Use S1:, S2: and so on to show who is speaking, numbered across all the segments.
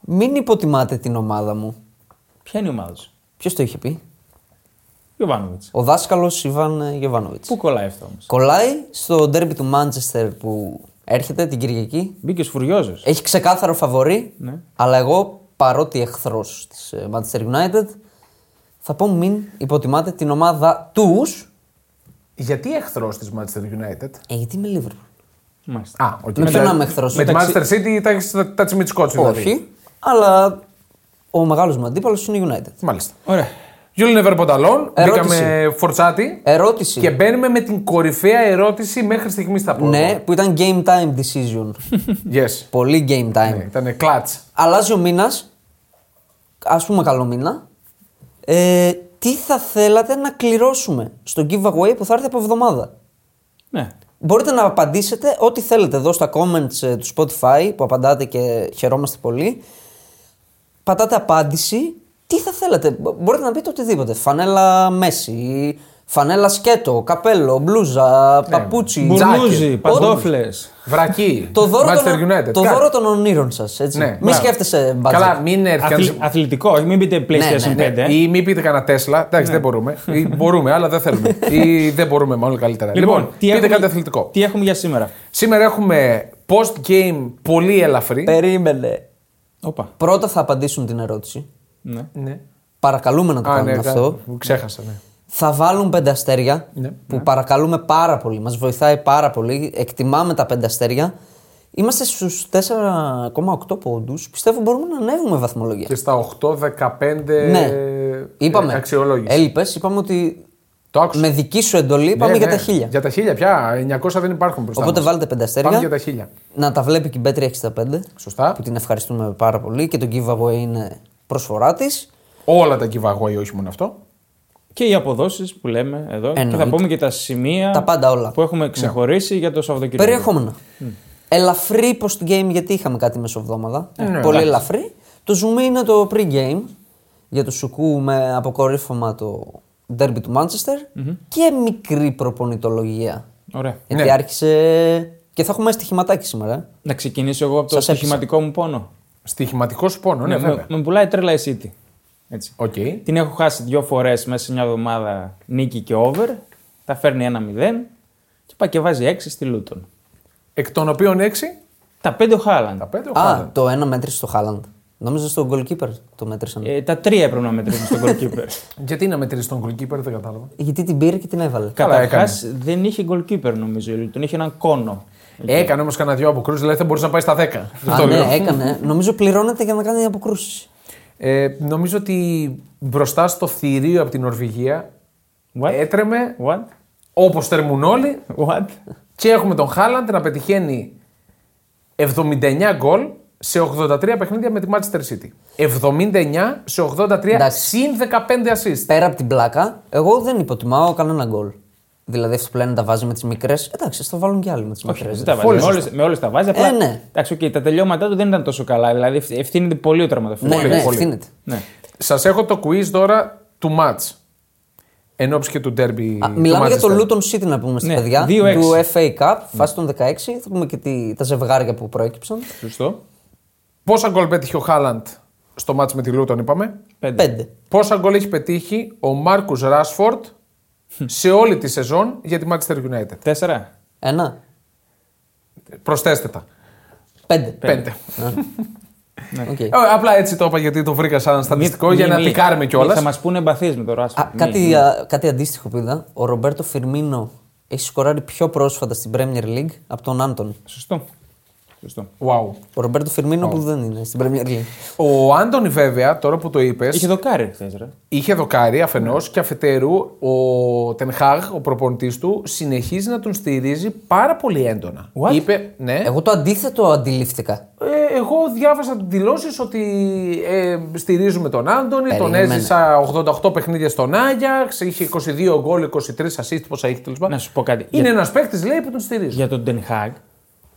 S1: μην υποτιμάτε την ομάδα μου.
S2: Ποια είναι η ομάδα σου,
S1: Ποιος το είχε πει,
S2: Γιωβάνοβιτ.
S1: Ο δάσκαλος Ιβάν Γεβάνοβιτ.
S2: Πού κολλάει αυτό όμως.
S1: Κολλάει στο ντέρμπι του Μάντσεστερ που έρχεται την Κυριακή.
S2: Μπήκε φουριόζο.
S1: Έχει ξεκάθαρο φαβορή,
S2: Ναι.
S1: αλλά εγώ παρότι εχθρός της Manchester United θα πω μην υποτιμάτε την ομάδα τους.
S3: Γιατί εχθρός της Manchester United.
S1: Ε, γιατί είμαι Liverpool.
S2: Μάλιστα.
S3: Α, okay.
S1: Με ποιον να είμαι εχθρός,
S3: Με τη
S1: μεταξύ-
S3: Manchester City τα έχεις τα, τα τσιμιτσικότς, δηλαδή.
S1: Όχι, αλλά ο μεγάλος μου αντίπαλος είναι η United.
S3: Μάλιστα.
S2: Ωραία.
S3: Γιούλη Νεβέρ Πονταλόν,
S1: Ερώτηση.
S3: μπήκαμε φορτσάτη
S1: Ερώτηση.
S3: και μπαίνουμε με την κορυφαία ερώτηση μέχρι στιγμής θα πω.
S1: Ναι, που ήταν game time decision.
S3: Yes.
S1: Πολύ game time.
S3: Ήταν κλατς.
S1: Αλλάζει ο μήνας. Ας πούμε καλό μήνα. Ε, τι θα θέλατε να κληρώσουμε στο giveaway που θα έρθει από εβδομάδα.
S2: Ναι.
S1: Μπορείτε να απαντήσετε ό,τι θέλετε εδώ στα comments ε, του Spotify που απαντάτε και χαιρόμαστε πολύ. Πατάτε απάντηση. Τι θα θέλετε. Μπο- Μπορείτε να πείτε οτιδήποτε. Φανέλα μέση, φανέλα σκέτο, καπέλο,
S3: Ναι,
S1: μπλούζα, παπούτσι.
S2: Μπουρνούζι,
S1: τζάκετ. Ό,τι-
S2: παντόφλες.
S3: Βρακί.
S1: Το δώρο,
S3: Manchester
S1: των,
S3: United.
S1: το
S3: Κάτι.
S1: δώρο των ονείρων σας.
S3: Ναι,
S1: Μην
S3: μπράβο.
S1: σκέφτεσαι budget.
S3: Καλά, μην έρθει. κανένας-
S2: Αθλητικό, όχι, μην πείτε PlayStation 5.
S1: ναι,
S2: ε.
S3: Ή μην πείτε κανένα Τέσλα. Εντάξει, δεν μπορούμε. Ή μπορούμε, αλλά δεν θέλουμε. Ή δεν μπορούμε, μάλλον καλύτερα. Λοιπόν, πείτε κάτι αθλητικό.
S2: Τι έχουμε για σήμερα.
S3: Σήμερα έχουμε post-game πολύ ελαφρύ.
S1: Περίμενε.
S2: Όπα.
S1: Πρώτα θα απαντήσουν την ερώτηση.
S2: Ναι.
S3: Ναι.
S1: Παρακαλούμε να το
S3: Α,
S1: κάνουν
S3: ναι,
S1: αυτό.
S3: κα- Ξέχασα, ναι.
S1: Θα βάλουν πέντε αστέρια
S3: Ναι.
S1: που παρακαλούμε πάρα πολύ. Μας βοηθάει πάρα πολύ. Εκτιμάμε τα πέντε αστέρια. Είμαστε στους 4,8 πόντους. Πιστεύω μπορούμε να ανέβουμε βαθμολογία.
S3: Και στα 8-15
S1: ναι. είπαμε.
S3: Ε, αξιολόγηση.
S1: Έλειπες. Είπαμε ότι
S3: Το άκουσα.
S1: με δική σου εντολή
S3: Ναι,
S1: είπαμε για
S3: ναι.
S1: τα χίλια.
S3: Για τα χίλια πια. 900 δεν υπάρχουν μπροστά.
S1: Οπότε
S3: μας.
S1: βάλετε πέντε αστέρια.
S3: Πάμε για τα χίλια.
S1: Να τα βλέπει και η Bet365
S3: Σωστά.
S1: που την ευχαριστούμε πάρα πολύ και το giveaway είναι προσφορά της.
S3: Όλα τα giveaway, όχι μόνο αυτό.
S2: Και οι αποδόσεις που λέμε εδώ. Και
S1: Εννοείται.
S2: θα πούμε και τα σημεία
S1: Τα πάντα όλα. Ναι.
S2: που έχουμε ξεχωρίσει για το Σαββατοκύριακο.
S1: Περιεχόμενα. Ελαφρύ post-game γιατί είχαμε κάτι μεσοβδόμαδα.
S3: ναι,
S1: Πολύ
S3: εντάξει.
S1: ελαφρύ. Το zoom είναι το pre-game για το Σουκού με αποκορύφωμα το derby του Manchester και μικρή προπονητολογία.
S2: Ωραία.
S1: Γιατί
S3: Ναι.
S1: άρχισε. και θα έχουμε στοιχηματάκι σήμερα. ε.
S2: Να ξεκινήσω εγώ από το
S1: Σας έπεισα.
S2: στοιχηματικό μου πόνο.
S3: Στοιχηματικό σου πόνο, ναι,
S2: με,
S3: βέβαια.
S2: με πουλάει τρέλα η City. Έτσι.
S3: Οκ.
S2: Την έχω χάσει δύο φορές μέσα σε μια εβδομάδα νίκη και over. Τα φέρνει 1-0 και πάει και βάζει 6 στη Λούτον.
S3: Εκ των οποίων 6,
S2: Τα 5 ο Χάλαντ.
S3: τα 5 ο
S1: Α,
S3: Χάλαντ.
S1: το ένα μέτρησε στο Χάλαντ. Νόμιζα στο goalkeeper το μέτρησαν.
S2: Ε, τα 3 έπρεπε να μετρήσουν στον goalkeeper.
S3: Γιατί να μετρήσει τον goalkeeper, δεν κατάλαβα.
S1: Γιατί την πήρε και την έβαλε.
S2: Καταρχά δεν είχε goalkeeper νομίζω η Λούτον. Είχε έναν κόνο.
S3: Ε, Έκανε όμως κανένα δυο αποκρούσεις, δηλαδή θα μπορούσε να πάει στα 10.
S1: Α,
S3: Αυτό λέω.
S1: ναι, έκανε. Νομίζω πληρώνεται για να κάνει αποκρούσεις.
S3: Ε, νομίζω ότι μπροστά στο θηρίο από την Νορβηγία
S2: What?
S3: Ε, έτρεμε
S2: What?
S3: όπως θερμούν όλοι
S2: What?
S3: και έχουμε τον Χάλαντ να πετυχαίνει 79 γκολ σε 83 παιχνίδια με τη Manchester City. 79 σε 83
S1: Εντάξει.
S3: συν 15 assist.
S1: Πέρα από την πλάκα, εγώ δεν υποτιμάω κανένα γκολ. Δηλαδή αυτό που λένε τα βάζει με τις μικρές. Εντάξει, θα βάλουν κι άλλοι με τις
S2: Όχι,
S1: μικρές.
S2: δεν τα βάζει. Με όλες- Με όλες τα βάζει. Απλά,
S1: Ε, ναι.
S2: Εντάξει, οκ, τα τελειώματά του δεν ήταν τόσο καλά. Δηλαδή ευθύ- ευθύνεται πολύ ο τραυματοφύλακας.
S1: Ναι, ναι, ευθύνεται.
S2: ναι.
S3: Σας έχω το quiz τώρα του match. Εν ώψη και του derby.
S1: Α,
S3: του
S1: Μιλάμε για το
S3: Manchester.
S1: Luton City να πούμε στα
S2: Ναι,
S1: παιδιά.
S2: 2-6.
S1: Του FA Cup, φάση των 16. Θα πούμε και τι, τα ζευγάρια που προέκυψαν.
S2: Σωστό.
S3: Πόσα γκολ πέτυχε ο Χάλαντ στο match με τη Λούτον, είπαμε.
S2: Πέντε.
S1: Πέντε.
S3: Πόσα γκολ έχει πετύχει ο Μάρκους Ράσφορντ σε όλη τη σεζόν για τη Manchester United.
S2: Τέσσερα.
S1: Ένα.
S3: Προσθέστε τα.
S1: Πέντε. Ναι.
S3: Πέντε.
S1: Οκ.
S3: Ε, απλά έτσι το είπα γιατί το βρήκα σαν στατιστικό
S2: Μη-
S3: για
S2: μη-
S3: να
S2: μη-
S3: τικάρουμε
S2: μη-
S3: κιόλας.
S2: Θα μας πούνε εμπαθείς με το Ράσφορντ.
S1: Α, κάτι, α, κάτι αντίστοιχο που είδα. Ο Ρομπέρτο Φιρμίνο έχει σκοράρει πιο πρόσφατα στην Premier League από τον Άντων.
S2: Σωστό. Σωστό.
S3: Wow.
S1: Ο Ρομπέρτο Φιρμίνο που δεν είναι στην Premier League.
S3: Ο Άντωνη, βέβαια, τώρα που το είπες,
S2: Είχε
S3: είχε,
S2: δοκάρι χθε, ρε.
S3: δοκάρει αφενός και αφετέρου ο Τενχάγ, ο προπονητής του, συνεχίζει να τον στηρίζει πάρα πολύ έντονα.
S2: What?
S3: Είπε, ναι.
S1: Εγώ το αντίθετο αντιλήφθηκα.
S3: Ε, εγώ διάβασα τις δηλώσεις ότι ε, στηρίζουμε τον Άντωνη. Τον
S1: Περίμενε.
S3: έζησα 88 παιχνίδια στον Άγιαξ. Είχε 22 γκολ, 23 assist, πόσα είχε τέλος πάντων.
S2: Να σου πω κάτι.
S3: Είναι ένας παίκτης, λέει, που τον στηρίζει.
S2: Για τον Ten Hag,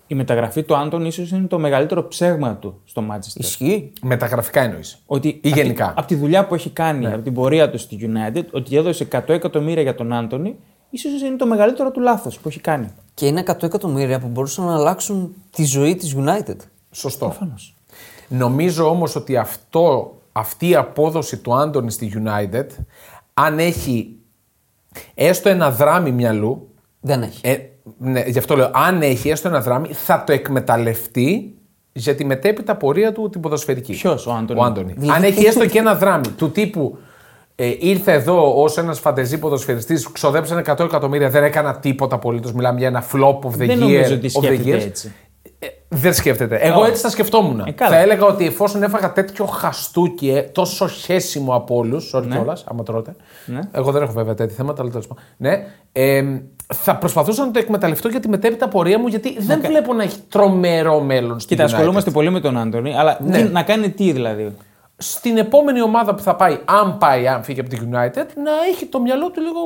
S2: η μεταγραφή του Άντων ίσως είναι το μεγαλύτερο ψέγμα του στο Μάτσεστερ.
S1: Ισχύει.
S3: Με τα γραφικά εννοείς.
S2: Ότι
S3: Ή γενικά. Ναι.
S2: Από τη δουλειά που έχει κάνει, από την πορεία του στη United, ότι έδωσε 100 εκατομμύρια για τον Άντωνη, ίσως είναι το μεγαλύτερο του λάθος που έχει κάνει.
S1: Και είναι 100 εκατομμύρια που μπορούσαν να αλλάξουν τη ζωή της United.
S3: Σωστό.
S2: Προφανώς.
S3: Νομίζω όμως ότι αυτό, αυτή η απόδοση του Άντωνη στη United, αν έχει έστω ένα δράμι μυαλού,
S1: Δεν έχει.
S3: ε, ναι, γι' αυτό λέω, αν έχει έστω ένα δράμι, θα το εκμεταλλευτεί για τη μετέπειτα πορεία του την ποδοσφαιρική.
S2: Ποιος, ο Άντωνη?
S3: Ο Άντωνη. αν έχει έστω και ένα δράμι του τύπου ε, ήρθε εδώ ως ένας φαντεζή ποδοσφαιριστής, ξοδέψανε 100 εκατομμύρια, δεν έκανα τίποτα απολύτως. Μιλάμε για ένα flop of the
S2: Δεν
S3: year.
S2: νομίζω ότι
S3: of the
S2: σκέφτεται
S3: years.
S2: έτσι.
S3: Ε, δεν σκέφτεται. Εγώ
S2: Όχι.
S3: έτσι θα σκεφτόμουν.
S2: Ε, καλά.
S3: θα έλεγα ότι εφόσον έφαγα τέτοιο χαστούκι, ε, τόσο χέσιμο από όλους, sorry
S2: Ναι.
S3: κιόλας, άμα τρώτε. Εγώ δεν έχω βέβαια τέτοια θέματα, αλλά τέλος πάντων. Ναι, ε, θα προσπαθούσα να το εκμεταλλευτώ για τη μετέπειτα πορεία μου, γιατί δεν βλέπω να έχει τρομερό μέλλον στην
S2: Ναι, Κοίτα,
S3: United.
S2: ασχολούμαστε πολύ με τον Άντωνη, αλλά
S3: Ναι.
S2: τι- να κάνει τι δηλαδή.
S3: Στην επόμενη ομάδα που θα πάει, αν πάει, αν φύγει από την United, να έχει το μυαλό του λίγο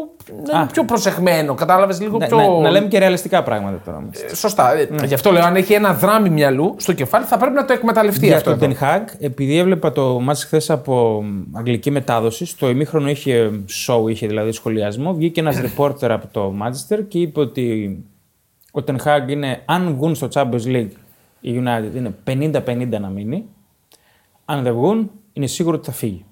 S3: να
S2: Α.
S3: είναι πιο προσεγμένο. Κατάλαβες λίγο
S2: Να,
S3: πιο.
S2: να, να λέμε Ναι. και ρεαλιστικά πράγματα τώρα. όμως.
S3: Ε, Σωστά. Ε, Γι' αυτό λέω, αν έχει ένα δράμι μυαλού στο κεφάλι, θα πρέπει να το εκμεταλλευτεί
S2: Για
S3: αυτό.
S2: τον
S3: εδώ.
S2: Ten Hag, επειδή έβλεπα το μάτς χθες από μ, αγγλική μετάδοση, στο ημίχρονο είχε show, είχε δηλαδή σχολιασμό, βγήκε ένας reporter από το Manchester και είπε ότι ο Ten Hag είναι, αν βγουν στο Champions League η United είναι 50-50 να μείνει, αν δεν βγουν είναι σίγουρο ότι θα φύγει.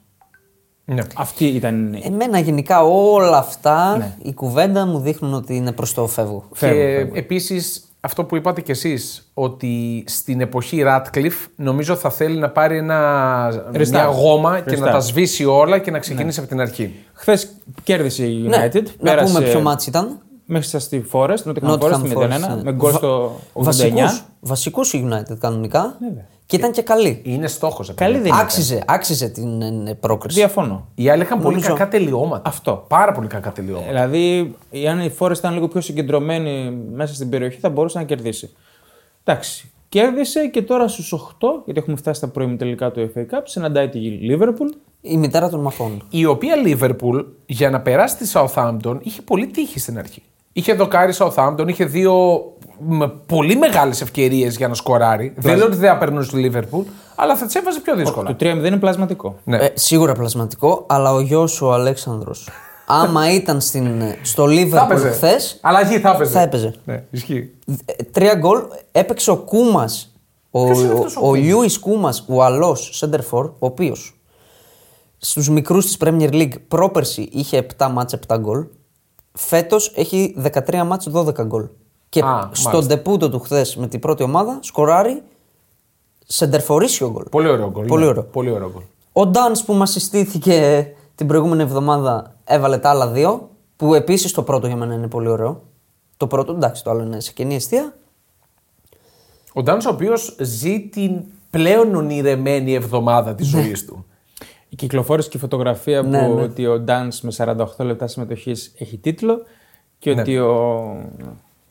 S3: Ναι.
S2: Αυτή ήταν η...
S1: Εμένα γενικά όλα αυτά,
S2: Ναι.
S1: η κουβέντα μου δείχνουν ότι είναι προς το φεύγω.
S3: Και επίσης αυτό που είπατε κι εσείς, ότι στην εποχή Ratcliffe νομίζω θα θέλει να πάρει ένα,
S2: Restart.
S3: μια γόμα και
S2: Restart. Ναι.
S3: να τα σβήσει όλα και να ξεκινήσει από την αρχή.
S2: Χθες κέρδισε η
S1: Ναι,
S2: United.
S1: να
S2: πέρασε
S1: πούμε ποιο μάτσι ήταν.
S2: Μέχρι στη Forest, Nottingham Forest
S1: Nottingham Forest,
S2: 0-1,
S1: ναι.
S2: με γκολ
S1: Βα-
S2: στο Ναι, 89.
S1: βασικούς- Βασικούς η United κανονικά. Και ήταν και καλή.
S3: Είναι στόχος.
S2: Καλή δεν ήταν.
S1: Άξιζε, άξιζε την ε, ε, πρόκριση.
S2: Διαφωνώ.
S3: Οι άλλοι είχαν πολύ
S1: Νομίζω-
S3: κακά τελειώματα.
S2: Αυτό.
S3: Πάρα πολύ κακά τελειώματα.
S2: Δηλαδή, αν η Forest ήταν λίγο πιο συγκεντρωμένη μέσα στην περιοχή, θα μπορούσε να κερδίσει. Εντάξει. Κέρδισε και τώρα στους 8, γιατί έχουμε φτάσει στα πρώιμη τελικά του FA Cup, συναντάει τη Liverpool.
S1: Η μητέρα των μαχών.
S3: Η οποία Liverpool για να περάσει τη Southampton είχε πολύ τύχη στην αρχή. Είχε δοκάρει Southampton, είχε δύο με πολύ μεγάλες ευκαιρίες για να σκοράρει. Δεν λέω ότι δεν θα περνούσε τη Liverpool, αλλά θα τις έβαζε πιο δύσκολα.
S2: Το 3-0 είναι πλασματικό.
S3: Ναι.
S1: Ε, σίγουρα πλασματικό, αλλά ο γιος ο Αλέξανδρος άμα ήταν στην, ε, στο
S3: Θα
S1: Λίβερπουλ
S3: έπαιζε.
S1: χθες,
S3: Αλλαγή θα έπαιζε.
S1: θα έπαιζε.
S3: Ναι, ισχύει.
S1: Ε, Τρία γκολ έπαιξε ο Κούμας. Ο, ο,
S3: Ποιος είναι αυτός ο
S1: ο
S3: Κούμας?
S1: Λιούις Κούμας, Ουαλό Σέντερφορ, ο οποίος στους μικρούς της Premier League πρόπερση είχε 7 μάτς 7 γκολ. Φέτος έχει 13 μάτς 12 γκολ. Και
S3: Α,
S1: στον
S3: μάλιστα.
S1: τεπούτο του χθες με την πρώτη ομάδα σκοράρει σεντερφορίσιο γκολ.
S3: Πολύ ωραίο γκολ.
S1: Πολύ
S3: ναι.
S1: ωραίο.
S3: Πολύ ωραίο γκολ.
S1: Ο Ντάνς που μας συστήθηκε την προηγούμενη εβδομάδα έβαλε τα άλλα δύο, που επίσης το πρώτο για μένα είναι πολύ ωραίο. Το πρώτο, εντάξει, το άλλο είναι σε κοινή αιστεία.
S3: Ο Ντάνς ο οποίος ζει την πλέον ονειρεμένη εβδομάδα της ζωής του.
S2: Η κυκλοφόρηση και η φωτογραφία
S1: Ναι,
S2: που
S1: ναι.
S2: ότι ο Dance με 48 λεπτά συμμετοχής έχει τίτλο και
S1: Ναι.
S2: ότι ο,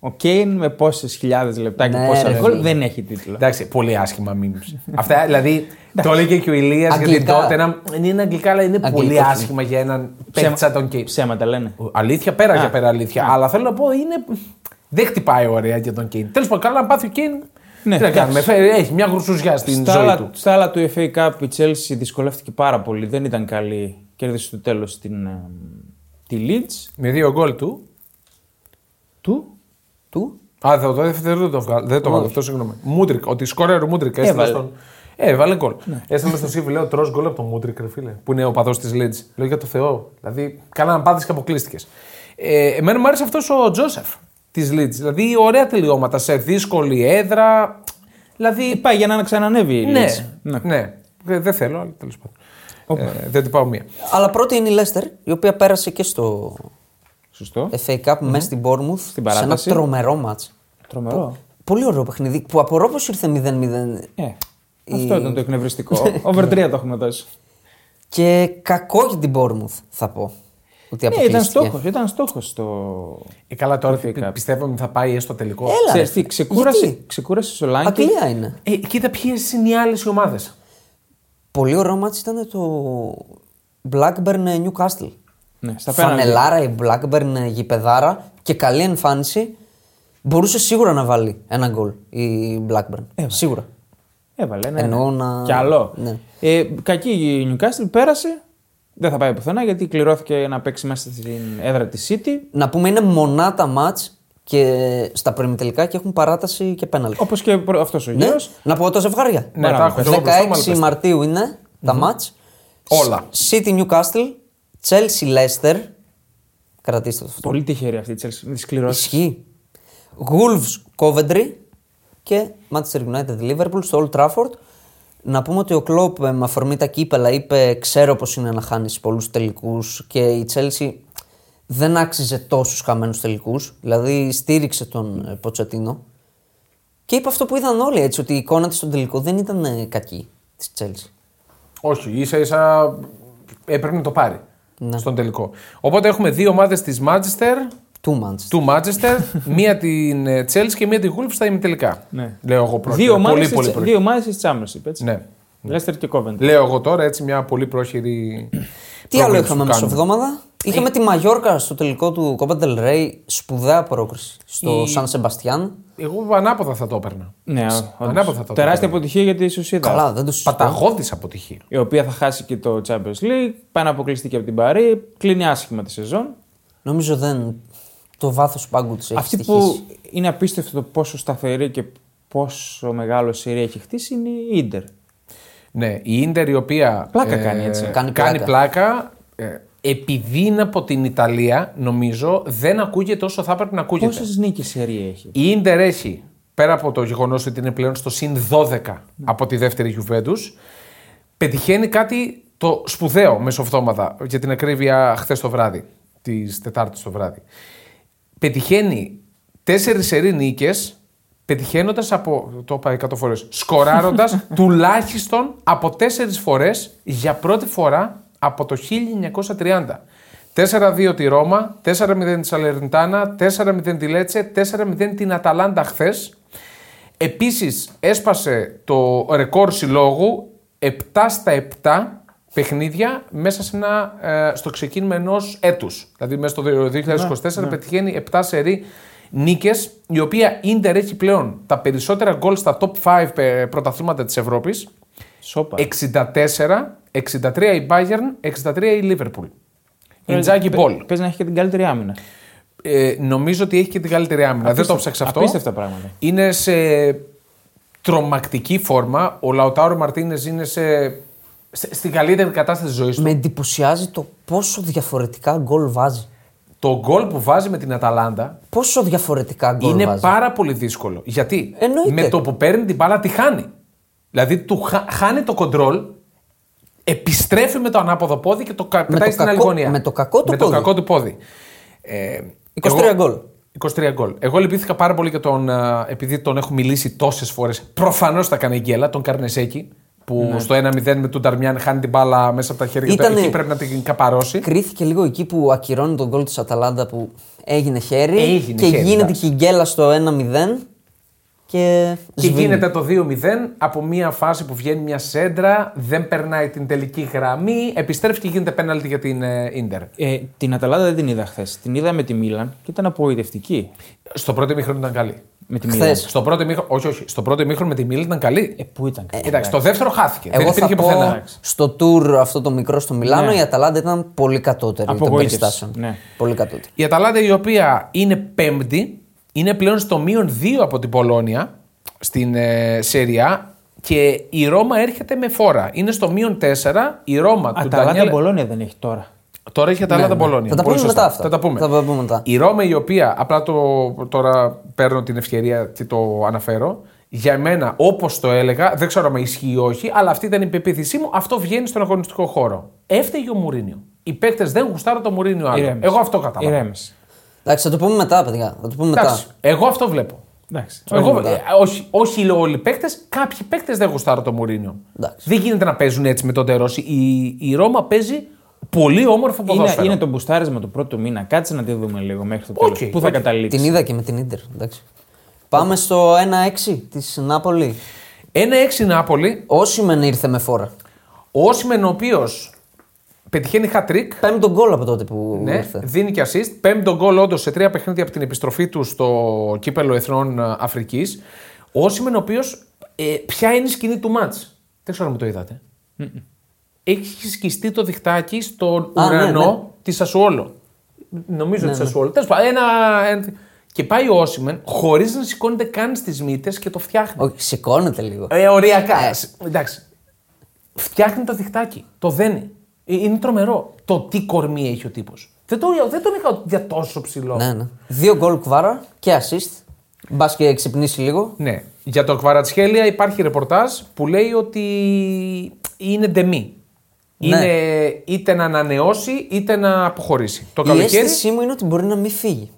S2: ο Kane με πόσες χιλιάδες λεπτά και
S1: Ναι,
S2: πόσα
S1: ρε,
S2: γκολ
S1: φίλε.
S2: δεν έχει τίτλο.
S3: Εντάξει, πολύ άσχημα memes. Αυτά δηλαδή. το έλεγε και ο Ηλίας για την
S1: Αγγλικά.
S3: Τότεναμ. Είναι αγγλικά, αλλά είναι
S1: Αγγλικό
S3: πολύ
S1: είναι.
S3: άσχημα για έναν παίκτη σαν τον Κέιν.
S2: Ψέματα λένε.
S3: Αλήθεια, πέρα για πέρα αλήθεια. Αλλά θέλω να πω είναι. Δεν χτυπάει ωραία για τον Κέιν. Τέλος πάντων, καλά να πάθει ο Κέιν.
S2: Ναι,
S3: τι να κάνουμε.
S2: εντάξει.
S3: φέρει- Έχει μια γρουσουζιά στην
S2: Στα
S3: ζωή
S2: άλλα,
S3: του.
S2: στα άλλα του FA Cup η Chelsea δυσκολεύτηκε πάρα πολύ. Δεν ήταν καλή. Κέρδισε στο τέλος την, ε, τη Leeds
S3: Με δύο γκολ του.
S2: του.
S1: Του.
S3: Α, δεν το, δεν το, βγάλω, δεν το βγάλω αυτό, συγγνώμη. Μούτρικ, ότι σκόρερ ο Μούτρικ. Έστειλε
S2: Έβαλε. Ναι.
S3: στον. Ε, έβαλε γκολ. Έστειλε στον Σίβη, λέω τρώ γκολ από τον Μούτρικ, ρε φίλε, που είναι ο παδός της Λίτζ. Λέω για το Θεό. Δηλαδή, καλά να πάθεις και αποκλείστηκες. Ε, εμένα μου άρεσε αυτός ο Τζόσεφ της Λίτζ. Δηλαδή, ωραία τελειώματα σε δύσκολη έδρα. Δηλαδή.
S2: Πάει για να ξανανεύει η
S3: Ναι,
S2: Leeds.
S3: ναι. Ε, Δεν θέλω, αλλά τέλος πάντων. Ε, δεν την πάω μία.
S1: Αλλά πρώτη είναι η Λέστερ, η οποία πέρασε και στο
S2: Σωστό.
S3: Ε,
S1: FA Cup μέσα στην Bournemouth σε ένα
S2: παράταση.
S1: τρομερό μάτς.
S2: Τρομερό.
S1: Πολύ ωραίο παιχνίδι που απορώ πως ήρθε 0-0.
S2: Ε, Αυτό ήταν το
S3: Ναι.
S2: εκνευριστικό. Over 3 το έχουμε δώσει.
S1: Και κακό για την Bournemouth θα πω. Ότι
S2: Ναι, ήταν
S1: αποκλείστηκε.
S2: στόχος. Ήταν στόχος το...
S3: Ε, καλά, τώρα
S2: Φύγει
S3: πι-
S2: κάπου.
S3: πιστεύω ότι θα πάει έστω τελικό.
S1: Έλα,
S2: Ξέρεις
S1: ρε,
S2: τι, ξεκούρασε,
S1: γιατί?
S2: ξεκούρασε η Σολάνκης.
S1: Αγγλία είναι.
S3: Ε, κοίτα, ποιες είναι οι άλλες ομάδες.
S1: Πολύ ωραίο μάτς ήταν το Blackburn ε, Newcastle.
S2: Ναι, στα πέναλτι.
S1: Φανελάρα η Blackburn ε, γηπεδάρα και καλή εμφάνιση. Μπορούσε σίγουρα να βάλει ένα γκολ η
S2: Ε,
S1: Blackburn. Σίγουρα.
S2: Έβαλε ένα.
S1: Εννοώ να-
S2: Κι άλλο.
S1: Ναι.
S2: Ε, κακή η Newcastle πέρασε. Δεν θα πάει πουθενά γιατί κληρώθηκε να παίξει μέσα στην έδρα της City.
S1: Να πούμε είναι μονά τα μάτς και στα προημιτελικά και έχουν παράταση και πέναλτι.
S2: Όπως και αυτός ο
S1: Ναι,
S2: γιο.
S1: να πω τα ζευγάρια.
S3: Ναι, τα έχω και εγώ μπροστά μου, αλλά
S1: 16
S3: πες τα.
S1: Μαρτίου είναι τα μάτς.
S3: Όλα.
S1: City Newcastle, Chelsea Leicester. Κρατήστε το αυτό.
S2: Πολύ τυχερή αυτή η Chelsea. Με σκληρώσει.
S1: Ισχύει. Wolves Coventry και Manchester United Liverpool στο Old Trafford. Να πούμε ότι ο Κλόπ ε, με αφορμή τα κύπελα είπε ξέρω πως είναι να χάνεις πολλούς τελικούς και η Chelsea δεν άξιζε τόσους χαμένους τελικούς. Δηλαδή στήριξε τον ε, Ποτσετίνο και είπε αυτό που είδαν όλοι έτσι ότι η εικόνα της στον τελικό δεν ήταν ε, κακή της Chelsea.
S3: Όχι, ίσα ίσα έπρεπε να το πάρει στον τελικό. Οπότε έχουμε δύο ομάδες της Manchester,
S1: Του Manchester.
S3: του Manchester, μία την ε, Chelsea και μία την Wolves στα ημιτελικά.
S2: Ναι.
S3: Λέω εγώ πρόχειρα.
S2: Δύο ομάδες
S3: πολύ, πολύ
S2: στη
S3: πρόχειρα.
S2: δύο ομάδες της Championship. Έτσι.
S3: Ναι.
S2: Leicester και Coventry.
S3: Λέω εγώ τώρα έτσι μια πολύ πρόχειρη.
S1: Τι άλλο
S3: πρόβλεψη
S1: είχαμε
S3: που
S1: μέσα
S3: κάνουμε.
S1: εβδομάδα.
S3: Ε,
S1: Είχαμε τη Μαγιόρκα στο τελικό του Copa del Rey, σπουδαία πρόκριση στο Σαν Σεμπαστιάν.
S3: Εγώ ανάποδα θα το έπαιρνα.
S2: Ναι,
S3: ανάποδα
S2: όντως.
S3: το
S2: Τεράστια αποτυχία για τη Σουσίδα.
S1: Καλά, δεν το συζητώ.
S3: Παταγώδης αποτυχία.
S2: Η οποία θα χάσει και το Champions League. Πάει να αποκλειστεί και από την Παρή. Κλείνει άσχημα τη σεζόν.
S1: Νομίζω δεν. Το βάθος πάγκου της έχει
S2: Αυτή
S1: στοιχήσει.
S2: που είναι απίστευτο το πόσο σταθερή και πόσο μεγάλο σειρή έχει χτίσει είναι η Ιντερ.
S3: Ναι, η ντερ η οποία. ε,
S2: Πλάκα κάνει, έτσι.
S1: Κάνει πλάκα.
S3: πλάκα, ε, επειδή είναι από την Ιταλία, νομίζω δεν ακούγεται όσο θα έπρεπε να ακούγεται.
S2: Πόσες νίκες σερή έχει.
S3: Η ντερ έχει, πέρα από το γεγονός ότι είναι πλέον στο συν 12 από τη δεύτερη Γιουβέντους, πετυχαίνει κάτι το σπουδαίο μεσοβδόμαδα, για την ακρίβεια χθες το βράδυ, της Τετάρτης το βράδυ. Πετυχαίνει τέσσερις σερή νίκες, πετυχαίνοντας από. Το είπα 100 φορέ. Σκοράροντα τουλάχιστον από τέσσερις φορές για πρώτη φορά από το 1930. 4-2 τη Ρώμα, 4-0 τη Σαλερνιτάνα, 4-0 τη Λέτσε, 4-0 την Αταλάντα χθες. Επίσης έσπασε το ρεκόρ συλλόγου 7 στα 7 παιχνίδια μέσα σε ένα, ε, στο ξεκίνημα ενός έτους. Δηλαδή μέσα στο 2024 πετυχαίνει 7 σερή νίκες, η οποία ντερ έχει πλέον τα περισσότερα γκολ στα top 5 πε- πρωταθλήματα της Ευρώπης.
S2: Σόπα.
S3: 64, 63 η Bayern, 63 η Liverpool. Η Τζάκι
S2: Πε-
S3: Μπολ.
S2: Πες να έχει και την καλύτερη άμυνα.
S3: Ε, νομίζω ότι έχει και την καλύτερη άμυνα. Δεν το ψάξα αυτό.
S2: Απίστευτα πράγματα.
S3: Είναι σε τρομακτική φόρμα. Ο Λαουτάρο Μαρτίνες είναι σε... σε- στην καλύτερη κατάσταση της ζωής του.
S1: Με εντυπωσιάζει το πόσο διαφορετικά γκολ βάζει.
S3: Το γκολ που βάζει με την Αταλάντα
S1: Πόσο διαφορετικά γκολ
S3: είναι
S1: βάζει.
S3: πάρα πολύ δύσκολο. Γιατί
S1: Εννοείται.
S3: με το που παίρνει την μπάλα τη χάνει. Δηλαδή του χα- χάνει το κοντρόλ, επιστρέφει με το ανάποδο πόδι και το κα- πετάει
S1: το
S3: στην
S1: κακό-
S3: άλλη γωνία.
S1: με το κακό του
S3: με
S1: πόδι.
S3: Το κακό του πόδι. Ε,
S1: 23
S3: εγώ-
S1: γκολ.
S3: 23 γκολ. Εγώ λυπήθηκα πάρα πολύ και τον. α, Επειδή τον έχω μιλήσει τόσες φορές. Προφανώς θα κάνει γκέλα, τον Καρνεσέκη. Που στο 1-0 με τον Ταρμιάν χάνει την μπάλα μέσα από τα χέρια του.
S1: Ναι. Ήτανε-
S3: Εκεί πρέπει να την καπαρώσει.
S1: Κρίθηκε λίγο εκεί που ακυρώνει τον γκολ της Αταλάντα που έγινε χέρι.
S3: Έγινε
S1: και
S3: χέρι,
S1: γίνεται
S3: εντάξει.
S1: και η γκέλα στο 1-0. Και,
S3: Και
S1: σβήνει.
S3: γίνεται το 2-0 από μια φάση που βγαίνει μια σέντρα, δεν περνάει την τελική γραμμή, επιστρέφει και γίνεται πέναλτι για την ντερ.
S2: Ε, την Αταλάντα δεν την είδα χθες. Την είδα με τη Μίλαν και ήταν απογοητευτική.
S3: Στο πρώτο ημίχρονο ήταν καλή.
S2: Με τη
S1: Χθες.
S2: Μίλαν.
S3: Στο πρώτο ημίχρονο, όχι, όχι. Στο πρώτο ημίχρονο με τη Μίλη ήταν καλή.
S2: Ε, πού ήταν. καλά.
S3: Εντάξει, το δεύτερο χάθηκε. Ε, δεν
S1: Εγώ
S3: υπήρχε
S1: θα πω
S3: πουθενά. Ναι.
S1: στο tour αυτό το μικρό στο Μιλάνο η Αταλάντα ήταν πολύ κατώτερη των
S2: Απογοήτευση,
S1: περιστάσεων.
S2: ναι.
S1: Πολύ κατώτερη.
S3: Η Αταλάντα η οποία είναι πέμπτη, είναι πλέον στο μείον 2 από την Πολώνια στην ε, Σεριά και η Ρώμα έρχεται με φόρα. Είναι στο μείον 4 η Ρώμα του
S2: Αταλάντα
S3: Ντανιέλ-
S2: Μπολόνια δεν έχει τώρα.
S3: Τώρα έχει Αταλάντα Πολώνια.
S1: Ναι, Θα τα
S3: Πολύ
S1: πούμε
S3: σωστά.
S1: μετά αυτά.
S3: Θα τα πούμε.
S1: Θα τα πούμε μετά.
S3: Η Ρώμα η οποία, απλά το, τώρα παίρνω την ευκαιρία και το αναφέρω, για μένα όπως το έλεγα, δεν ξέρω αν ισχύει ή όχι, αλλά αυτή ήταν η πεποίθησή μου, αυτό βγαίνει στον αγωνιστικό χώρο. Έφταιγε ο Μουρίνιο. Οι παίκτες δεν γουστάρουν το Μουρίνιο άλλο.
S2: Ηρέμησε.
S3: Εγώ αυτό κατάλαβα.
S2: Ηρέμησε.
S1: Εντάξει, θα το πούμε μετά, παιδιά. Θα το πούμε
S3: Εντάξει,
S1: μετά.
S3: εγώ αυτό βλέπω.
S2: Εντάξει.
S3: Εγώ,
S1: μετά.
S3: ε, όχι, όχι λέω όλοι οι παίκτες, κάποιοι παίκτες δεν γουστάρουν το Μουρίνιο.
S1: Εντάξει.
S3: Δεν γίνεται να παίζουν έτσι με τον Τερόση. Η, η Ρώμα παίζει πολύ όμορφο
S2: Είναι,
S3: ποδόσφαιρο.
S2: είναι το μπουστάρισμα του πρώτου μήνα. Κάτσε να τη δούμε λίγο μέχρι το τέλος.
S3: Οκ,
S2: Πού θα
S3: οκ.
S2: καταλήξει.
S1: Την είδα και με την ντερ. Εντάξει. Πάμε στο 1-6 της Νάπολη.
S3: Ένα έξι Νάπολη,
S1: Όσιμεν ήρθε με φόρα.
S3: ο Όσιμεν ο οποίος πετυχαίνει hat-trick,
S1: Παίρνει τον γκολ από τότε που
S3: ναι,
S1: ήρθε.
S3: δίνει και assist, πέμπτο γκολ όντως σε τρία παιχνίδια από την επιστροφή του στο κύπελο Εθνών Αφρικής. Ο Όσιμεν ο οποίος, ε, ποια είναι η σκηνή του μάτς. Δεν ξέρω αν μου το είδατε. Έχει σκιστεί το διχτάκι στον
S1: Α, ναι,
S3: ουρανό
S1: ναι.
S3: τη Σασουόλο. Νομίζω τη Σασουόλο. Τέλος πάντων, ένα- ένα- Και πάει ο Όσιμεν χωρίς να σηκώνεται καν στις μύτες και το φτιάχνει.
S1: Όχι, σηκώνεται λίγο.
S3: Ε, οριακά. Εντάξει. Φτιάχνει το διχτάκι. Το δένει. Ε, Είναι τρομερό το τι κορμί έχει ο τύπος. Δεν, το, δεν τον είχα για τόσο ψηλό.
S1: Ναι, ναι. Δύο γκολ κουβάρα και assist. Μπας και ξυπνήσει λίγο.
S3: Ναι. Για το Κβαρατσχέλια υπάρχει ρεπορτάζ που λέει ότι είναι ντεμή.
S1: Ναι.
S3: Είναι είτε να ανανεώσει είτε να αποχωρήσει. Το
S1: Η
S3: καλοκαίρι.
S1: αίσθησή μου είναι ότι μπορεί να μην φύγει.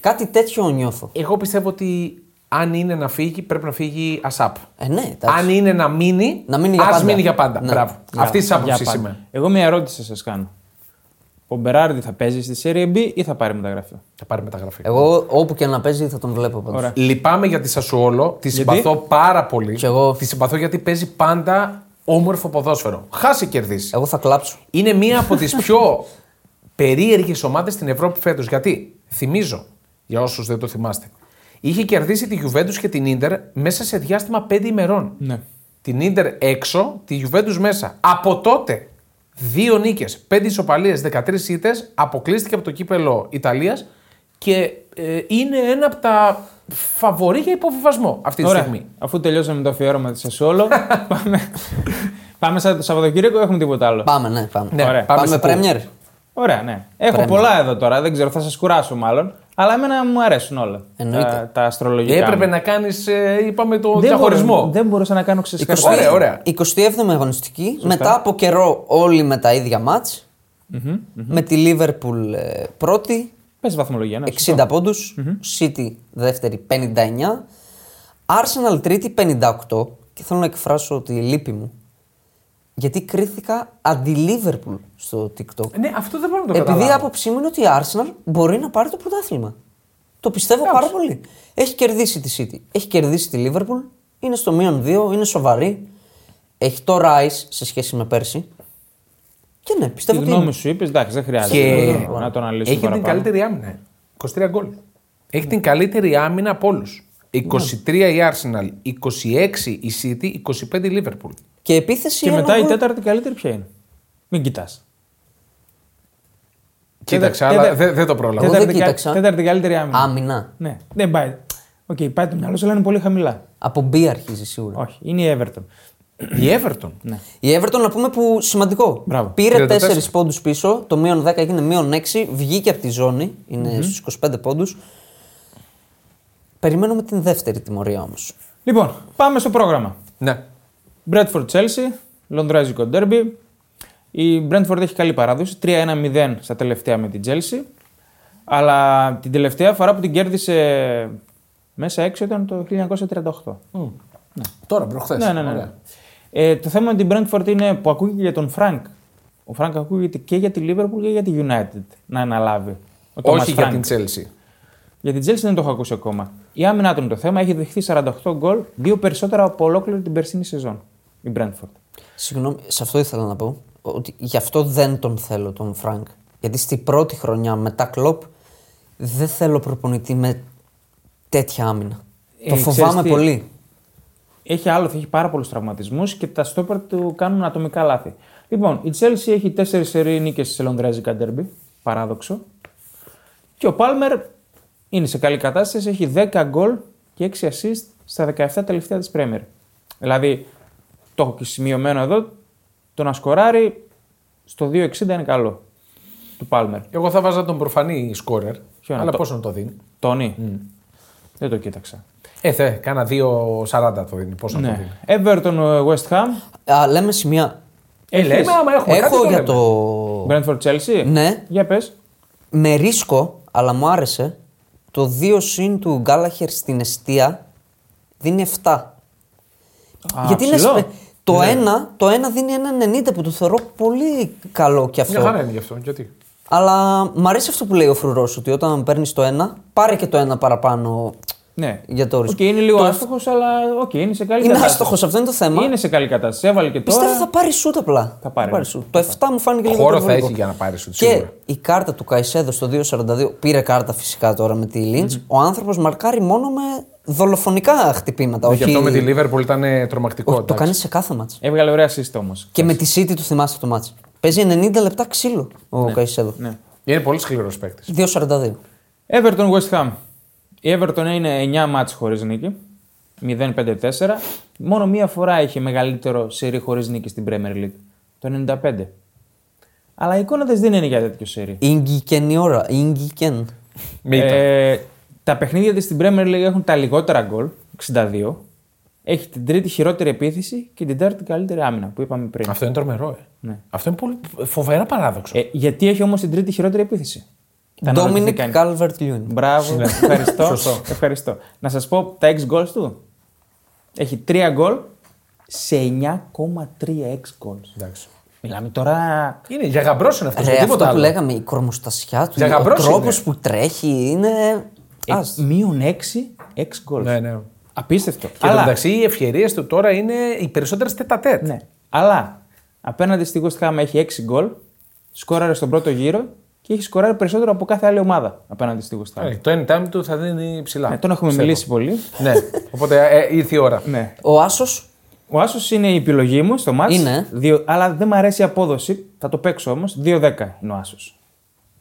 S1: Κάτι τέτοιο νιώθω.
S3: Εγώ πιστεύω ότι αν είναι να φύγει, πρέπει να φύγει ασάπ.
S1: Ε, ναι, εντάξει.
S3: Αν είναι να μείνει,
S1: Να μείνει για
S3: ας
S1: πάντα.
S3: μείνει για πάντα.
S1: Ναι.
S3: Μπράβο. Αυτή της
S2: Για
S3: άποψης
S2: πάντα.
S3: είμαι.
S2: Εγώ μια ερώτηση σας κάνω. Ο Μπεράρντι θα παίζει στη Serie B ή θα πάρει μεταγραφή.
S3: Θα πάρει μεταγραφή.
S1: Εγώ όπου και να παίζει θα τον βλέπω πάντως.
S2: Ωραία.
S3: Λυπάμαι για τη Σασουόλο. Τη
S2: Γιατί?
S3: συμπαθώ πάρα πολύ.
S1: Κι εγώ.
S3: Τη συμπαθώ γιατί παίζει πάντα όμορφο ποδόσφαιρο. Χάσει κερδίσει.
S1: Εγώ θα κλάψω.
S3: Είναι μία από τις πιο περίεργες ομάδες στην Ευρώπη φέτος. Γιατί, θυμίζω, για όσους δεν το θυμάστε, είχε κερδίσει τη Juventus και την ντερ μέσα σε διάστημα 5 ημερών.
S2: Ναι.
S3: Την ντερ έξω, τη Juventus μέσα. Από τότε, δύο νίκες, 5 ισοπαλίε, 13 ήττες, αποκλείστηκε από το κύπελο Ιταλίας και ε, είναι ένα από τα φαβορή για υποβιβασμό αυτή τη στιγμή.
S2: Αφού τελειώσαμε το αφιέρωμα της Σασόλο, πάμε. πάμε σαν το Σαββατοκύριακο ή έχουμε τίποτα άλλο.
S1: Πάμε, ναι, πάμε.
S3: Ναι,
S2: Ωραία.
S1: Πάμε,
S3: σε πού?
S1: Premier.
S2: Ωραία, ναι. Έχω
S1: Premier.
S2: πολλά εδώ τώρα, δεν ξέρω, θα σας κουράσω μάλλον. Αλλά εμένα μου αρέσουν όλα.
S1: Εννοείται.
S2: Τα, τα
S3: Ε,
S2: αστρολογικά.
S3: Έπρεπε
S2: μου.
S3: να κάνεις, είπαμε, το
S2: δεν
S3: διαχωρισμό.
S2: μπορούσα- δεν μπορούσα να κάνω ξεσκάρι.
S1: 27η
S3: Ωραία, ωραία.
S1: 27η αγωνιστική. Μετά από καιρό όλοι με τα ίδια μάτς. Με τη Liverpool ε, πρώτη,
S2: Πες βαθμολογία. Ναι,
S1: 60 ποντους City δεύτερη, 59. Arsenal τρίτη, 58. Και θέλω να εκφράσω τη λύπη μου. Γιατί κρίθηκα αντι Liverpool στο TikTok.
S3: Ναι, αυτό δεν μπορώ να το
S1: Επειδή η
S3: καταλάβω.
S1: άποψή μου είναι ότι η Arsenal μπορεί να πάρει το πρωτάθλημα. Το πιστεύω πάρα πολύ. Έχει κερδίσει τη City. Έχει κερδίσει τη Liverpool. Είναι στο μείον 2, είναι σοβαρή. Έχει το Rice σε σχέση με πέρσι. Και ναι,
S2: Τη
S1: πιστεύω ότι.
S2: γνώμη σου είπες, εντάξει, δεν χρειάζεται
S3: Και
S2: να το αναλύσουμε.
S3: έχει την
S2: παραπάνω.
S3: καλύτερη άμυνα. 23 γκολ. Έχει την καλύτερη άμυνα από όλους. 23 η Arsenal, 26 η City, 25 η Liverpool.
S1: Και επίθεση.
S2: Και
S1: ένα
S2: μετά η
S1: γκολ.
S2: τέταρτη καλύτερη ποια είναι. Μην κοιτάς.
S3: Κοίταξε, αλλά δεν δεν το πρόλαβα.
S1: τέταρτη- δεν κοίταξα.
S2: Τέταρτη καλύτερη άμυνα.
S1: Άμυνα.
S2: Ναι, δεν πάει. Οκ, πάει το μυαλό σου, αλλά είναι πολύ χαμηλά.
S1: Από B αρχίζει σίγουρα.
S2: Όχι, είναι η Everton.
S3: Η Everton.
S1: Η Everton, να πούμε που σημαντικό.
S2: Μπράβο.
S1: Πήρε
S3: 34.
S1: 4 πόντους πίσω, το μείον 10 έγινε μείον 6, βγήκε από τη ζώνη, είναι στου 25 πόντους. Περιμένουμε την δεύτερη τιμωρία όμως.
S2: Λοιπόν, πάμε στο πρόγραμμα.
S3: Ναι.
S2: Brentford Chelsea, Λονδρέζικο Derby. Η Brentford έχει καλή παράδοση. 3-1-0 στα τελευταία με την Chelsea. Αλλά την τελευταία φορά που την κέρδισε μέσα έξω ήταν το 1938.
S3: Τώρα, προχθές.
S2: Ναι, ναι, ναι. Ε, το θέμα με την Brentford είναι που ακούγεται για τον Φρανκ. Ο Φρανκ ακούγεται και για τη Liverpool και για τη United να αναλάβει. Ο Thomas
S3: Όχι για
S2: Frank.
S3: την Chelsea.
S2: Για την Chelsea δεν το έχω ακούσει ακόμα. Η άμυνα του είναι το θέμα. Έχει δεχθεί 48 γκολ, δύο περισσότερα από ολόκληρη την περσινή σεζόν. Η Brentford.
S1: Συγγνώμη, σε αυτό ήθελα να πω. Ότι γι' αυτό δεν τον θέλω τον Φρανκ. Γιατί στην πρώτη χρονιά μετά κλοπ δεν θέλω προπονητή με τέτοια άμυνα.
S2: Ε,
S1: το φοβάμαι
S2: ξέρεις τι,
S1: πολύ.
S2: Έχει άλλο, έχει πάρα πολλούς τραυματισμούς και τα στόπερ του κάνουν ατομικά λάθη. Λοιπόν, η Chelsea έχει 4 σερή νίκες σε λονδρέζικα ντέρμπι. Παράδοξο. Και ο Πάλμερ είναι σε καλή κατάσταση, έχει 10 γκολ και 6 assist στα 17 τελευταία της Πρέμερ. Δηλαδή, το έχω και σημειωμένο εδώ, το να σκοράρει στο 2,60 είναι καλό του Πάλμερ.
S3: Εγώ θα βάζα τον προφανή σκόρερ.
S2: Ποιο είναι
S3: Αλλά
S2: το-
S3: πόσο να το δίνει.
S2: Τόνι, δεν το κοίταξα.
S3: Ε, θε, κάνα 2,40 το δίνει. Πόσο να το δίνει.
S2: Ναι. Everton ε, West Ham.
S1: Α, λέμε σημεία.
S3: Ε, λέμε, άμα έχουμε κάτι,
S1: Έχω
S3: το
S1: για
S3: λέμε.
S1: το.
S2: Brentford Chelsea.
S1: Ναι.
S2: Για πες.
S1: με ρίσκο, αλλά μου άρεσε, το 2 συν του Γκάλαχερ στην αιστεία δίνει 7.
S2: ψηλό.
S1: σπε- το,
S3: Ναι.
S1: ένα, το ένα δίνει ένα 90 που το θεωρώ πολύ καλό κι αυτό.
S3: Μια χαρά είναι γι' αυτό. Γιατί.
S1: Αλλά μ' αρέσει αυτό που λέει ο φρουρός ότι όταν παίρνεις το ένα, πάρε και το ένα παραπάνω.
S2: Ναι.
S1: Για το ρίσκο.
S2: Οκ, είναι λίγο
S1: Το-
S2: άστοχος, αλλά οκ, είναι σε καλή
S1: Είναι
S2: κατάσταση.
S1: άστοχος, αυτό είναι το θέμα.
S2: Είναι σε καλή κατάσταση. Έβαλε και τώρα.
S1: Πιστεύω θα πάρει σουτ απλά.
S2: Θα πάρει, ναι.
S1: σουτ. Το 7 μου φάνηκε λίγο
S3: Χώρο θα
S1: υπερβολικό.
S3: έχει για να πάρει σουτ,
S1: Και
S3: σίγουρα.
S1: η κάρτα του Καϊσέδο στο 2.42 πήρε κάρτα φυσικά τώρα με τη Λίντ. Ο άνθρωπος μαρκάρει μόνο με δολοφονικά χτυπήματα.
S3: Ναι, Γι'
S1: όχι...
S3: αυτό με τη Liverpool ήταν ε, τρομακτικό.
S1: όχι, το
S3: εντάξει.
S1: κάνει σε κάθε μάτς.
S2: Έβγαλε ωραία assist όμως.
S1: Και με τη City του θυμάστε το μάτς. Παίζει 90 λεπτά ξύλο ο Καϊσέδο.
S2: Ναι.
S3: Είναι πολύ σκληρός παίκτης.
S1: 2.42.
S2: Everton West Ham. Η Everton είναι 9 μάτς χωρίς νίκη. 0-5-4. Μόνο μία φορά είχε μεγαλύτερο σερί χωρίς νίκη στην Premier League. Το 95. Αλλά οι εικόνα δεν είναι για τέτοιο σερί.
S1: Ίγκικεν η ώρα. Ίγκικεν.
S3: Μίλτα.
S2: Ε, τα παιχνίδια της στην Premier League έχουν τα λιγότερα γκολ, 62. Έχει την τρίτη χειρότερη επίθεση και την τέταρτη καλύτερη άμυνα που είπαμε πριν.
S3: Αυτό είναι τρομερό, ε. Αυτό είναι πολύ φοβερά παράδοξο.
S2: Ε, γιατί έχει όμως την τρίτη χειρότερη επίθεση. Θα αναρωτηθείτε
S1: Ντόμινικ
S2: κανείς.
S1: Κάλβερτ Λιούν.
S2: Μπράβο, ευχαριστώ.
S3: Σωστό.
S2: ευχαριστώ. Να σας πω τα 6 goals του. Έχει 3 goal σε 9,3 x goals.
S3: Εντάξει.
S2: Μιλάμε τώρα.
S3: Είναι για γαμπρός είναι αυτός.
S1: Ρε,
S3: τίποτα
S1: αυτό που
S3: άλλο.
S1: λέγαμε, η κορμοστασιά του,
S3: Για
S1: ο
S3: γαμπρός
S1: τρόπος
S3: είναι.
S1: που τρέχει είναι.
S2: ε,
S1: Ας.
S2: Μείον 6 x goals.
S3: Ναι, ναι.
S2: Απίστευτο.
S3: Και Αλλά... μεταξύ οι ευκαιρίε του τώρα είναι οι περισσότερες τετατέτ.
S2: ναι. Αλλά απέναντι στη West Ham έχει 6 γκολ, σκόραρε στον πρώτο γύρο και έχει σκοράρει περισσότερο από κάθε άλλη ομάδα απέναντι στη West Ham.
S3: Ε, Το anytime του θα δίνει ψηλά.
S2: Ναι, τον έχουμε
S3: Πιστεύω.
S2: μιλήσει πολύ.
S3: ναι. Οπότε ε, ήρθε η ώρα.
S2: Ναι.
S1: Ο Άσος.
S2: Ο Άσος είναι η επιλογή μου στο μάτς,
S1: Είναι.
S2: Δύο, αλλά δεν μου αρέσει η απόδοση. Θα το παίξω όμως. 2-10 είναι ο Άσος.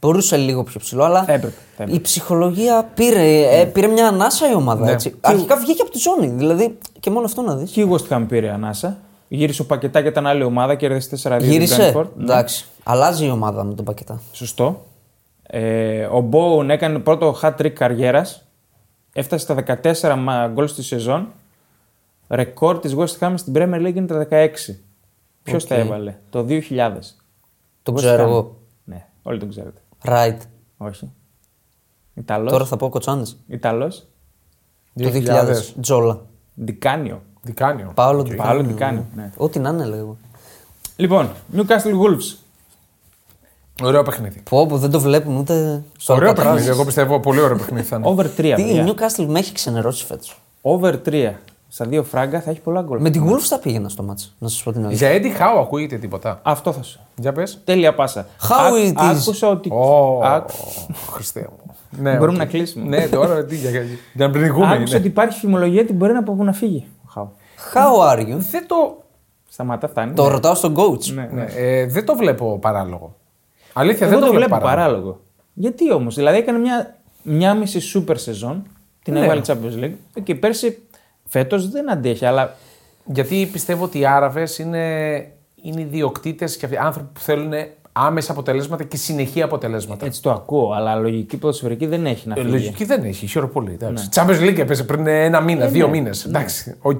S1: Μπορούσε λίγο πιο ψηλό, αλλά
S2: Θα έπρεπε, θα έπρεπε. Ναι.
S1: η ψυχολογία πήρε, ε, πήρε μια ανάσα η ομάδα. Έτσι. Αρχικά βγήκε από τη ζώνη, δηλαδή και μόνο αυτό να δεις.
S2: Και η West Ham πήρε ανάσα. Γύρισε ο πακετά και ήταν άλλη ομάδα, κέρδισε 4-2. την
S1: Γύρισε.
S2: Brentford. Ναι,
S1: Εντάξει. Αλλάζει η ομάδα με τον πακετά.
S2: Σωστό. Ε, ο Μπόουν έκανε πρώτο hat-trick καριέρας. Έφτασε στα 14 μα- γκολ στη σεζόν. Ρεκόρ της West Ham στην Premier League είναι τα 16. Ποιο τα έβαλε, το 2000.
S1: Τον
S2: West
S1: ξέρω
S2: Ham.
S1: εγώ.
S2: Ναι, όλοι τον ξέρετε.
S1: Ράιτ.
S2: Όχι. Ιταλός.
S1: Τώρα θα πω Κοτσάνη.
S2: Ιταλός.
S1: Το 2000. Τζόλα.
S2: Δικάνιο.
S3: Δικάνιο.
S1: Πάολο
S2: Παόλο
S1: Ντικάνιο.
S2: Ντικάνιο, ναι.
S1: Ό,τι να είναι, λέγω.
S2: Λοιπόν, Newcastle Wolves.
S3: Ωραίο παιχνίδι.
S1: Πω, πω, δεν το βλέπουν ούτε στο
S3: Ωραίο
S1: Αλκατράζ.
S3: παιχνίδι. Εγώ πιστεύω πολύ ωραίο παιχνίδι θα είναι.
S2: Over 3.
S1: Τι, η
S2: παιδιά.
S1: Newcastle με έχει ξενερώσει φέτος.
S2: Over 3. Στα δύο φράγκα θα έχει πολλά γκολ.
S1: Με τη Wolves θα πήγαινα στο μάτσο, να σας πω την αλήθεια.
S3: Για Eddie Howe ακούγεται τίποτα.
S2: Αυτό θα σου.
S3: Για πες.
S2: Τέλεια πάσα.
S1: How it is.
S2: Άκουσα ότι. άκου-
S3: Χριστέ μου. Ναι,
S2: Μπορούμε
S3: οκ.
S2: να κλείσουμε.
S3: Ναι, τώρα τι για, για να πνιγούμε.
S2: Άκουσα
S3: είναι.
S2: ότι υπάρχει φημολογία ότι μπορεί να από να φύγει. ο Χάου.
S1: How are you?
S3: Δεν το,
S2: Σταματά, φτάνει.
S1: Το ρωτάω στον coach.
S2: Ναι, ναι.
S3: ναι, ε, δεν το βλέπω παράλογο. Αλήθεια,
S2: Εγώ
S3: δεν
S2: το βλέπω
S3: βλέπω
S2: παράλογο. Γιατί όμως, δηλαδή έκανε μια, μια μισή σούπερ σεζόν, την
S3: Ναι.
S2: έβαλε Champions League και πέρσι φέτος δεν αντέχει, αλλά
S3: Γιατί πιστεύω ότι οι Άραβες είναι, είναι ιδιοκτήτες και αυτοί- άνθρωποι που θέλουν άμεσα αποτελέσματα και συνεχή αποτελέσματα.
S2: έτσι το ακούω. Αλλά λογική ποδοσφαιρική δεν έχει να
S3: Ε,
S2: φύγει.
S3: λογική δεν έχει, χαίρομαι πολύ. εντάξει. Champions League έπαιζε πριν ένα μήνα, δύο
S2: ναι.
S3: μήνες. Εντάξει, οκ.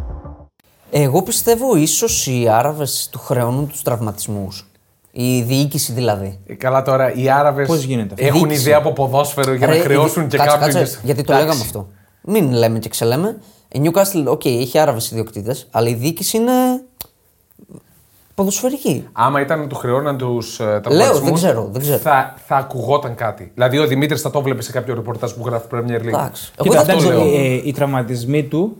S1: Εγώ πιστεύω ίσως οι Άραβες του χρεώνουν τους τραυματισμούς. Η διοίκηση δηλαδή.
S3: Ε, Καλά τώρα, οι Άραβες
S2: Πώς γίνεται αυτό.
S3: έχουν
S1: Διοίκηση.
S3: ιδέα από ποδόσφαιρο για
S1: Ρε,
S3: να
S1: η δι-
S3: χρεώσουν και
S1: κάτσε,
S3: κάποιον.
S1: κάτσε, γιατί το λέγαμε αυτό. Μην λέμε και ξελέμε. Η Newcastle, οκ, έχει Άραβες ιδιοκτήτες, αλλά η διοίκηση είναι. ποδοσφαιρική.
S3: Άμα ήταν να του χρεώναν τους
S1: Λέω, δεν ξέρω, δεν ξέρω.
S3: Θα, θα ακουγόταν κάτι. Δηλαδή ο Δημήτρης θα το βλέπει σε κάποιο ρεπορτάζ που γράφει Premier League.
S1: Εντάξει. Εγώ
S3: Κοίτα,
S1: δεν
S3: αυτό
S1: το
S2: εντάξει,
S1: λέω.
S2: ε, οι τραυματισμοί του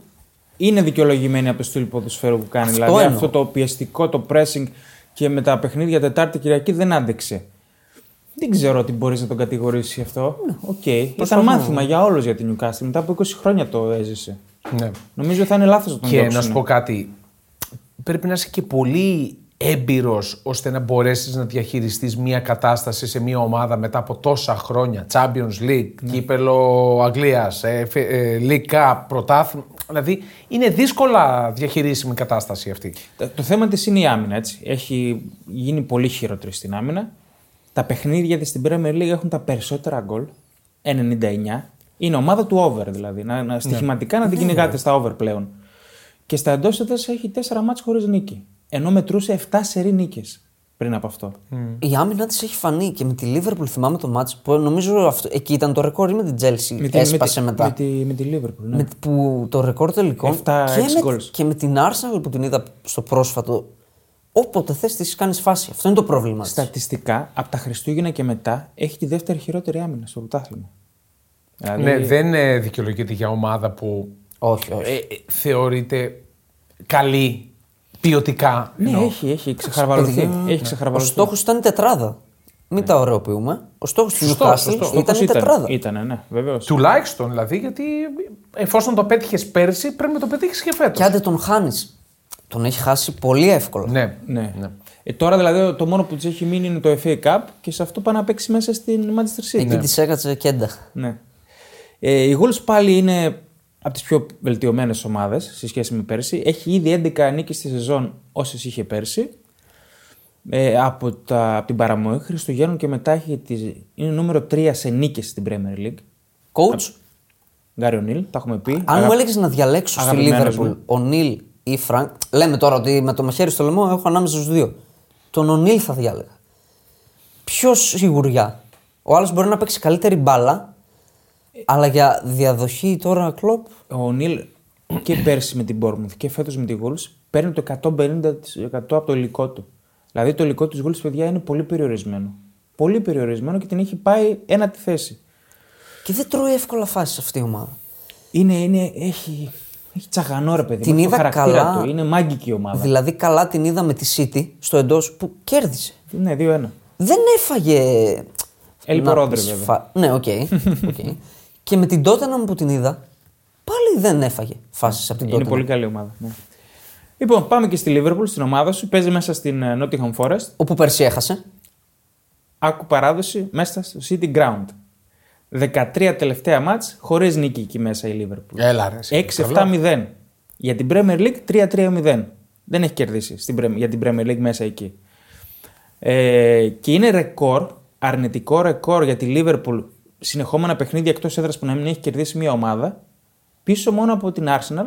S2: είναι δικαιολογημένοι από το στυλ ποδοσφαίρου που κάνει.
S1: Αυτό
S2: δηλαδή
S1: εννοώ.
S2: αυτό το πιεστικό, το pressing και με τα παιχνίδια Τετάρτη Κυριακή δεν άντεξε. Δεν ξέρω τι μπορείς να τον κατηγορήσεις αυτό.
S3: Ναι,
S2: Οκ. Ήταν μάθημα για όλους για την Newcastle. Μετά από 20 χρόνια το έζησε.
S3: Ναι.
S2: Νομίζω θα είναι λάθος να τον
S3: Και
S2: διώξουν.
S3: να σου πω κάτι. Πρέπει να είσαι και πολύ έμπειρος ώστε να μπορέσεις να διαχειριστείς μια κατάσταση σε μια ομάδα μετά από τόσα χρόνια. Champions League,
S2: Ναι.
S3: κύπελο Αγγλίας, ε, League Cup, πρωτάθλημα. Δηλαδή είναι δύσκολα διαχειρίσιμη κατάσταση αυτή.
S2: Τα- Το θέμα της είναι η άμυνα. Έτσι. Έχει γίνει πολύ χειρότερη στην άμυνα. Τα παιχνίδια της στην Premier League έχουν τα περισσότερα γκολ. 99. Είναι ομάδα του over δηλαδή. Να,
S3: Ναι.
S2: να στοιχηματικά
S3: Ε,
S2: να την κυνηγάτε στα over πλέον. Και στα εντός έδρα έχει 4 μάτς χωρίς νίκη. Ενώ μετρούσε 7 σερή νίκες πριν από αυτό.
S3: Mm.
S1: Η άμυνα της έχει φανεί και με τη Liverpool θυμάμαι το μάτς που νομίζω αυτό, εκεί ήταν το ρεκόρ ή με την Chelsea.
S2: Με τη-
S1: έσπασε
S2: με τη,
S1: μετά.
S2: Με τη, με τη Liverpool. Ναι.
S1: Με, τ- που το ρεκόρ τελικών.
S2: Εφτά,
S1: και,
S2: έξι
S1: με,
S2: goals.
S1: και με την Arsenal που την είδα στο πρόσφατο. όποτε θες τη κάνεις φάση. Αυτό είναι το πρόβλημα. της.
S2: Στατιστικά, από τα Χριστούγεννα και μετά, έχει τη δεύτερη χειρότερη άμυνα στο πρωτάθλημα. Δηλαδή,
S3: Ναι, δεν ε, δικαιολογείται για ομάδα που
S1: Όχι, όχι.
S3: ε, ε, θεωρείται καλή ποιοτικά.
S2: ναι,
S3: εννοώ.
S2: έχει, έχει ξεχαρβαλωθεί.
S1: Παιδιά,
S2: Έχει
S1: Ο
S2: ξεχαρβαλωθεί.
S1: στόχος ήταν η τετράδα. Μην τα ωραιοποιούμε. Ο στόχος της
S3: Σωστό,
S1: Νιουκάσιλ
S3: σωστό.
S2: Ο Ναι. στόχος
S1: ήταν η τετράδα.
S2: Ήταν, ναι, βεβαίως.
S3: Τουλάχιστον δηλαδή, γιατί εφόσον το πέτυχες πέρσι, πρέπει να το πετύχεις και φέτος.
S1: Και άντε τον χάνεις. Τον έχει χάσει πολύ εύκολα.
S3: Ναι.
S2: Ναι. Ε, τώρα δηλαδή το μόνο που της έχει μείνει είναι το FA Cup και σε αυτό πάει να παίξει μέσα στην Manchester City.
S1: Εκεί της έκατσε κέντα.
S2: Ναι. Ε, η Wolves πάλι είναι από τις πιο βελτιωμένες ομάδες σε σχέση με πέρσι. Έχει ήδη 11 νίκες στη σεζόν όσες είχε πέρσι. Ε, από, τα, από την παραμονή Χριστουγέννων και μετά έχει τις, είναι νούμερο 3 σε νίκες στην Premier League.
S1: Coach,
S2: Γκάρι Νίλ, τα έχουμε πει.
S1: αν
S2: Αγα-
S1: μου έλεγες να διαλέξω στη
S2: αγαπημένος
S1: Λίβερπουλ ο Νίλ ή Φρανκ. Λέμε τώρα ότι με το μαχαίρι στο λαιμό έχω ανάμεσα στους δύο. Τον ο Νίλ θα διάλεγα. Πιο σιγουριά. Ο άλλος μπορεί να παίξει καλύτερη μπάλα. Αλλά για διαδοχή τώρα κλοπ.
S2: Ο Νίλ και πέρσι με την Bournemouth και φέτος με τη Wolves παίρνει το 150% από το υλικό του. Δηλαδή το υλικό της Wolves, παιδιά, είναι πολύ περιορισμένο. Πολύ περιορισμένο και την έχει πάει ένα τη θέση.
S1: Και δεν τρώει εύκολα φάσεις αυτή η ομάδα.
S2: Είναι, είναι, έχει, έχει τσαγανό ρε παιδί.
S1: Την
S2: μου, έχει
S1: είδα
S2: το χαρακτήρα
S1: καλά.
S2: Του. Είναι μάγκικη η ομάδα.
S1: Δηλαδή, καλά την είδαμε τη City στο εντός που κέρδισε.
S2: Ναι, 2-1.
S1: Δεν έφαγε.
S2: Έλειπε
S1: να
S2: ο Ρόντρι,
S1: πεις
S2: βέβαια.
S1: Ναι, οκ. οκ. και με την Tottenham που την είδα, πάλι δεν έφαγε φάσεις από την
S2: Είναι
S1: Tottenham.
S2: πολύ καλή ομάδα. Ναι. Λοιπόν, πάμε και στη Liverpool, στην ομάδα σου. Παίζει μέσα στην ε, Nottingham Forest.
S1: Όπου πέρσι έχασε.
S2: Άκου παράδοση μέσα στο City Ground. 13 τελευταία μάτς χωρίς νίκη εκεί μέσα η Liverpool.
S3: Έλα, ρε, εσύ, καλά.
S2: 6-7-0. Για την Premier League 3-3-0. Δεν έχει κερδίσει στην Πρέμ- για την Premier League μέσα εκεί. Ε, και είναι ρεκόρ, αρνητικό ρεκόρ για τη Liverpool συνεχόμενα παιχνίδια εκτός έδρας που να μην έχει κερδίσει μια ομάδα πίσω μόνο από την Arsenal.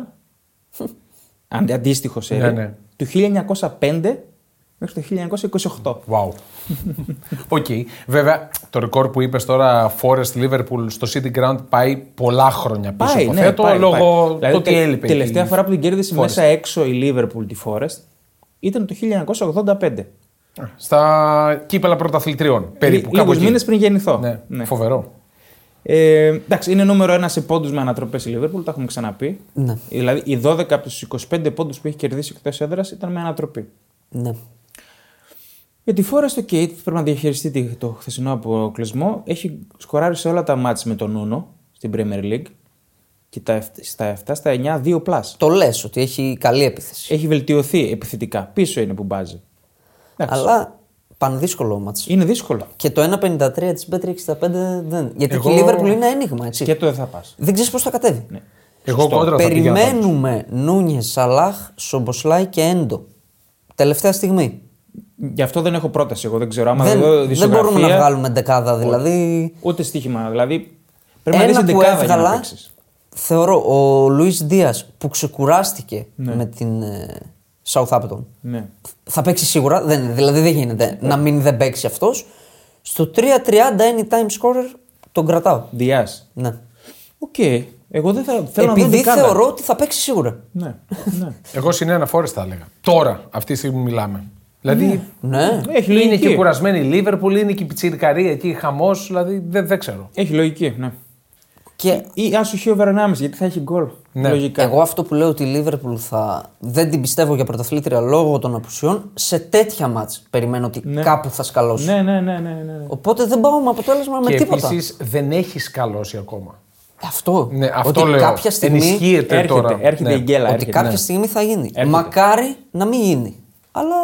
S2: αν- Αντίστοιχο σερί,
S3: Ναι, ναι.
S2: του 1905 μέχρι το 1928.
S3: Wow. Οκ. Βέβαια, το ρεκόρ που είπες τώρα Forest Liverpool στο City Ground πάει πολλά χρόνια πίσω.
S2: Πάει, ναι,
S3: υποθέτω,
S2: πάει,
S3: λόγω
S2: πάει. Δηλαδή,
S3: το ότι
S2: τε-
S3: έλειπε.
S2: Τελευταία
S3: η-
S2: φορά που την κέρδισε
S3: Forest.
S2: μέσα έξω η Liverpool τη Forest ήταν το 1985.
S3: Στα κύπελα πρωταθλητριών. Περίπου. κάπου
S2: Λίγου
S3: εκεί.
S2: μήνες πριν γεννηθώ.
S3: Ναι.
S2: Ναι.
S3: Φοβερό.
S2: Ε, εντάξει, είναι νούμερο ένα σε πόντους με ανατροπές η Λίβερπουλ, τα έχουμε ξαναπεί.
S1: Ναι.
S2: Δηλαδή, οι 12 από τους 25 πόντους που έχει κερδίσει εκτός έδρας ήταν με ανατροπή.
S1: Ναι.
S2: Για τη φόρα στο Κέιτ πρέπει να διαχειριστεί τη- το χθεσινό αποκλεισμό. Έχει σκοράρει σε όλα τα μάτς με τον Νούνο στην Premier League και τα, εφ- στα 7 στα 9 2 πλάσ.
S1: Το λες ότι έχει καλή επίθεση.
S2: Έχει βελτιωθεί επιθετικά. Πίσω είναι που μπάζει. Εντάξει.
S1: Αλλά πανδύσκολο μάτς.
S2: Είναι δύσκολο.
S1: Και το 1,53 τη B365 δεν. Γιατί
S3: Εγώ-
S1: και η Liverpool είναι ένιγμα, έτσι.
S2: Και το δεν θα πας.
S1: Δεν ξέρεις πώς θα κατέβει.
S3: Εγώ κόντρα θα πήγαινα. πάντως.
S1: Περιμένουμε Νούνιες, Σαλάχ, Σομποσλάι και Έντο. Τελευταία στιγμή.
S2: Γι' αυτό δεν έχω πρόταση. Εγώ δεν ξέρω. Άμα
S1: δεν,
S2: δω
S1: δεν
S2: δισογραφία,
S1: μπορούμε να βγάλουμε δεκάδα. Δηλαδή,
S2: Ούτε στοίχημα. Δηλαδή πρέπει να
S1: ένα
S2: δεις την
S1: που
S2: δεκάδα για να
S1: έβγαλα,
S2: παίξεις.
S1: θεωρώ, ο Λουίς Δίας που ξεκουράστηκε με την ε, Southampton.
S2: Ναι.
S1: Θα παίξει σίγουρα, δεν, δηλαδή δεν γίνεται να μην δεν παίξει αυτός. Στο 3-30 anytime scorer τον κρατάω.
S2: Διάς.
S1: Ναι.
S2: Οκ. Εγώ δεν θα, θέλω να δω
S1: Επειδή
S2: δεκάδα.
S1: θεωρώ ότι θα παίξει σίγουρα.
S2: Ναι. ναι.
S3: Εγώ συνένα Forest θα έλεγα. Τώρα, αυτή τη στιγμή μιλάμε. Δηλαδή.
S1: Ναι.
S2: Έχει
S3: Είναι
S2: λογική.
S3: και κουρασμένη η Λίβερπουλ, είναι και η πιτσιρικαρία εκεί, χαμός. Δηλαδή δεν, δεν ξέρω.
S2: Έχει λογική, ναι.
S1: Και
S2: Ή άσοχη over 1,5 γιατί θα έχει γκολ.
S3: Ναι.
S2: Λογικά.
S1: εγώ αυτό που λέω ότι η Λίβερπουλ θα. δεν την πιστεύω για πρωταθλήτρια λόγω των απουσιών. Σε τέτοια μάτς περιμένω ότι κάπου θα σκαλώσει.
S2: Ναι, ναι, ναι, ναι, ναι. ναι.
S1: Οπότε δεν πάω με αποτέλεσμα με
S3: και
S1: τίποτα.
S3: επίσης δεν έχει καλώσει ακόμα.
S1: Αυτό.
S3: Ναι, αυτό
S1: ότι
S3: λέω.
S1: κάποια στιγμή,
S3: Ενισχύεται
S2: Έρχεται,
S3: τώρα.
S2: έρχεται η γκέλα.
S1: ότι
S2: έρχεται,
S1: κάποια
S2: ναι.
S1: στιγμή θα γίνει. Μακάρι να μην γίνει. Αλλά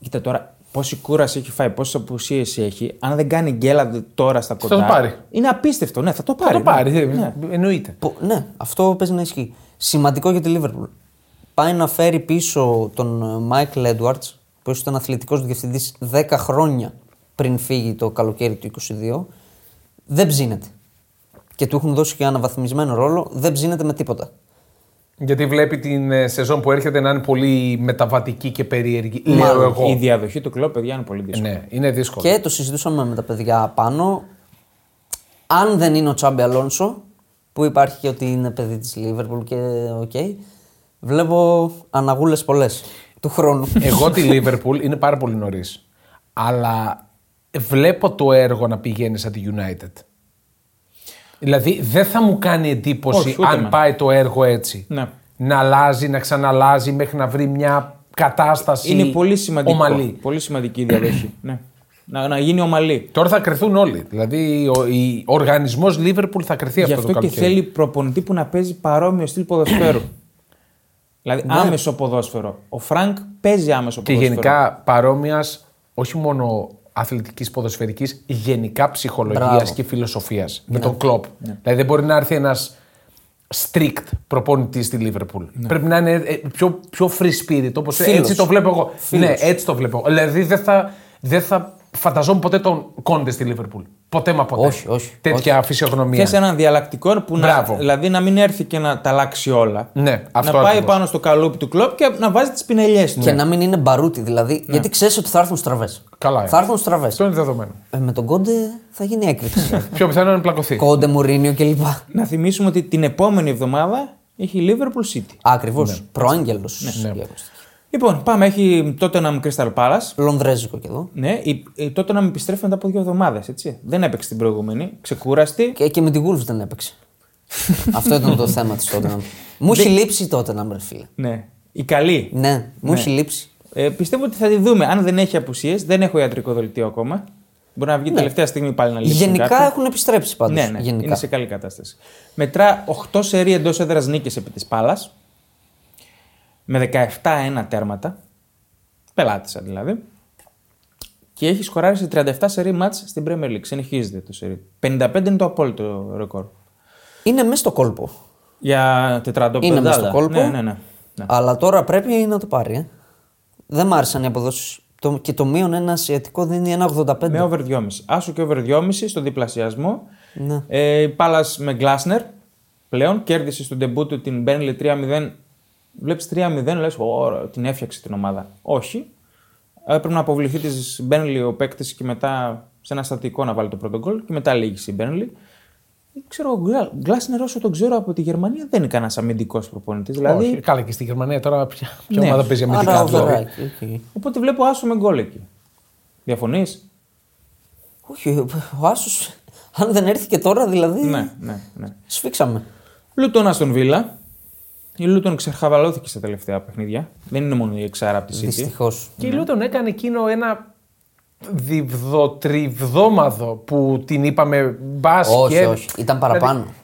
S2: Κοίτα τώρα, πόση κούραση έχει φάει, πόσες απουσίες έχει. Αν δεν κάνει γκέλα τώρα στα κοντά.
S3: το πάρει.
S2: Είναι απίστευτο, ναι, θα το πάρει.
S3: Θα το πάρει.
S2: ναι.
S3: ε,
S2: Ναι.
S3: Εννοείται.
S1: πο- ναι, αυτό παίζει να ισχύει. Σημαντικό για τη Λίβερπουλ. Πάει να φέρει πίσω τον ε, Μάικλ Έντουαρτ, που ίσως ήταν αθλητικός διευθυντής 10 χρόνια πριν φύγει το καλοκαίρι του 22. Δεν ψήνεται. Και του έχουν δώσει και αναβαθμισμένο ρόλο, δεν ψήνεται με τίποτα.
S3: Γιατί βλέπει την ε, σεζόν που έρχεται να είναι πολύ μεταβατική και περίεργη. Λέω
S1: Μάλλον.
S3: εγώ.
S2: Η διαδοχή του κλοπ, παιδιά, είναι πολύ δύσκολη.
S3: Ναι, είναι δύσκολο.
S1: Και το συζητούσαμε με τα παιδιά πάνω. Αν δεν είναι ο Τσάμπι Αλόνσο, που υπάρχει και ότι είναι παιδί της Λίβερπουλ και οκ. βλέπω αναγούλες πολλές. του χρόνου.
S3: Εγώ τη Λίβερπουλ είναι πάρα πολύ νωρίς. Αλλά βλέπω το έργο να πηγαίνει σαν τη United. Δηλαδή δεν θα μου κάνει εντύπωση
S2: Όχι, ούτε
S3: αν
S2: εμένα.
S3: πάει το έργο έτσι.
S2: Ναι.
S3: Να αλλάζει, να ξαναλάζει μέχρι να βρει μια κατάσταση
S2: Είναι πολύ σημαντικό.
S3: ομαλή.
S2: Πολύ σημαντική η διαδοχή. ναι. να, να γίνει ομαλή.
S3: Τώρα θα κρυθούν όλοι. Δηλαδή ο, η- ο οργανισμός Λίβερπουλ θα κρυθεί
S2: Γι'
S3: αυτό,
S2: αυτό
S3: το
S2: και
S3: καλοκαίρι.
S2: θέλει προπονητή που να παίζει παρόμοιο στυλ ποδοσφαίρου. δηλαδή άμεσο ποδόσφαιρο. Ο Φρανκ παίζει άμεσο
S3: Ναι. Και
S2: ποδόσφαιρο.
S3: γενικά παρόμοιας, όχι μόνο αθλητικής, ποδοσφαιρικής, γενικά ψυχολογίας
S1: Μπράβο. Ναι.
S3: και φιλοσοφίας. Με τον κλοπ. Δηλαδή δεν μπορεί να έρθει ένας strict προπονητής στη Λίβερπουλ. Πρέπει να είναι ε, πιο, πιο free spirit, όπως
S1: Ναι. Φίλος.
S3: έτσι το βλέπω εγώ. Ναι, έτσι το βλέπω. Δηλαδή δεν θα, δεν θα φανταζόμουν ποτέ τον Κόντε στη Λίβερπουλ. Ποτέ μα ποτέ.
S1: Όχι, όχι,
S3: Τέτοια φυσιογνωμία.
S2: Θες έναν διαλλακτικό που να,
S3: Μπράβο.
S2: δηλαδή να μην έρθει και να τα αλλάξει όλα.
S3: Ναι,
S2: να
S3: αυτό
S2: πάει
S3: ακριβώς. Ναι.
S2: πάνω στο καλούπι του κλοπ και να βάζει τις πινελιές του.
S1: Και να μην είναι μπαρούτι δηλαδή.
S2: Ναι.
S1: Γιατί ξέρεις ότι θα έρθουν στραβές.
S3: Καλά, ε.
S1: Θα έρθουν στραβές.
S3: Αυτό είναι δεδομένο.
S1: Ε, με τον Κόντε θα γίνει
S2: Ναι.
S1: έκρηξη.
S3: Πιο πιθανό είναι να πλακωθεί.
S1: Κόντε, Μουρίνιο κλπ.
S2: Να θυμίσουμε ότι την επόμενη εβδομάδα έχει Liverpool City.
S1: Ακριβώς.
S2: Ναι.
S1: Προάγγελο.
S2: Λοιπόν, πάμε. Έχει Tottenham Crystal Palace.
S1: Λονδρέζικο και εδώ.
S2: Ναι, η, η Tottenham επιστρέφει μετά από δύο εβδομάδες. Δεν έπαιξε την προηγούμενη. Ξεκούραστη.
S1: Και, και με τη Wolves δεν έπαιξε. Αυτό ήταν το θέμα της τότε. Μου έχει λείψει τότε να μπει, φίλε.
S2: Ναι. Η καλή.
S1: Ναι, μου έχει λείψει.
S2: Ε, πιστεύω ότι θα τη δούμε. Αν δεν έχει απουσίες, δεν έχω ιατρικό δελτίο ακόμα. Μπορεί να βγει τελευταία στιγμή πάλι να λύσει.
S1: Ναι. Γενικά έχουν επιστρέψει πάντως.
S2: Ναι, ναι, είναι
S1: Γενικά.
S2: σε καλή κατάσταση. Μετρά 8 σερί εντός έδρας νίκες επί της Πάλα. Με 17-1 τέρματα. Πελάτησα δηλαδή. Και έχει σκοράρει σε 37 σερί μάτς στην Premier League. Συνεχίζεται το σερί. 55 είναι το απόλυτο ρεκόρ.
S1: Είναι μέσα στο κόλπο.
S2: Για τετραντόπεδα.
S1: Είναι μέσα στο κόλπο.
S2: Ναι, ναι, ναι. ναι.
S1: Αλλά τώρα πρέπει να το πάρει. Ε. Δεν μ' άρεσαν οι αποδόσεις. Το, και το μείον ένα ασιατικό δίνει ένα 85.
S2: Με over 2,5. Άσο και over 2,5 στο διπλασιασμό.
S1: Ναι.
S2: Ε, η Πάλα με Γκλάσνερ πλέον κέρδισε στον τεμπού του την Μπέρνλι 3-0. Βλέπει 3-0, λε, την έφτιαξε την ομάδα. Όχι. Έπρεπε να αποβληθεί της Μπέρνλι ο παίκτης και μετά σε ένα στατικό να βάλει το πρώτο γκολ και μετά λύγησε η Μπέρνλι. Ξέρω, ο Γκλα- Γκλάσνερ όσο τον ξέρω από τη Γερμανία δεν είναι κανένας αμυντικός προπονητής. Δηλαδή,
S3: Όχι. Καλά, και στη Γερμανία τώρα ποια, ποια
S2: Ναι.
S3: ομάδα παίζει αμυντικά.
S1: Άρα
S3: δηλαδή.
S1: οβεράκι. οκ.
S2: οπότε βλέπω άσο με γκολ εκεί. Διαφωνείς.
S1: Όχι, ο Άσος. Αν δεν έρθει και τώρα, δηλαδή.
S2: Ναι, ναι, ναι.
S1: Σφίξαμε.
S2: Λούτον Αστον Βίλα. Η Λούτον ξεχαβαλώθηκε στα τελευταία παιχνίδια. Δεν είναι μόνο η εξάρα από τη City.
S1: Δυστυχώς.
S3: Και η Λούτον έκανε εκείνο ένα διβδοτριβδόμαδο που την είπαμε μπας
S1: Όχι,
S3: και...
S1: όχι. Ήταν παραπάνω.
S2: Δηλαδή,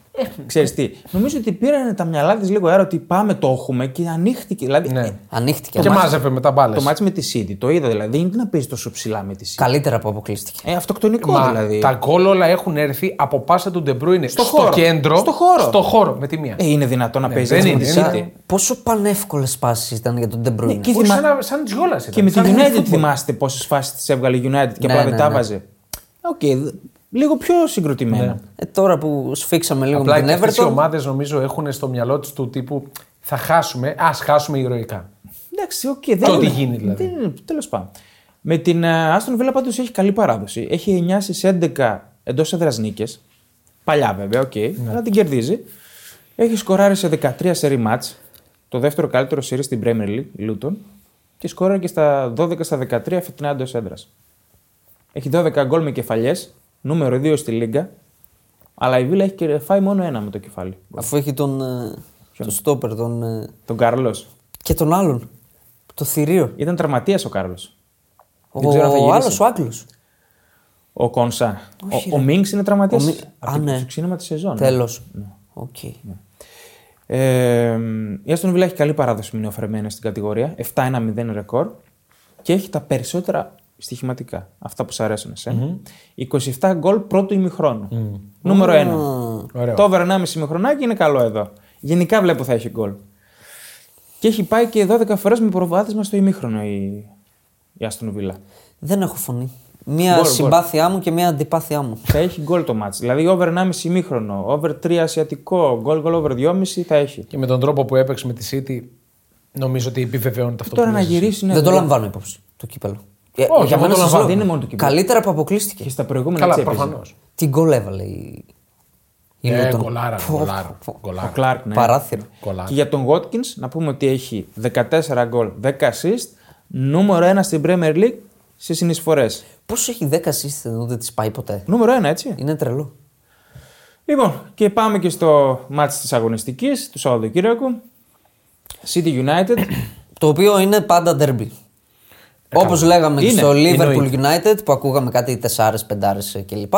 S2: Ξέρεις τι, νομίζω ότι πήρανε τα μυαλά της λίγο αέρα ότι πάμε, το έχουμε και ανοίχτηκε. Δηλαδή,
S3: Ναι.
S2: ε,
S1: Ανοίχτηκε.
S3: Και
S1: Μα-
S3: μάζευε μετά μπάλες.
S2: το μάτι με τη City, το είδα δηλαδή. Δεν είναι να παίζει τόσο ψηλά με τη City.
S1: Καλύτερα που αποκλείστηκε.
S2: Ε, αυτοκτονικό
S3: Μα
S2: δηλαδή.
S3: Τα γκολ όλα έχουν έρθει από πάσα του Ντεμπρούινε στο,
S2: χώρο.
S3: κέντρο.
S2: Στο χώρο.
S3: στο χώρο, με τη μία.
S2: Ε, είναι δυνατό να παίζει
S3: Ναι, δεν
S2: έτσι με
S3: είναι,
S2: τη
S3: δεν
S2: City. Ναι,
S3: είναι.
S1: Πόσο πανεύκολες πάσει ήταν για τον Ντεμπρούινε.
S2: και
S3: Όχι,
S2: θυμα-
S3: σαν, να- σαν της γόλας ήταν.
S2: Και με τη
S3: Σαν να-
S2: United θυμάστε πόσες φάσεις τη έβγαλε η United και
S1: Ναι,
S2: απλά
S1: ναι,
S2: δεν τα
S1: ναι.
S2: βάζε. Οκ, δ- λίγο πιο
S3: Ναι.
S2: συγκροτημένα.
S1: Ε, τώρα που σφίξαμε λίγο
S3: Απλά
S1: με
S3: και
S1: την
S3: αυτές οι
S1: Everton.
S3: ομάδες νομίζω έχουν στο μυαλό τους του τύπου θα χάσουμε, ας χάσουμε ηρωικά.
S2: Εντάξει, οκ, δεν
S3: ό,τι
S2: είναι-
S3: γίνει, δηλαδή.
S2: Δεν είναι, τέλος πάντων. Με την Άστον Βίλα πάντως έχει καλή παράδοση. Έχει 9 στις 11 εντός έδρας νίκες. Παλιά βέβαια, οκ,
S3: Ναι.
S2: αλλά την κερδίζει. Έχει σκοράρει σε 13 σερί μάτς. Το δεύτερο καλύτερο σερί στην Premier League, η Luton. Και σκόραρε και στα 12 στα 13 φετινά εντός έδρας. Έχει 12 γκολ με κεφαλιές, νούμερο 2 στη Λίγκα. Αλλά η Βίλα έχει και φάει μόνο ένα με το κεφάλι.
S1: Αφού έχει τον. ε, Τον Στόπερ, τον. ε,
S2: Τον Κάρλος.
S1: Και τον άλλον. Το θηρίο.
S2: Ήταν τραυματίας ο Κάρλος. Δεν ξέρω αν θα
S1: Ο
S2: γυρίσει.
S1: άλλος, ο Άγγλος.
S2: Ο Κόνσα. ο, ο Μίνξ είναι τραυματίας.
S1: Ο Μι- Α,
S2: Από
S1: ναι.
S2: το ξεκίνημα της σεζόν.
S1: Τέλος.
S2: Ναι.
S1: Οκ.
S2: Ε, η Αστον Βίλα έχει καλή παράδοση με νεοφερμένα στην κατηγορία. 7-1-0 ρεκόρ. Και έχει τα περισσότερα στοιχηματικά. Αυτά που σου αρέσουν εσένα. 27 γκολ πρώτου ημιχρόνου. Νούμερο 1.
S3: Ωραίο.
S2: Το over 1,5 ημιχρονάκι είναι καλό εδώ. Γενικά βλέπω θα έχει γκολ. Και έχει πάει και 12 φορές με προβάδισμα στο ημίχρονο η, η Αστον Βίλα.
S1: Δεν έχω φωνή. Μία
S2: Μπορώ,
S1: συμπάθειά μου και μία αντιπάθειά μου.
S2: θα έχει γκολ το μάτς. Δηλαδή over 1,5 ημίχρονο, over 3 ασιατικό, γκολ γκολ over 2,5 θα έχει.
S3: Και με τον τρόπο που έπαιξε με τη City νομίζω ότι επιβεβαιώνεται αυτό
S2: Τώρα
S3: που
S2: να
S3: λες εσύ.
S2: γυρίσει ναι, είναι
S1: δεν το
S2: δουλειά.
S1: λαμβάνω υπόψη το κύπελο. Ε,
S3: Ναι, εγώ το
S1: σας
S3: λαμβάνω.
S1: λέω,
S2: Δεν είναι μόνο το κύπελλο.
S1: Καλύτερα που
S2: Και
S1: αποκλείστηκε.
S2: στα προηγούμενα
S3: Καλά,
S2: έτσι έπαιζε.
S3: προφανώς.
S1: Τι γκολ έβαλε η, Η
S3: Ε,
S1: Luton.
S3: γκολάρα,
S1: Πω,
S3: γκολάρα,
S1: πω, πω.
S3: γκολάρα.
S2: Ο Κλάρκ, ναι.
S1: Παράθυρο.
S3: Κολλάει.
S2: Και για τον Watkins να πούμε ότι έχει 14 γκολ, 10 assist, νούμερο 1 στην Premier League σε συνεισφορές.
S1: Πόσο έχει 10 assist εδώ, δεν τη πάει ποτέ.
S2: Νούμερο 1, έτσι.
S1: Είναι τρελό.
S2: Λοιπόν, και πάμε και στο μάτς της αγωνιστικής του Σαββατοκύριακου. City United.
S1: Το οποίο είναι πάντα derby. Όπως λέγαμε και
S2: Είναι,
S1: στο Liverpool
S2: εννοείται.
S1: United που ακούγαμε κάτι 4 5 κλπ.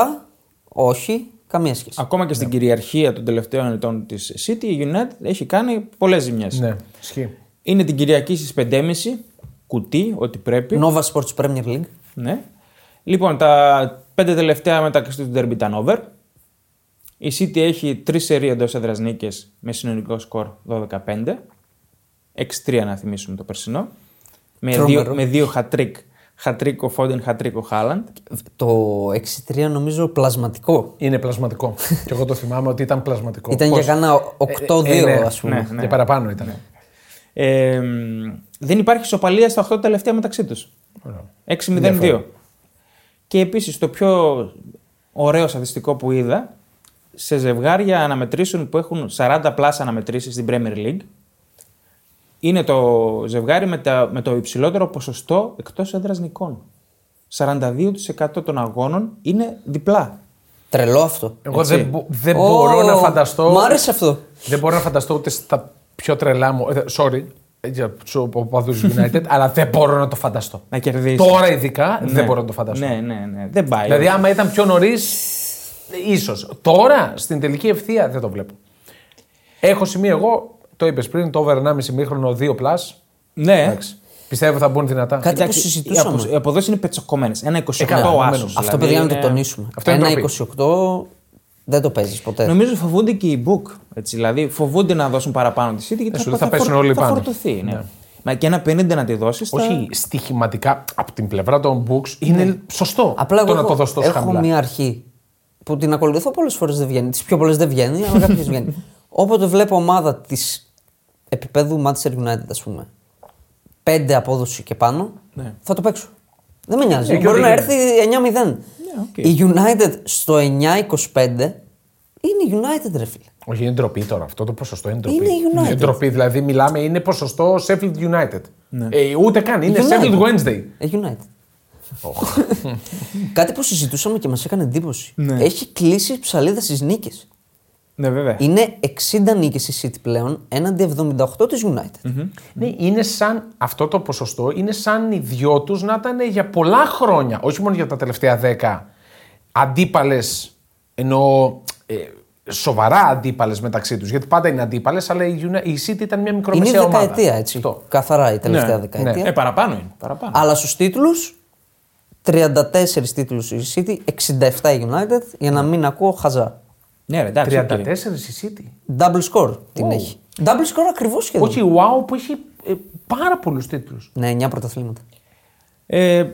S1: Όχι, καμία σχέση.
S2: Ακόμα και στην κυριαρχία των τελευταίων ετών της City, η United έχει κάνει πολλές ζημιές.
S3: Ναι, ισχύει.
S2: Είναι την Κυριακή στις 5.30, κουτί, ό,τι πρέπει.
S1: Nova Sports Premier League.
S2: Ναι. Λοιπόν, τα πέντε τελευταία μεταξύ του Derby ήταν over. Η City έχει τρεις σερίε εντός έδρας νίκες με συνολικό σκορ 12-5. 6-3 να θυμίσουμε το περσινό. Με
S1: Τρομερό.
S2: δύο, με δύο hat-trick. Hat-trick ο Φόντεν, hat-trick ο Χάλαντ.
S1: Το 6-3 νομίζω πλασματικό.
S3: Είναι πλασματικό. και εγώ το θυμάμαι ότι ήταν πλασματικό.
S1: Ήταν για κάνα 8-2
S3: Ε, ε, ναι.
S1: ας πούμε.
S2: Ναι.
S3: Για παραπάνω ήταν.
S2: Ε, μ, δεν υπάρχει ισοπαλία στα 8 τελευταία μεταξύ τους. 6-0-2. Και επίσης το πιο ωραίο στατιστικό που είδα σε ζευγάρια αναμετρήσεων που έχουν 40 πλάσα αναμετρήσεις στην Premier League είναι το ζευγάρι με, τα, με το υψηλότερο ποσοστό εκτός έδρας νικών. 42% των αγώνων είναι διπλά.
S1: Τρελό αυτό.
S3: Εγώ
S2: Έτσι.
S3: δεν, μπο- δεν
S1: Ω,
S3: μπορώ να φανταστώ.
S1: Μ' άρεσε αυτό.
S3: Δεν μπορώ να φανταστώ ούτε στα πιο τρελά μου. ε, Sorry για τους οπαδού United, αλλά δεν μπορώ να το φανταστώ.
S2: Να κερδίσει.
S3: Τώρα ειδικά δεν
S2: Ναι.
S3: μπορώ να το φανταστώ.
S2: Ναι, ναι, ναι. Δεν πάει.
S3: Δηλαδή, άμα ήταν πιο νωρίς, ίσως. Τώρα στην τελική ευθεία δεν το βλέπω. Έχω σημείο εγώ, το είπες πριν, το over 1,5 μήχρονο 2 plus.
S2: ναι.
S3: Πιστεύω θα μπουν δυνατά.
S1: Κάτι που
S2: Εντάξει,
S1: συζητούσαμε.
S2: οι αποδο- Οι αποδόσεις είναι πετσοκομμένες. Ένα 28
S3: Εκατό,
S2: ο
S3: εννοούμενο.
S2: άσος,
S1: αυτό
S2: δηλαδή,
S1: παιδιά να το
S2: είναι-
S1: τονίσουμε.
S3: ε, αυτό είναι
S1: Ένα
S3: ντροπή.
S1: 28 δεν το παίζεις ποτέ.
S2: ε, Νομίζω φοβούνται και οι book. Έτσι, δηλαδή φοβούνται να δώσουν παραπάνω τη City γιατί
S3: Ε, σου
S2: θα,
S3: λέει, θα πέσουν όλοι
S2: θα
S3: πάνω.
S2: φορτωθεί. Ναι. Μα και ένα 50 να τη δώσεις.
S3: Όχι στοιχηματικά από την πλευρά των books είναι σωστό
S1: Ναι. Απλά
S3: το
S1: εγώ
S3: να
S1: έχω-
S3: το δώσω τόσο
S1: έχω
S3: χαμηλά.
S1: μία αρχή που την ακολουθώ πολλές φορές δεν βγαίνει. Τις πιο πολλές δεν βγαίνει, αλλά κάποιες βγαίνει. Όποτε βλέπω ομάδα της επίπεδου Manchester United, ας πούμε, πέντε απόδοση και πάνω,
S3: Ναι.
S1: θα το παίξω. Δεν με
S3: Ε,
S1: νοιάζει. Μπορεί να έρθει
S3: Ναι,
S1: 9-0.
S2: οκ.
S1: Η United στο 9-25 είναι η United, ρε φίλε.
S3: Όχι, είναι ντροπή τώρα. Αυτό το ποσοστό είναι ντροπή.
S1: Είναι η United.
S3: Είναι ντροπή, δηλαδή μιλάμε, είναι ποσοστό Sheffield United. Ε, ούτε καν, είναι
S1: United.
S3: Sheffield Wednesday.
S1: Ε, United. Κάτι που συζητούσαμε και μας έκανε εντύπωση.
S2: Ναι.
S1: Έχει κλείσει ψαλίδα στις νίκες.
S2: Ναι, βέβαια.
S1: Είναι 60 νίκες η City πλέον έναντι 78 τη United.
S3: Ναι, είναι σαν, αυτό το ποσοστό είναι σαν οι δυο τους να ήταν για πολλά χρόνια, όχι μόνο για τα τελευταία δέκα, αντίπαλες, ενώ ε, σοβαρά αντίπαλες μεταξύ τους. Γιατί πάντα είναι αντίπαλες, αλλά η, Uni- η City ήταν
S1: Είναι
S3: μια
S1: η
S3: μικρομεσαία ομάδα.
S1: δεκαετία έτσι.
S3: Αυτό.
S1: Καθαρά η τελευταία
S3: Ναι,
S1: δεκαετία.
S3: ναι.
S2: Ε, παραπάνω είναι. Παραπάνω.
S1: Αλλά στους τίτλους, 34 τίτλους η City, 67 η United, για να μην ακούω χαζά.
S2: Ναι, ρε, εντάξει.
S3: 34
S2: οκ.
S3: η City.
S1: Double score την έχει. Double score ακριβώς σχεδόν.
S3: Όχι, η wow που έχει ε, πάρα πολλούς τίτλους.
S1: Ναι, 9 πρωταθλήματα.
S2: Ε,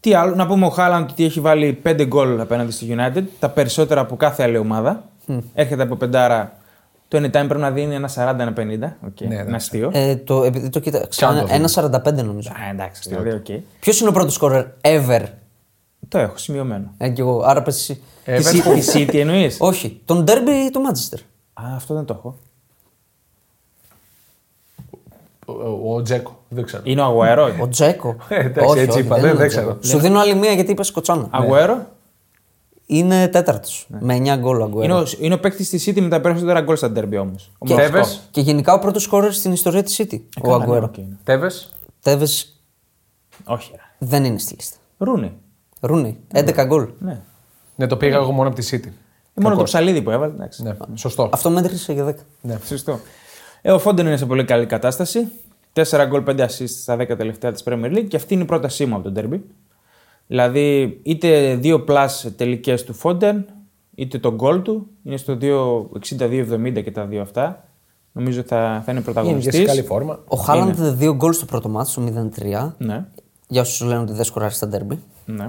S2: τι άλλο, να πούμε ο Χάλαντ ότι έχει βάλει 5 γκολ απέναντι στη United, τα περισσότερα από κάθε άλλη ομάδα. Έρχεται από πεντάρα. Το anytime πρέπει να δίνει ένα 40, ένα 50. Οκ,
S3: Ναι,
S2: ένα αστείο.
S1: Ε, το, επειδή το κοίταξα,
S3: Σαν το
S1: ένα 45 νομίζω.
S2: Α, εντάξει, δηλαδή, οκ.
S1: Ποιος είναι ο πρώτος scorer ever.
S2: Το έχω σημειωμένο.
S1: Ε, και εγώ, άρα πες εσύ.
S3: Ε,
S2: Τη
S3: βέβαια.
S2: City- τη City εννοείς.
S1: Όχι, τον derby του Manchester.
S2: Α, αυτό δεν το έχω.
S3: Ο, ο Τζέκο. Δεν ξέρω.
S2: Είναι ο Αγουέρο.
S1: Ο Τζέκο.
S3: Ε, εντάξει, έτσι είπα, δεν-
S1: είναι
S3: δεν
S1: ο
S3: ξέρω.
S1: Τζέκο. Σου δίνω άλλη μία γιατί είπες Κοτσάνα.
S3: Ναι.
S2: Αγουέρο.
S1: Είναι τέταρτος. Με 9 γκολ ο Aguero.
S2: Είναι ο, είναι ο παίκτης της City με τα περισσότερα γκολ στα ντέρμπι όμως.
S1: Και,
S3: Τέβες.
S1: και γενικά ο πρώτος scorer στην ιστορία της
S3: Ε,
S1: City. ο
S3: ναι,
S1: Αγκουέρο.
S3: Τέβες.
S1: Τέβες
S2: Ναι, Όχι. ρε.
S1: δεν είναι στη λίστα.
S2: Ρούνε.
S1: Ρούνι, 11 γκολ.
S2: Ναι.
S3: Ναι, το πήγα εγώ μόνο από τη City.
S2: Ε, Μόνο το ψαλίδι που έβαλε. Εντάξει.
S3: Ναι, σωστό.
S1: Αυτό μέτρησε για 10.
S2: Ναι. Σωστό. Ε, ο Φόντεν είναι σε πολύ καλή κατάσταση. 4 γκολ, 5 assist στα 10 τελευταία της Premier League και αυτή είναι η πρότασή μου από τον Derby. Δηλαδή, είτε 2 plus τελικές του Φόντεν, είτε το γκολ του. Είναι στο 62-70 και τα δύο αυτά. Νομίζω θα, θα είναι
S3: Είναι και σε
S2: πρωταγωνιστής.
S3: καλή φόρμα.
S1: Ο Χάλαντ δύο γκολ στο πρώτο μάτι, στο 0-3.
S2: Ναι,
S1: Για όσους λένε ότι δεν σκοράρει στα ντέρμπι.
S2: ναι.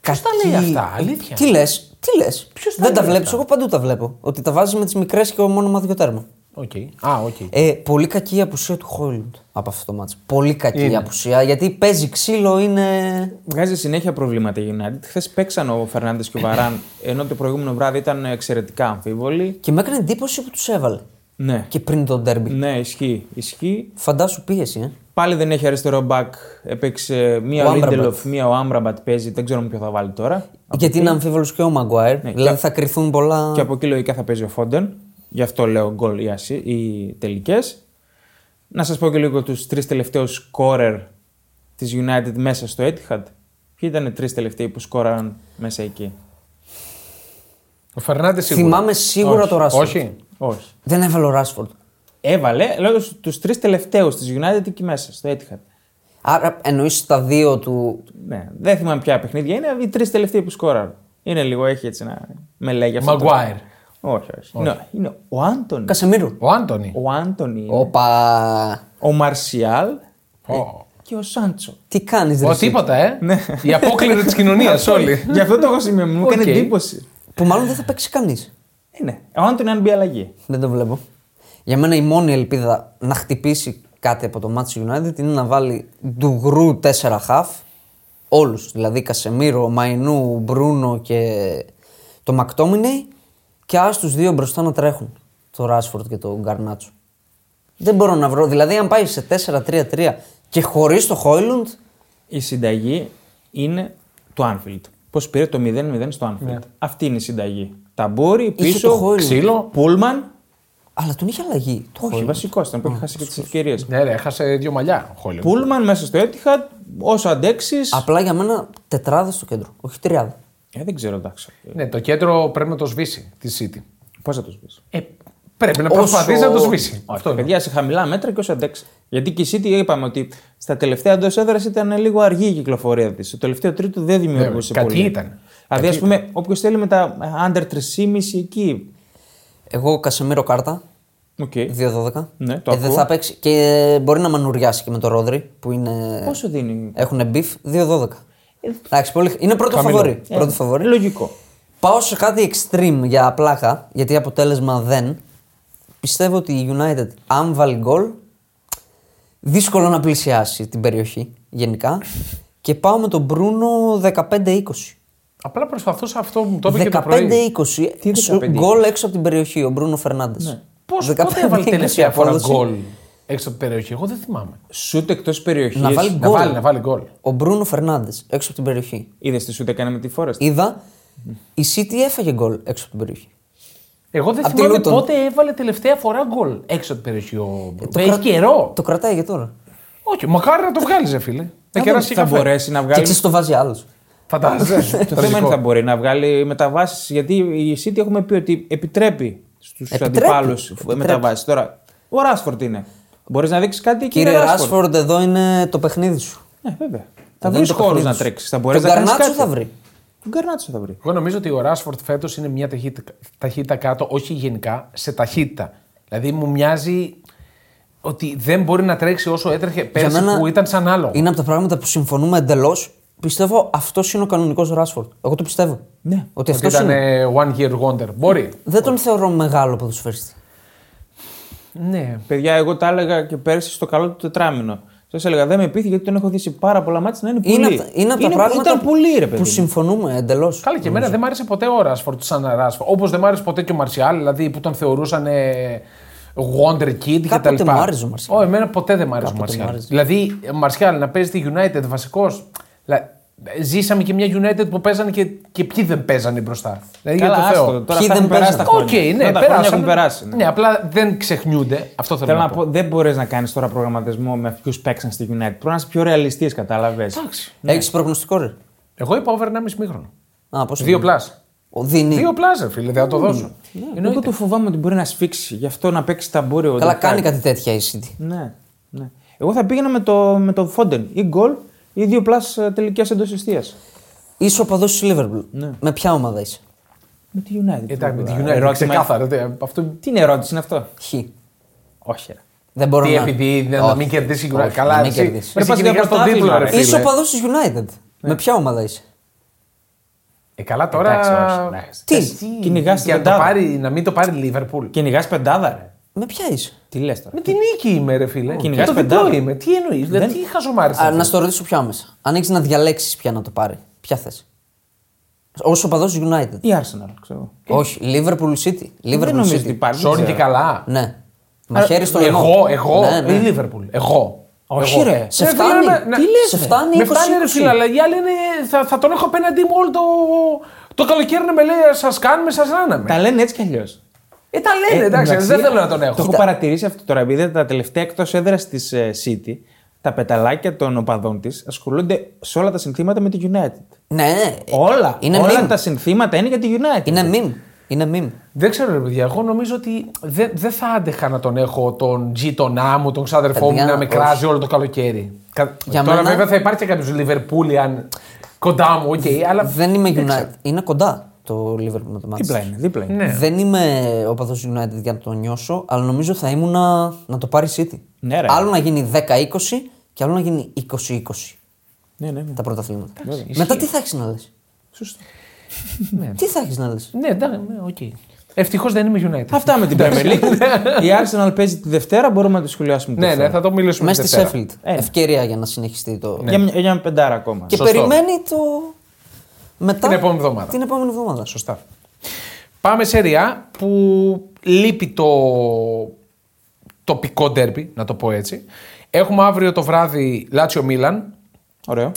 S1: Ποιο
S3: τα λέει αυτά, αλήθεια?
S1: Τι λες, τι λες.
S3: Ποιος τα
S1: δεν τα
S3: λέει
S1: βλέπεις,
S3: αυτά?
S1: εγώ παντού τα βλέπω. Ότι τα βάζεις με τις μικρές και ο μόνιμα δύο τέρμα.
S3: Okay. Α, οκ. Okay.
S1: Ε, πολύ κακή η απουσία του Χόιλουντ από αυτό το μάτσο. Πολύ κακή η απουσία γιατί παίζει ξύλο, είναι.
S2: Βγάζει συνέχεια προβλήματα η United. Χθες παίξαν ο Φερνάντες και ο Βαράν, ενώ το προηγούμενο βράδυ ήταν εξαιρετικά αμφίβολοι.
S1: Και με έκανε εντύπωση που τους έβαλε.
S2: Ναι.
S1: Και πριν τον τέρμπι.
S2: Ναι, ισχύει. ισχύει.
S1: Φαντάσου πίεση, ε.
S2: Πάλι δεν έχει αριστερό μπακ. Έπαιξε μία
S1: Ο
S2: ο
S1: Amrabat.
S2: Λίντελοφ, μία ο Άμραμπατ παίζει. Δεν ξέρουμε ποιο θα βάλει τώρα.
S1: γιατί είναι αμφίβολος και ο Μαγκουάιρ. δηλαδή
S2: Ναι, και-
S1: θα κρυθούν πολλά.
S2: Και από εκεί λογικά θα παίζει ο Φόντεν. Γι' αυτό λέω γκολ οι, ασύ- οι τελικές. Να σας πω και λίγο τους τρεις τελευταίους σκόρερ της United μέσα στο Etihad. Ποιοι ήταν οι τρεις τελευταίοι που σκόραραν μέσα εκεί.
S3: Ο Φερνάντες σίγουρα.
S1: Θυμάμαι σίγουρα
S3: Όχι.
S1: το Ράσφορντ.
S3: Όχι.
S2: Όχι.
S1: Δεν έβαλε ο Ράσφορντ.
S2: Έβαλε, λέω τους τρεις τελευταίους της United εκεί μέσα στο Etihad.
S1: Άρα εννοείς τα δύο του.
S2: Ναι, δεν θυμάμαι ποια παιχνίδια είναι, οι τρεις τελευταίοι που σκόραραν. Είναι λίγο, έχει έτσι να με λέγει αυτό. το-
S3: Maguire.
S2: Όχι, όχι. Είναι, είναι ο Άντωνη.
S1: Κασεμίρου.
S3: Ο Άντωνη.
S2: Ο Άντωνη. Ο,
S1: Όπα.
S2: Μαρσιάλ
S3: Ω.
S2: και ο Σάντσο.
S1: Τι κάνεις,
S3: Ο
S1: Ρε. εσύ?
S3: τίποτα, ε. Η απόκληρη της κοινωνίας όλοι.
S2: Γι' αυτό το έχω σημείο μου. Μου έκανε
S3: Ναι, Οκ.
S2: εντύπωση.
S1: Που μάλλον δεν θα παίξει κανείς.
S2: Ε, ναι. Ο Άντωνη αν μπει αλλαγή.
S1: Δεν το βλέπω. Για μένα η μόνη ελπίδα να χτυπήσει κάτι από το Match United είναι να βάλει ντουγρού 4 half. Όλους. Δηλαδή Κασεμίρο, Μαϊνού, Μπρούνο και το Μακτόμινεϊ. Και ας τους δύο μπροστά να τρέχουν. Το Ράσφορντ και το Γκαρνάτσο. Δεν μπορώ να βρω. Δηλαδή, αν πάει σε 4-3-3 και χωρίς το Χόιλουντ.
S2: Η συνταγή είναι το Anfield. Πώς πήρε το 0-0 στο Anfield. Αυτή είναι η συνταγή. Ταμπούρι,
S1: το
S2: πίσω,
S1: Χόιλουντ.
S2: ξύλο, πούλμαν.
S1: Αλλά τον είχε αλλαγή. Το
S2: Όχι,
S1: Χόιλουντ.
S2: βασικός ήταν που είχε χάσει και τις ευκαιρίες.
S3: Ναι, ρε, έχασε δύο μαλλιά. ο Χόιλουντ.
S2: Πούλμαν μέσα στο Etihad, όσο αντέξει.
S1: Απλά για μένα τετράδα στο κέντρο, όχι τριάδα.
S2: Ε, δεν ξέρω, εντάξει.
S3: Ναι, το κέντρο πρέπει να το σβήσει τη City.
S2: Πώς θα του πει.
S3: Ε, πρέπει να
S1: Όσο-
S3: προσπαθήσει να το σβήσει. Αυτό
S2: Όχι,
S3: είναι.
S2: παιδιά, σε χαμηλά μέτρα και όσο αντέξει. Γιατί και η City είπαμε ότι στα τελευταία εντός έδρας ήταν λίγο αργή η κυκλοφορία της. Το τελευταίο τρίτο δεν δημιουργούσε
S3: Βέβαια,
S2: πολύ.
S3: κακή ήταν.
S2: Δηλαδή, ας πούμε, όποιος θέλει με τα under 3,5 εκεί.
S1: Εγώ Κασεμίρο κάρτα,
S2: Οκ.
S1: 2-12.
S2: Ναι, το
S1: ε, δεν
S2: ακούω.
S1: θα παίξει και μπορεί να μανουριάσει και με τον Ρόδρυ που είναι.
S2: Πόσο δίνει.
S1: Έχουν μπιφ, 2-12. Εντάξει, πολύ... είναι πρώτο
S3: Χαμηλό.
S1: φαβορή.
S2: Ε,
S1: Πρώτο φαβορή.
S2: Λογικό.
S1: Πάω σε κάτι extreme για πλάκα, γιατί αποτέλεσμα δεν. Πιστεύω ότι η United, αν βάλει γκολ, δύσκολο να πλησιάσει την περιοχή γενικά. και πάω με τον Μπρούνο 15-20.
S3: Απλά προσπαθούσα αυτό που μου το είπε και το πρωί.
S1: 15-20.
S2: Τι 15-20?
S1: Γκολ έξω από την περιοχή, ο Μπρούνο Φερνάντες.
S3: Πώ Ναι. πότε έβαλε τελευταία φορά γκολ έξω από την περιοχή. Εγώ δεν θυμάμαι.
S2: Σούτ εκτός περιοχής.
S1: Να βάλει
S3: Να
S1: Γκολ.
S3: βάλει, να βάλει γκολ.
S1: Ο Μπρούνο Φερνάντες έξω από την περιοχή.
S2: Είδες τι σούτ έκανε με τη Ε, Φόρεστ.
S1: Είδα, η City έφαγε γκολ έξω από την περιοχή.
S3: Εγώ δεν
S1: Απ' τη
S3: θυμάμαι
S1: Luton.
S3: πότε έβαλε τελευταία φορά γκολ έξω από την περιοχή. Ο...
S1: Ε, Το
S3: Μπρούνο. Έχει
S1: κρα-
S3: καιρό.
S1: Το κρατάει για τώρα.
S3: Όχι, μακάρι να το βγάλει, ρε φίλε. Να κεράσει
S2: θα
S3: καφέ.
S2: μπορέσει να
S1: Και
S2: βγάλει.
S1: ξέρεις το βάζει άλλος.
S3: Φαντάζεσαι.
S2: Το θέμα είναι θα μπορεί να βγάλει μεταβάσεις. Γιατί η City έχουμε πει ότι επιτρέπει στους
S1: Επιτρέπει.
S2: αντιπάλους
S1: Επιτρέπει.
S2: μεταβάσεις. Τώρα, ο Ράσφορντ είναι. Μπορείς να δείξεις κάτι και
S1: Κύριε
S2: είναι Ράσφορντ.
S1: Ράσφορντ, εδώ είναι το παιχνίδι σου.
S2: Ναι, βέβαια. Θα
S1: Δεν
S2: βρει
S1: είναι το
S2: χώρου
S1: παιχνίδι
S2: να
S1: σου.
S2: τρέξεις. Θα μπορείς
S1: Τον
S2: να κάνεις
S1: Γκαρνάτσο
S2: κάτι.
S1: θα βρει.
S2: Τον Γκαρνάτσο θα βρει.
S3: Εγώ νομίζω ότι ο Ράσφορντ φέτος είναι μια ταχύτητα, ταχύτητα κάτω, όχι γενικά, σε ταχύτητα. Δηλαδή μου μοιάζει ότι δεν μπορεί να τρέξει όσο έτρεχε πέρσι που ήταν σαν άλλο.
S1: Είναι από τα πράγματα που συμφωνούμε εντελώς. Πιστεύω αυτός είναι ο κανονικός Ράσφορντ. Εγώ το πιστεύω.
S2: Ναι.
S1: Ότι
S3: Ότι
S1: αυτός
S3: ήταν
S1: είναι.
S3: ε, one year wonder. Μπορεί.
S1: Δεν τον θεωρώ μεγάλο ποδοσφαιριστή.
S3: Ναι.
S2: Παιδιά, εγώ τα έλεγα και πέρσι στο καλό του τετράμινο. Σας έλεγα δεν με πείθει γιατί τον έχω δει σε πάρα πολλά μάτια να είναι πολύ.
S1: Είναι, απ' τα- είναι από τα πράγματα
S2: Ήταν πολύ ρε παιδί.
S1: που
S2: μου.
S1: συμφωνούμε εντελώς.
S3: Καλά και εμένα δεν μ' άρεσε ποτέ ο Ράσφορντ σαν Ράσφορντ. Όπως δεν μ' άρεσε ποτέ και ο Μαρσιάλ, δηλαδή που τον θεωρούσαν ε, Wonder Kid
S1: Κάποτε
S3: κτλ.
S1: μου άρεσε ο Μαρσιάλ.
S3: Ω, εμένα ποτέ δεν μ' άρεσε ο
S1: Κάποτε μου
S3: Μαρσιάλ.
S1: άρεσε.
S3: Δηλαδή, ο Μαρσιάλ να παίζει τη United βασικός. Ζήσαμε και μια United που παίζανε και, και ποιοι δεν παίζανε μπροστά. Δηλαδή,
S2: Καλά,
S3: για το
S2: άστο,
S3: Θεό.
S2: τώρα
S1: Ποιοι
S2: αυτά
S1: δεν
S2: έχουν περάσει τα
S1: παίζουν.
S3: Οκ,
S2: χρόνια.
S3: ναι,
S2: Αυτά τα χρόνια
S3: περάσανε.
S2: έχουν περάσει. ναι.
S3: Ναι, απλά δεν ξεχνιούνται. Αυτό θέλω,
S2: Θέλω
S3: να,
S2: να πω, δεν μπορείς να κάνεις τώρα προγραμματισμό με ποιους παίξαν στη United. Πρέπει να είσαι πιο ρεαλιστής, κατάλαβες.
S3: Εντάξει.
S1: Έχεις προγνωστικό ρε.
S3: Εγώ είπα over 1,5 μήχρονο.
S1: Α, πώς
S3: Δύο
S1: είναι.
S3: πλάσ.
S1: Ο Δίνη.
S3: Δύο πλάσ, ρε φίλε, δεν
S1: Mm.
S3: θα το δώσω.
S1: ναι,
S2: Εγώ το φοβάμαι ότι μπορεί να σφίξει. Γι' αυτό να παίξει ταμπούρι. ο
S1: Καλά,
S2: Ντεκάρ.
S1: κάνει κάτι τέτοια η City.
S2: Ναι, ναι. Εγώ θα πήγαινα με το, με το Φόντεν ή γκολ ή δύο πλάσ ε, τελικές εντός αιστεία.
S1: Είσαι οπαδό της Λίβερπουλ.
S2: Ναι.
S1: Με ποια ομάδα είσαι.
S2: Με τη United.
S3: Εντάξει, με τη
S2: βέβαια.
S3: United.
S2: Ερώτημα-
S3: Ξεκάθαρα. δε, Αυτό
S2: Τι είναι ερώτηση είναι αυτό.
S1: Χ.
S2: Όχι. Ρε.
S1: Δεν μπορώ
S3: Τι
S1: να.
S3: επειδή να, να
S1: Όχι.
S3: μην κερδίσει η United.
S1: Όχι,
S3: Καλά,
S1: να μην
S3: εσύ.
S1: κερδίσει.
S3: Εσύ
S2: Πρέπει να
S3: κυνηγάς τον
S2: πρωτάθλημα,
S3: τίτλο, ρε
S2: ρε. Ναι.
S3: φίλε.
S1: Είσαι οπαδό τη United. Με ποια ομάδα είσαι.
S3: Ε, καλά τώρα.
S2: Εντάξει, όχι, εντάξει.
S1: Τι,
S3: Εσύ,
S2: κυνηγάς την
S3: για να το
S2: πεντάδα.
S3: πάρει- να μην το πάρει η Liverpool.
S2: Κυνηγάς πεντάδα, ρε.
S1: Με ποια είσαι.
S2: Τι λες τώρα.
S3: Με την νίκη είμαι, ρε φίλε.
S2: Κυνηγάς
S3: το δικό
S2: πεντάδα.
S3: είμαι. Τι εννοείς, δηλαδή τι χαζομάρι.
S1: Α, να στο ρωτήσω πιο άμεσα. Αν έχεις να διαλέξεις πια να το πάρει, ποια θες. Όσο παδός United.
S2: Η Arsenal, ξέρω εγώ.
S1: Όχι, Liverpool City.
S2: Δεν
S1: Ναι. Liverpool
S2: νομίζω ότι
S1: City.
S2: υπάρχει. δεν
S3: Σόρι και
S2: ξέρω.
S3: καλά.
S1: Ναι. Μαχαίρι στο λαιμό.
S3: Εγώ, εγώ,
S1: Ναι, ναι.
S3: η Λίβερπουλ. Εγώ.
S2: Όχι,
S3: Εγώ.
S2: ρε.
S1: Σε
S3: Ρε,
S1: φτάνει.
S3: φίλε, να- να-
S1: Τι λες, σε φτάνει
S3: Με
S1: 20-20.
S3: φτάνει, ρε φίλε, αλλά οι άλλοι είναι. Θα, θα τον έχω απέναντί μου όλο το. Το καλοκαίρι να με λέει σας κάνουμε, σας ράναμε.
S2: Τα λένε έτσι κι αλλιώς.
S3: Ε, τα λένε, εντάξει, δεν θέλω να τον
S2: Το
S3: έχω.
S2: έχω παρατηρήσει αυτό τώρα, επειδή τα τελευταία εκτός έδρας της ε, City, τα πεταλάκια των οπαδών της ασχολούνται σε όλα τα συνθήματα με τη United.
S1: Ναι, ναι.
S3: Ε,
S2: Όλα,
S1: Είναι
S2: όλα
S1: meme.
S2: τα συνθήματα είναι για τη United.
S1: Είναι meme. Είναι meme.
S3: Δεν ξέρω, ρε παιδιά, εγώ νομίζω ότι δεν δεν θα άντεχα να τον έχω τον γείτονά μου, τον ξάδερφό μου
S1: Παιδιά,
S3: να με
S1: όχι.
S3: κράζει όλο το καλοκαίρι. Κα-
S1: Για
S3: Τώρα
S1: μένα-
S3: βέβαια θα υπάρχει κάποιος Λιβερπούλιαν κοντά μου, οκ, αλλά.
S1: Δεν είμαι United. Είναι κοντά το Liverpool με το Manchester.
S2: Δίπλα είναι, δίπλα είναι.
S3: Ναι.
S1: Δεν είμαι ο παθό United για να το νιώσω, αλλά νομίζω θα ήμουνα να το πάρει City.
S2: Ναι, ρε.
S1: άλλο να γίνει 10-20 και άλλο να γίνει 20-20
S2: Ναι, ναι, ναι.
S1: τα πρωταθλήματα. Μετά τι θα έχεις να λες.
S2: Σωστό.
S1: Τι θα έχεις να λες.
S3: Ναι, εντάξει, ναι, οκ. Ευτυχώς δεν είμαι United.
S2: Αυτά με την Premier League. Η Arsenal παίζει τη Δευτέρα, μπορούμε να τη σχολιάσουμε. τη
S3: Ναι, ναι,
S2: Δευτέρα.
S3: θα το μιλήσουμε.
S1: Μέσα στη
S3: Δευτέρα.
S1: Sheffield.
S2: Ένα.
S1: Ευκαιρία για να συνεχιστεί το.
S3: Ναι.
S2: Για, μια, για μια πεντάρα ακόμα.
S1: Και
S2: Σωστό.
S1: περιμένει το. Μετά...
S3: Την επόμενη εβδομάδα.
S1: Την επόμενη εβδομάδα.
S3: Σωστά. Πάμε σε ριά που λείπει το τοπικό ντέρμπι, να το πω έτσι. Έχουμε αύριο το βράδυ Λάτσιο Μίλαν.
S2: Ωραίο.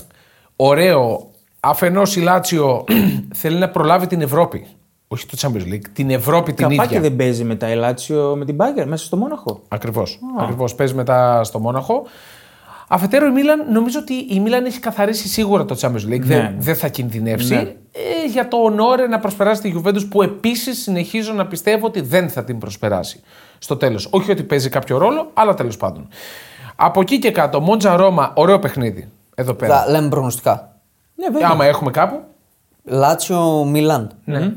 S3: Ωραίο. Αφενός η Λάτσιο θέλει να προλάβει την Ευρώπη. Όχι το Champions League, την Ευρώπη την
S2: Καπάκι
S3: ίδια.
S2: δεν παίζει μετά η Λάτσιο με την Μπάγκερ μέσα στο Μόναχο.
S3: Ακριβώς. Ακριβώς. Παίζει μετά στο Μόναχο. Αφετέρου η Μίλαν, νομίζω ότι η Μίλαν έχει καθαρίσει σίγουρα το Champions League.
S2: Ναι,
S3: Δεν, δεν θα κινδυνεύσει. Ε, για το ονόρε να προσπεράσει τη Juventus που επίσης συνεχίζω να πιστεύω ότι δεν θα την προσπεράσει στο τέλος. Όχι ότι παίζει κάποιο ρόλο, αλλά τέλος πάντων. Από εκεί και κάτω, Μόντζα Ρώμα, ωραίο παιχνίδι. Εδώ πέρα.
S1: Θα λέμε προγνωστικά.
S2: Ναι, βέβαια.
S3: Άμα έχουμε κάπου.
S1: Λάτσιο Μιλάν. Ναι.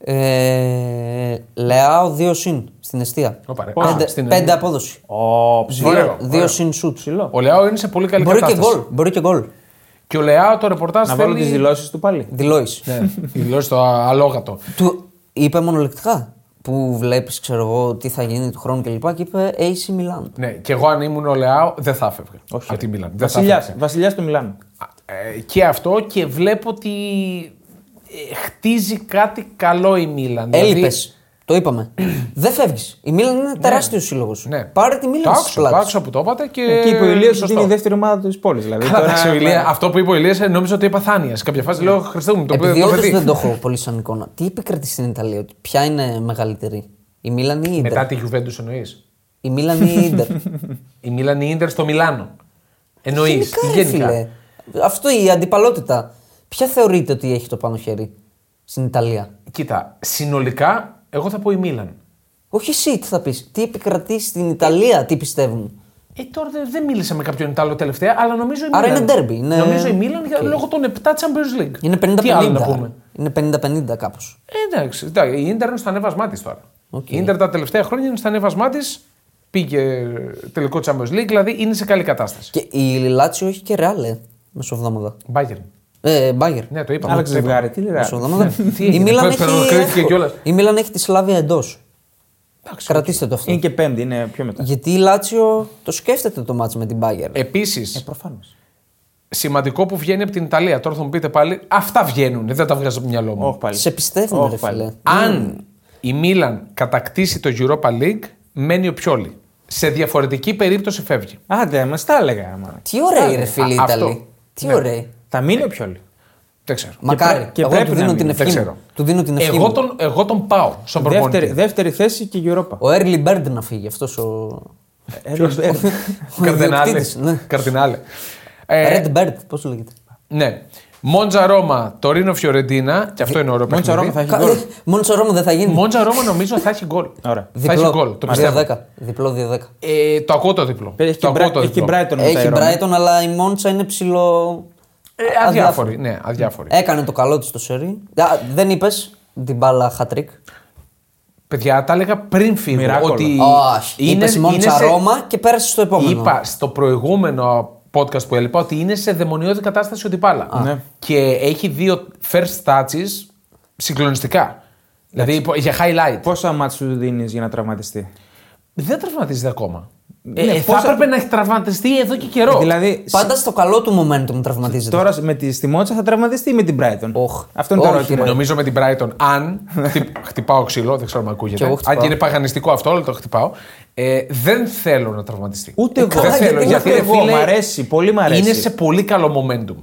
S1: Ε, Λεάο 2 συν στην αιστεία.
S3: Όπα, ρε.
S1: Πέντε,
S3: Α, στην-
S1: πέντε απόδοση.
S2: Ω, ψ-
S3: Ωραίο,
S1: 2 συν σουτ.
S3: Ο Λεάο είναι σε πολύ καλή
S1: Μπορεί και
S3: κατάσταση.
S1: γκολ. Μπορεί και γκολ.
S3: Και ο Λεάο το ρεπορτάζ
S2: Να βάλω
S3: θέλει.
S2: τις δηλώσεις του πάλι.
S1: Δηλώσεις.
S3: Ναι, δηλώσεις το α- αλόγατο.
S1: Του είπε μονολεκτικά που βλέπεις, ξέρω εγώ, τι θα γίνει του χρόνου κλπ. Και, είπε AC Milan.
S3: Ναι, και εγώ αν ήμουν ο Λεάο δεν θα έφευγα. Όχι. Από τη Μίλαν. Δεν θα
S2: Βασιλιάς,
S3: έφευγα.
S2: βασιλιάς του Μιλάνου.
S3: Ε, και αυτό και βλέπω ότι ε, χτίζει κάτι καλό η Μίλαν. Δηλαδή-
S1: Έλειπες. Το είπαμε. Δεν φεύγεις. Η Μίλαν είναι τεράστιος σύλλογος.
S3: Ναι.
S1: Πάρε τη
S3: Το
S1: Μίλαν στις
S3: άκουσα, το
S1: πλάτες.
S3: άκουσα που το είπατε και.
S2: Εκεί που η Ηλία
S3: Ε, σωστό.
S2: είναι η δεύτερη ομάδα της πόλης. Δηλαδή,
S3: Καλά,
S2: τώρα-
S3: εντάξει, ο Ηλίας- Αυτό που είπε ο Ηλίας νόμιζα ότι είπα θάνειας. Σε κάποια φάση λέω Χριστέ μου, το
S1: Επειδή
S3: παιδί. το
S1: όντω
S3: παιδί».
S1: δεν το έχω πολύ σαν εικόνα, τι επικρατεί στην Ιταλία, ότι ποια είναι μεγαλύτερη, η Μίλαν ή η Ιντερ.
S3: Μετά τη Γιουβέντους εννοείς.
S1: Η Μίλαν ή η Ιντερ.
S3: Η Μίλαν ή η Ιντερ στο Μιλάνο. Εννοείς.
S1: Γενικά, ρε φίλε. Αυτό η αντιπαλότητα. Ποια θεωρείτε ότι έχει το πάνω χέρι στην Ιταλία.
S3: Κοίτα, συνολικά εγώ θα πω η Μίλαν.
S1: Όχι εσύ, τι θα πεις. Τι επικρατεί στην Italia, τι πιστεύουν.
S3: Ε, τώρα δεν δεν μίλησα με κάποιον Ιταλό τελευταία, αλλά νομίζω η
S1: Άρα
S3: Μίλαν.
S1: είναι derby, είναι-
S3: Νομίζω η Μίλαν για
S1: Οκ.
S3: λόγω των 7 Champions League.
S1: Είναι
S3: Τι άλλο να πούμε.
S1: 50-50. Είναι 50-50 κάπως.
S3: Ε, Εντάξει, εντάξει, η Ιντερ είναι στο ανέβασμά της τώρα. Η Ιντερ τα τελευταία χρόνια είναι στο ανέβασμά της. Πήγε τελικό Champions League, δηλαδή είναι σε καλή κατάσταση.
S1: Και η Λάτσιο έχει και ρεάλε μεσοβδόμαδα.
S3: Bayern.
S1: Ε, Μπάγκερ.
S3: Ναι, το είπαμε.
S2: Άλλαξε
S3: το είπαμε.
S2: ζευγάρι, τι λέει. ρε.
S1: Μεσοβδόμαδα. Η
S3: έγινε,
S1: Μίλαν
S3: πες, πες, κρίθηκε κιόλας.
S1: έχει- η Μίλαν έχει τη Σλάβια εντός. Κρατήστε το αυτό.
S2: Είναι και πέμπτη, είναι πιο μετά.
S1: Γιατί η Λάτσιο το σκέφτεται το μάτς με την Μπάγκερ.
S3: Ε,
S1: Ε,
S3: Επίση,
S2: Προφανώς.
S3: σημαντικό που βγαίνει από την Ιταλία. Τώρα θα μου πείτε πάλι, αυτά βγαίνουν, δεν τα βγάζω από το μυαλό μου.
S2: Όχι πάλι.
S1: Σε πιστεύουμε,
S2: Όχι
S1: ρε
S2: πάλι.
S1: φίλε.
S3: Αν η Μίλαν κατακτήσει το Europa League, μένει ο Πιόλι. Σε διαφορετική περίπτωση φεύγει.
S2: Άντε, μας τα έλεγα. Μα.
S1: Τι ωραίοι ρε φίλε οι
S3: Α, αυτό. Ναι.
S1: Ιταλοί. Τι ωραίοι.
S2: Θα μείνει ο Πιόλι.
S3: Δεν ξέρω.
S1: Μακάρι.
S2: πρέπει- και
S1: Εγώ
S2: πρέπει
S1: του
S2: να
S1: δίνω
S2: μείνει,
S1: την
S3: δεν
S1: ευχή
S3: ξέρω.
S1: μου. Του δίνω την ευχή
S3: Εγώ
S1: μου.
S3: τον, εγώ τον πάω στον προπονητή.
S2: Δεύτερη, δεύτερη θέση και η Europa.
S1: Ο Early Bird να φύγει αυτός ο.
S2: Ε, ε,
S1: ο
S3: Καρδινάλε.
S1: ιδιοκτήτης, ναι.
S3: Καρδινάλε. Ε,
S1: Red Bird, πώς το λέγεται.
S3: Ναι. Μόντζα Ρώμα, Τωρίνο Φιωρεντίνα, και αυτό είναι ωραίο
S2: Μόντσα
S3: παιχνίδι.
S2: Ρώμα θα έχει γκολ.
S1: Μόνο σε Ρώμα δεν θα γίνει.
S3: Μόντζα Ρώμα νομίζω θα έχει γκολ.
S2: Ωραία.
S3: Θα έχει γκολ, το πιστεύω.
S1: 2-10. Διπλό 2-10.
S3: Ε, το ακούω το διπλό.
S2: Έχει
S3: το
S2: και
S3: ακούω
S2: Μπρα-
S3: το
S2: έχει και
S3: διπλό.
S2: Brighton μετά.
S1: Έχει
S2: η Ρώμα.
S1: Brighton, αλλά η Μόντσα είναι ψηλό.
S3: Ε, αδιάφορη. Ναι, αδιάφορη.
S1: Έκανε το καλό της το σερί. Α, Δεν είπες την μπάλα χατρίκ.
S3: Παιδιά, τα έλεγα πριν φύγω.
S2: Μυράκολο.
S3: Ότι
S1: Όχι. Είπε η Μόντσα
S3: σε-
S1: Ρώμα και πέρασε στο επόμενο.
S3: Είπα στο προηγούμενο podcast που έλειπα ότι είναι σε δαιμονιώδη κατάσταση ο Ντιπάλα.
S2: Ναι.
S3: Και έχει δύο first touches συγκλονιστικά. Δηλαδή υπο- για highlight.
S2: Πόσα μάτς σου δίνεις για να τραυματιστεί.
S3: Δεν τραυματίζεται ακόμα.
S2: Ε,
S3: ναι,
S2: ε,
S3: θα
S2: πώς-
S3: έπρεπε να έχει τραυματιστεί εδώ και καιρό.
S2: Δηλαδή, σ-
S1: Πάντα στο καλό του momentum τραυματίζεται.
S2: τώρα με τη στη Μότσα θα τραυματιστεί ή με την Brighton.
S1: Οχ.
S2: Αυτό είναι το
S1: Όχι,
S2: ερώτημα.
S1: ρε.
S3: Ε, Νομίζω με την Brighton, αν.
S2: Ναι.
S3: χτυ- χτυπάω ξύλο, δεν ξέρω αν ακούγεται.
S1: Κι εγώ χτυπάω.
S3: Αν και είναι παγανιστικό αυτό, αλλά το χτυπάω. Ε, δεν θέλω να τραυματιστεί. Ε,
S2: Ούτε εγώ.
S3: Δεν θέλω.
S1: γιατί-
S3: Γιατί
S2: Ούτε
S3: ρε
S2: εγώ.
S3: φίλε,
S2: Μ' αρέσει. Πολύ μ' αρέσει.
S3: Είναι σε πολύ καλό momentum.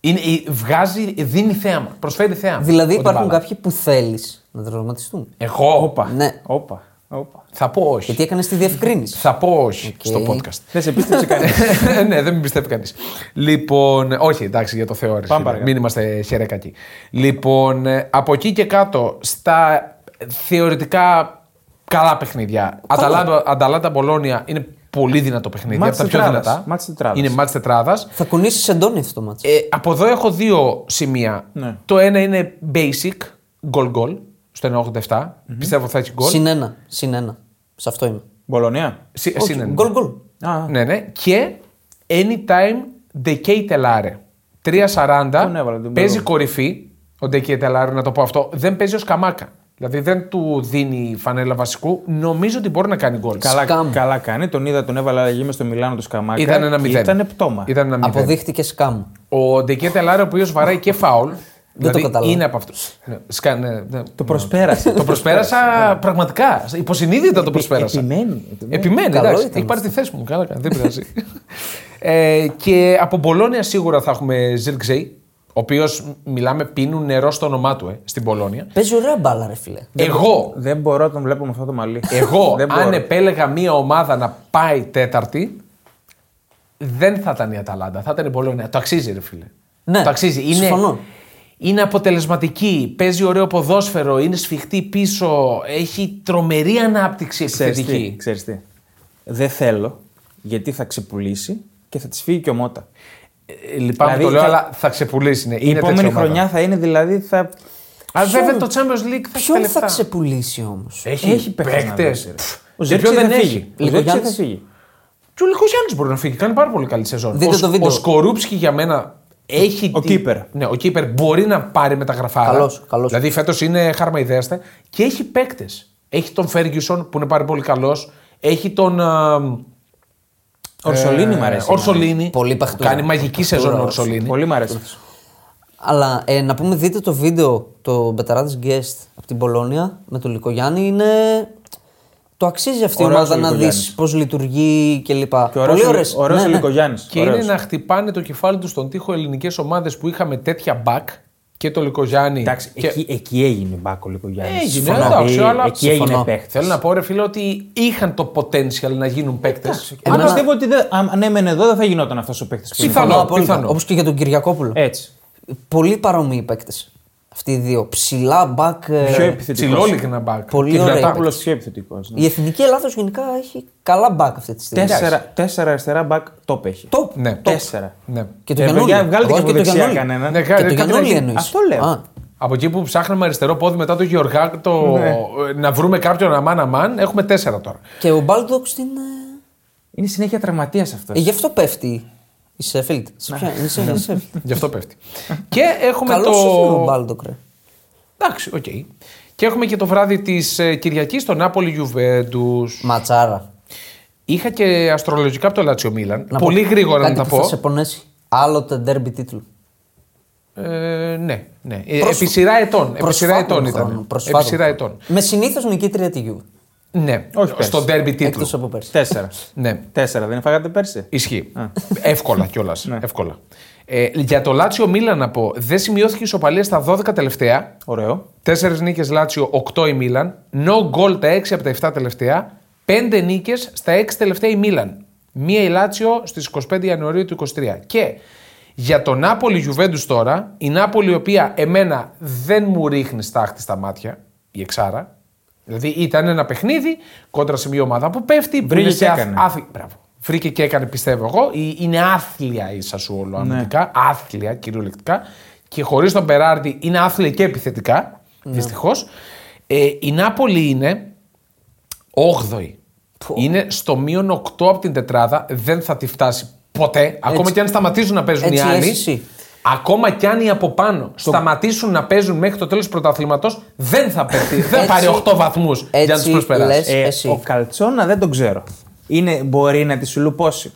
S3: Είναι, ε, βγάζει, δίνει θέαμα. Προσφέρει θέαμα.
S1: Δηλαδή
S3: Ό,τι
S1: υπάρχουν
S3: μπάλα.
S1: κάποιοι που θέλεις να τραυματιστούν.
S3: Εγώ
S2: Όπα.
S1: Ναι.
S2: Όπα. Όπα.
S3: θα πω όχι.
S1: Γιατί έκανες τη διευκρίνηση.
S3: Θα πω όχι
S1: Οκ.
S3: στο podcast.
S2: Δεν σε πίστεψε κανείς.
S3: ναι, δεν με πιστεύει κανείς. Λοιπόν, όχι, εντάξει, για το Θεό. ρε,
S2: Πάμε
S3: φίλε.
S2: παρακάτω.
S3: Μην είμαστε χερεκακοί. Λοιπόν, ε, από εκεί και κάτω, στα θεωρητικά καλά παιχνίδια. Αταλάντα- Αταλάντα Μπολόνια είναι πολύ δυνατό παιχνίδι.
S2: Μάτς
S3: από τα πιο
S2: τετράδας.
S3: δυνατά.
S2: Μάτς τετράδας.
S3: Είναι μάτς τετράδας.
S1: Θα κουνήσεις εντόνι αυτό το μάτσο.
S3: Ε, από εδώ έχω δύο σημεία.
S2: Ναι.
S3: Το ένα είναι basic, goal goal, στο 1,87. Πιστεύω θα έχει goal.
S1: Συν ένα. Συν ένα. Σε αυτό είμαι.
S2: Μπολονία.
S3: Συ-
S1: Όχι,
S3: συν ένα.
S1: Γκολ γκολ.
S2: Α,
S3: Ναι, ναι. Και anytime Decaitelare. 3.40.
S2: Τον έβαλα, τον
S3: παίζει
S2: μπορώ.
S3: κορυφή. Ο Decaitelare, να το πω αυτό. Δεν παίζει ως καμάκα. Δηλαδή δεν του δίνει φανέλα βασικού. Νομίζω ότι μπορεί να κάνει γκολ.
S2: Καλά,
S1: Σκάμ.
S2: καλά κάνει. Τον είδα, τον έβαλα αλλαγή μες στο Μιλάνο του Σκαμάκα.
S3: Ήταν ένα μηδέν.
S2: Ήταν πτώμα.
S3: Ήταν ένα μηδέν.
S1: Αποδείχτηκε σκάμ.
S3: Ο Decaitelare, ο οποίος βαράει και φάουλ. δηλαδή
S1: κατάλαβα.
S3: είναι από αυτούς. Ναι, σκα- ναι, ναι.
S2: Το προσπέρασε. Ε,
S3: Το προσπέρασα πραγματικά. Υποσυνείδητα το προσπέρασα.
S2: Επιμένει.
S3: Επιμένει,
S1: Καλό
S3: εντάξει.
S1: ήταν
S3: Έχει πάρει τη θέση μου. Καλά, καλά, δεν πειράζει. ε, και από Μπολόνια σίγουρα θα έχουμε Ζιλκζέι, ο οποίος μιλάμε πίνουν νερό στο όνομά του ε, στην Πολόνια.
S1: Παίζει ωραία μπάλα, ρε φίλε.
S3: Εγώ,
S2: Ε, Δεν μπορώ να τον βλέπω με αυτό το μαλλί.
S3: εγώ
S2: δεν μπορώ.
S3: αν επέλεγα μία ομάδα να πάει τέταρτη, δεν θα ήταν η Αταλάντα, θα ήταν η Πολόνια. Το αξίζει, ρε φίλε.
S1: Ναι,
S3: το αξίζει. Είναι,
S1: συμφωνώ.
S3: είναι αποτελεσματική, παίζει ωραίο ποδόσφαιρο, είναι σφιχτή πίσω, έχει τρομερή ανάπτυξη
S2: Ξέρεις τι,
S3: επιθετική.
S2: ξέρεις τι. Δεν θέλω, γιατί θα ξεπουλήσει και θα της φύγει και ο Μότα.
S3: Ε, Λυπάμαι
S2: Δηλαδή,
S3: το λέω,
S2: θα-
S3: αλλά θα ξεπουλήσει. Ναι.
S2: Η
S3: Είναι
S2: επόμενη
S3: τέτοια ομάδα.
S2: χρονιά θα είναι δηλαδή. Θα...
S3: Αν
S1: Ποιον-
S3: βέβαια το Champions League θα έχει τα
S1: Ποιον θα
S3: λεφτά.
S1: ξεπουλήσει όμως.
S3: Έχει,
S2: παίκτες να
S3: παίκτες.
S2: δώσει, ρε.
S3: Πφ,
S2: Ο
S3: και
S2: Ζέρξε
S3: ποιον
S2: δεν
S3: δεν
S2: φύγει.
S3: έχει.
S2: Ο Ζέρξε
S1: Λικογιάννης.
S2: δεν φύγει.
S3: Και ο Λικογιάννη μπορεί να φύγει. Κάνει πάρα πολύ καλή σεζόν.
S1: Δείτε
S3: ο,
S1: το βίντεο.
S3: ο Σκορούψκι για μένα έχει.
S2: Ο
S3: τη-
S2: κύπερ.
S3: Ναι, ο Κίπερ μπορεί να πάρει μεταγραφάρα.
S1: Καλός, καλός.
S3: Δηλαδή φέτος είναι χάρμα ιδέαστε. Και έχει παίκτες. Έχει τον Φέργιουσον που είναι πάρα πολύ καλός. Έχει τον. ε, α,
S2: Ορσολίνη
S3: ε,
S2: μ' αρέσει.
S3: Ορσολίνη.
S1: ναι. Πολύ παχτούρα.
S3: Κάνει μαγική
S1: Παχτούρα
S3: σεζόν
S1: ο
S3: ο Ορσολίνη.
S2: Πολύ μου αρέσει.
S1: Αλλά ε, να πούμε, δείτε το βίντεο το Μπεταράδες Guest από την Πολώνια με τον Λικογιάννη. Είναι. Το αξίζει αυτή η
S2: Ωραίος
S1: ομάδα
S2: ο
S1: να δει
S2: Λικογιάννης.
S1: πώς λειτουργεί κλπ.
S2: Και ωραίος
S1: Πολύ
S2: ο-
S1: ωραίες.
S2: ωραίος
S1: Ναι,
S2: ο
S1: ναι.
S2: Λικογιάννης.
S3: Και είναι να χτυπάνε το κεφάλι τους στον τοίχο ελληνικές ομάδες που είχαμε τέτοια back και το Λικογιάννη.
S2: Εντάξει,
S3: και...
S2: εκεί, εκεί έγινε μπάκο λίγο Γιάννη.
S3: Έγινε,
S2: Συμφωνώ.
S3: εντάξει,
S1: Ε,
S2: Δηλαδή,
S3: αλλά
S2: Εκεί
S3: συμφωνώ.
S2: έγινε παίχτη.
S3: Θέλω να πω, ρε φίλε, ότι είχαν το potential να γίνουν παίκτες.
S2: Αν
S1: Εμένα-
S2: πιστεύω ότι δεν- αν αν έμενε εδώ δεν θα γινόταν αυτός ο παίχτη που είναι.
S3: Πιθανό, πιθανό.
S1: Όπως και για τον Κυριακόπουλο.
S2: Έτσι.
S1: Πολύ παρόμοιοι παίκτες. Αυτοί οι δύο. Ψηλά, μπακ. ε,
S2: Πιο επιθετικός.
S3: Ψηλόλικνα μπακ.
S1: Πολύ
S3: Και
S1: ωραία.
S3: δυνατά.
S2: Παπούλο πιο επιθετικός.
S3: ναι.
S1: Η εθνική Ελλάδος γενικά έχει καλά μπακ αυτή τη στιγμή.
S2: Τέσσερα, τέσσερα αριστερά μπακ το έχει.
S1: Top.
S3: Ναι.
S2: Τέσσερα.
S3: Ναι.
S1: Και το
S2: Ε,
S1: Γιαννούλη.
S2: παιδιά, βγάλετε
S1: Εγώ
S2: και από
S1: το
S2: δεξιά
S1: Γιαννούλη.
S2: κανέναν.
S3: Ναι,
S1: Και
S3: κα-
S1: το
S3: κανένα
S1: Γιαννούλη
S3: έχει-
S1: εννοείς.
S2: Αυτό λέω.
S1: Α,
S3: Από εκεί που ψάχναμε αριστερό πόδι μετά το Γεωργάκ το...
S2: Ναι.
S3: να βρούμε κάποιον αμάν αμάν, έχουμε τέσσερα τώρα.
S1: και ο Μπάλντοξ είναι.
S2: Είναι συνέχεια τραυματίας αυτός.
S1: Ε, γι' αυτό πέφτει η Σέφιλτ. Σε ποια- είναι σε- είναι Σέφιλντ.
S3: Γι' αυτό πέφτει. και Ναι. έχουμε
S1: Καλό
S3: το.
S1: σου ο Μπάλντοκ, ρε.
S3: Εντάξει, οκ. Και έχουμε και το βράδυ της Κυριακή το Νάπολη Γιουβέντους.
S1: Ματσάρα.
S3: Είχα και αστρολογικά από το Λάτσιο Μίλαν.
S1: Να πω
S3: Πολύ γρήγορα
S1: κάτι
S3: να τα
S1: που
S3: πω.
S1: Θα σε πονέσει. Άλλο το ντέρμπι τίτλου.
S3: Ε, ναι, ναι. Ε,
S1: Προσ-
S3: Επί σειρά ετών. Επί σειρά
S1: Προσφάτων
S3: ετών
S1: χρόνων,
S3: ήταν.
S1: προσφάτων
S3: Επί σειρά
S1: χρόνων.
S3: ετών.
S1: Με συνήθως νικήτρια τη Γιούβε.
S3: Ναι,
S2: Όχι πέρσι.
S3: στο ντέρμπι τίτλου.
S1: Εκτός από πέρσι.
S2: Τέσσερα.
S3: Ναι,
S2: Τέσσερα, δεν φάγατε πέρσι.
S3: ισχύει. Εύκολα κιόλας. Εύκολα. Ε, για το Λάτσιο Μίλαν να πω, δεν σημειώθηκε ισοπαλία στα 12 τελευταία.
S2: Ωραίο.
S3: 4 νίκες Λάτσιο, 8 η Μίλαν. No goal τα 6 από τα 7 τελευταία. 5 νίκες στα 6 τελευταία η Μίλαν. Μία η Λάτσιο στις 25 Ιανουαρίου του 23. Και για τον Νάπολη Γιουβέντους τώρα, η Νάπολη η οποία εμένα δεν μου ρίχνει στάχτη στα μάτια, η Εξάρα. Δηλαδή ήταν ένα παιχνίδι κόντρα σε μια ομάδα που πέφτει. που
S2: Βρήκε
S3: είναι
S2: και
S3: σε αθ-
S2: έκανε.
S3: Άθλη. Μπράβο. Βρήκε και έκανε, πιστεύω εγώ. Ε, Είναι άθλια η Σασουόλο
S1: Ναι.
S3: αμυντικά. Άθλια κυριολεκτικά. Και χωρίς τον Περάρντι είναι άθλια και επιθετικά.
S1: Ναι.
S3: Δυστυχώς. Ε, η Νάπολη είναι 8η. Είναι στο μείον 8 από την τετράδα. Δεν θα τη φτάσει ποτέ. Ακόμα και αν σταματήσουν να παίζουν
S1: Έτσι
S3: οι
S1: λες
S3: άλλοι.
S1: εσύ.
S3: Ακόμα κι αν οι από πάνω σταματήσουν να παίζουν μέχρι το τέλος του πρωταθλήματος, δεν θα πετύχει. δεν θα πάρει
S1: Έτσι-
S3: 8 βαθμούς για να του
S1: έτσι
S3: προσπεράσει.
S1: λες. Εσύ.
S2: Ε, ο Καλτσόνα δεν τον ξέρω. Είναι, μπορεί να τη σου λουπώσει.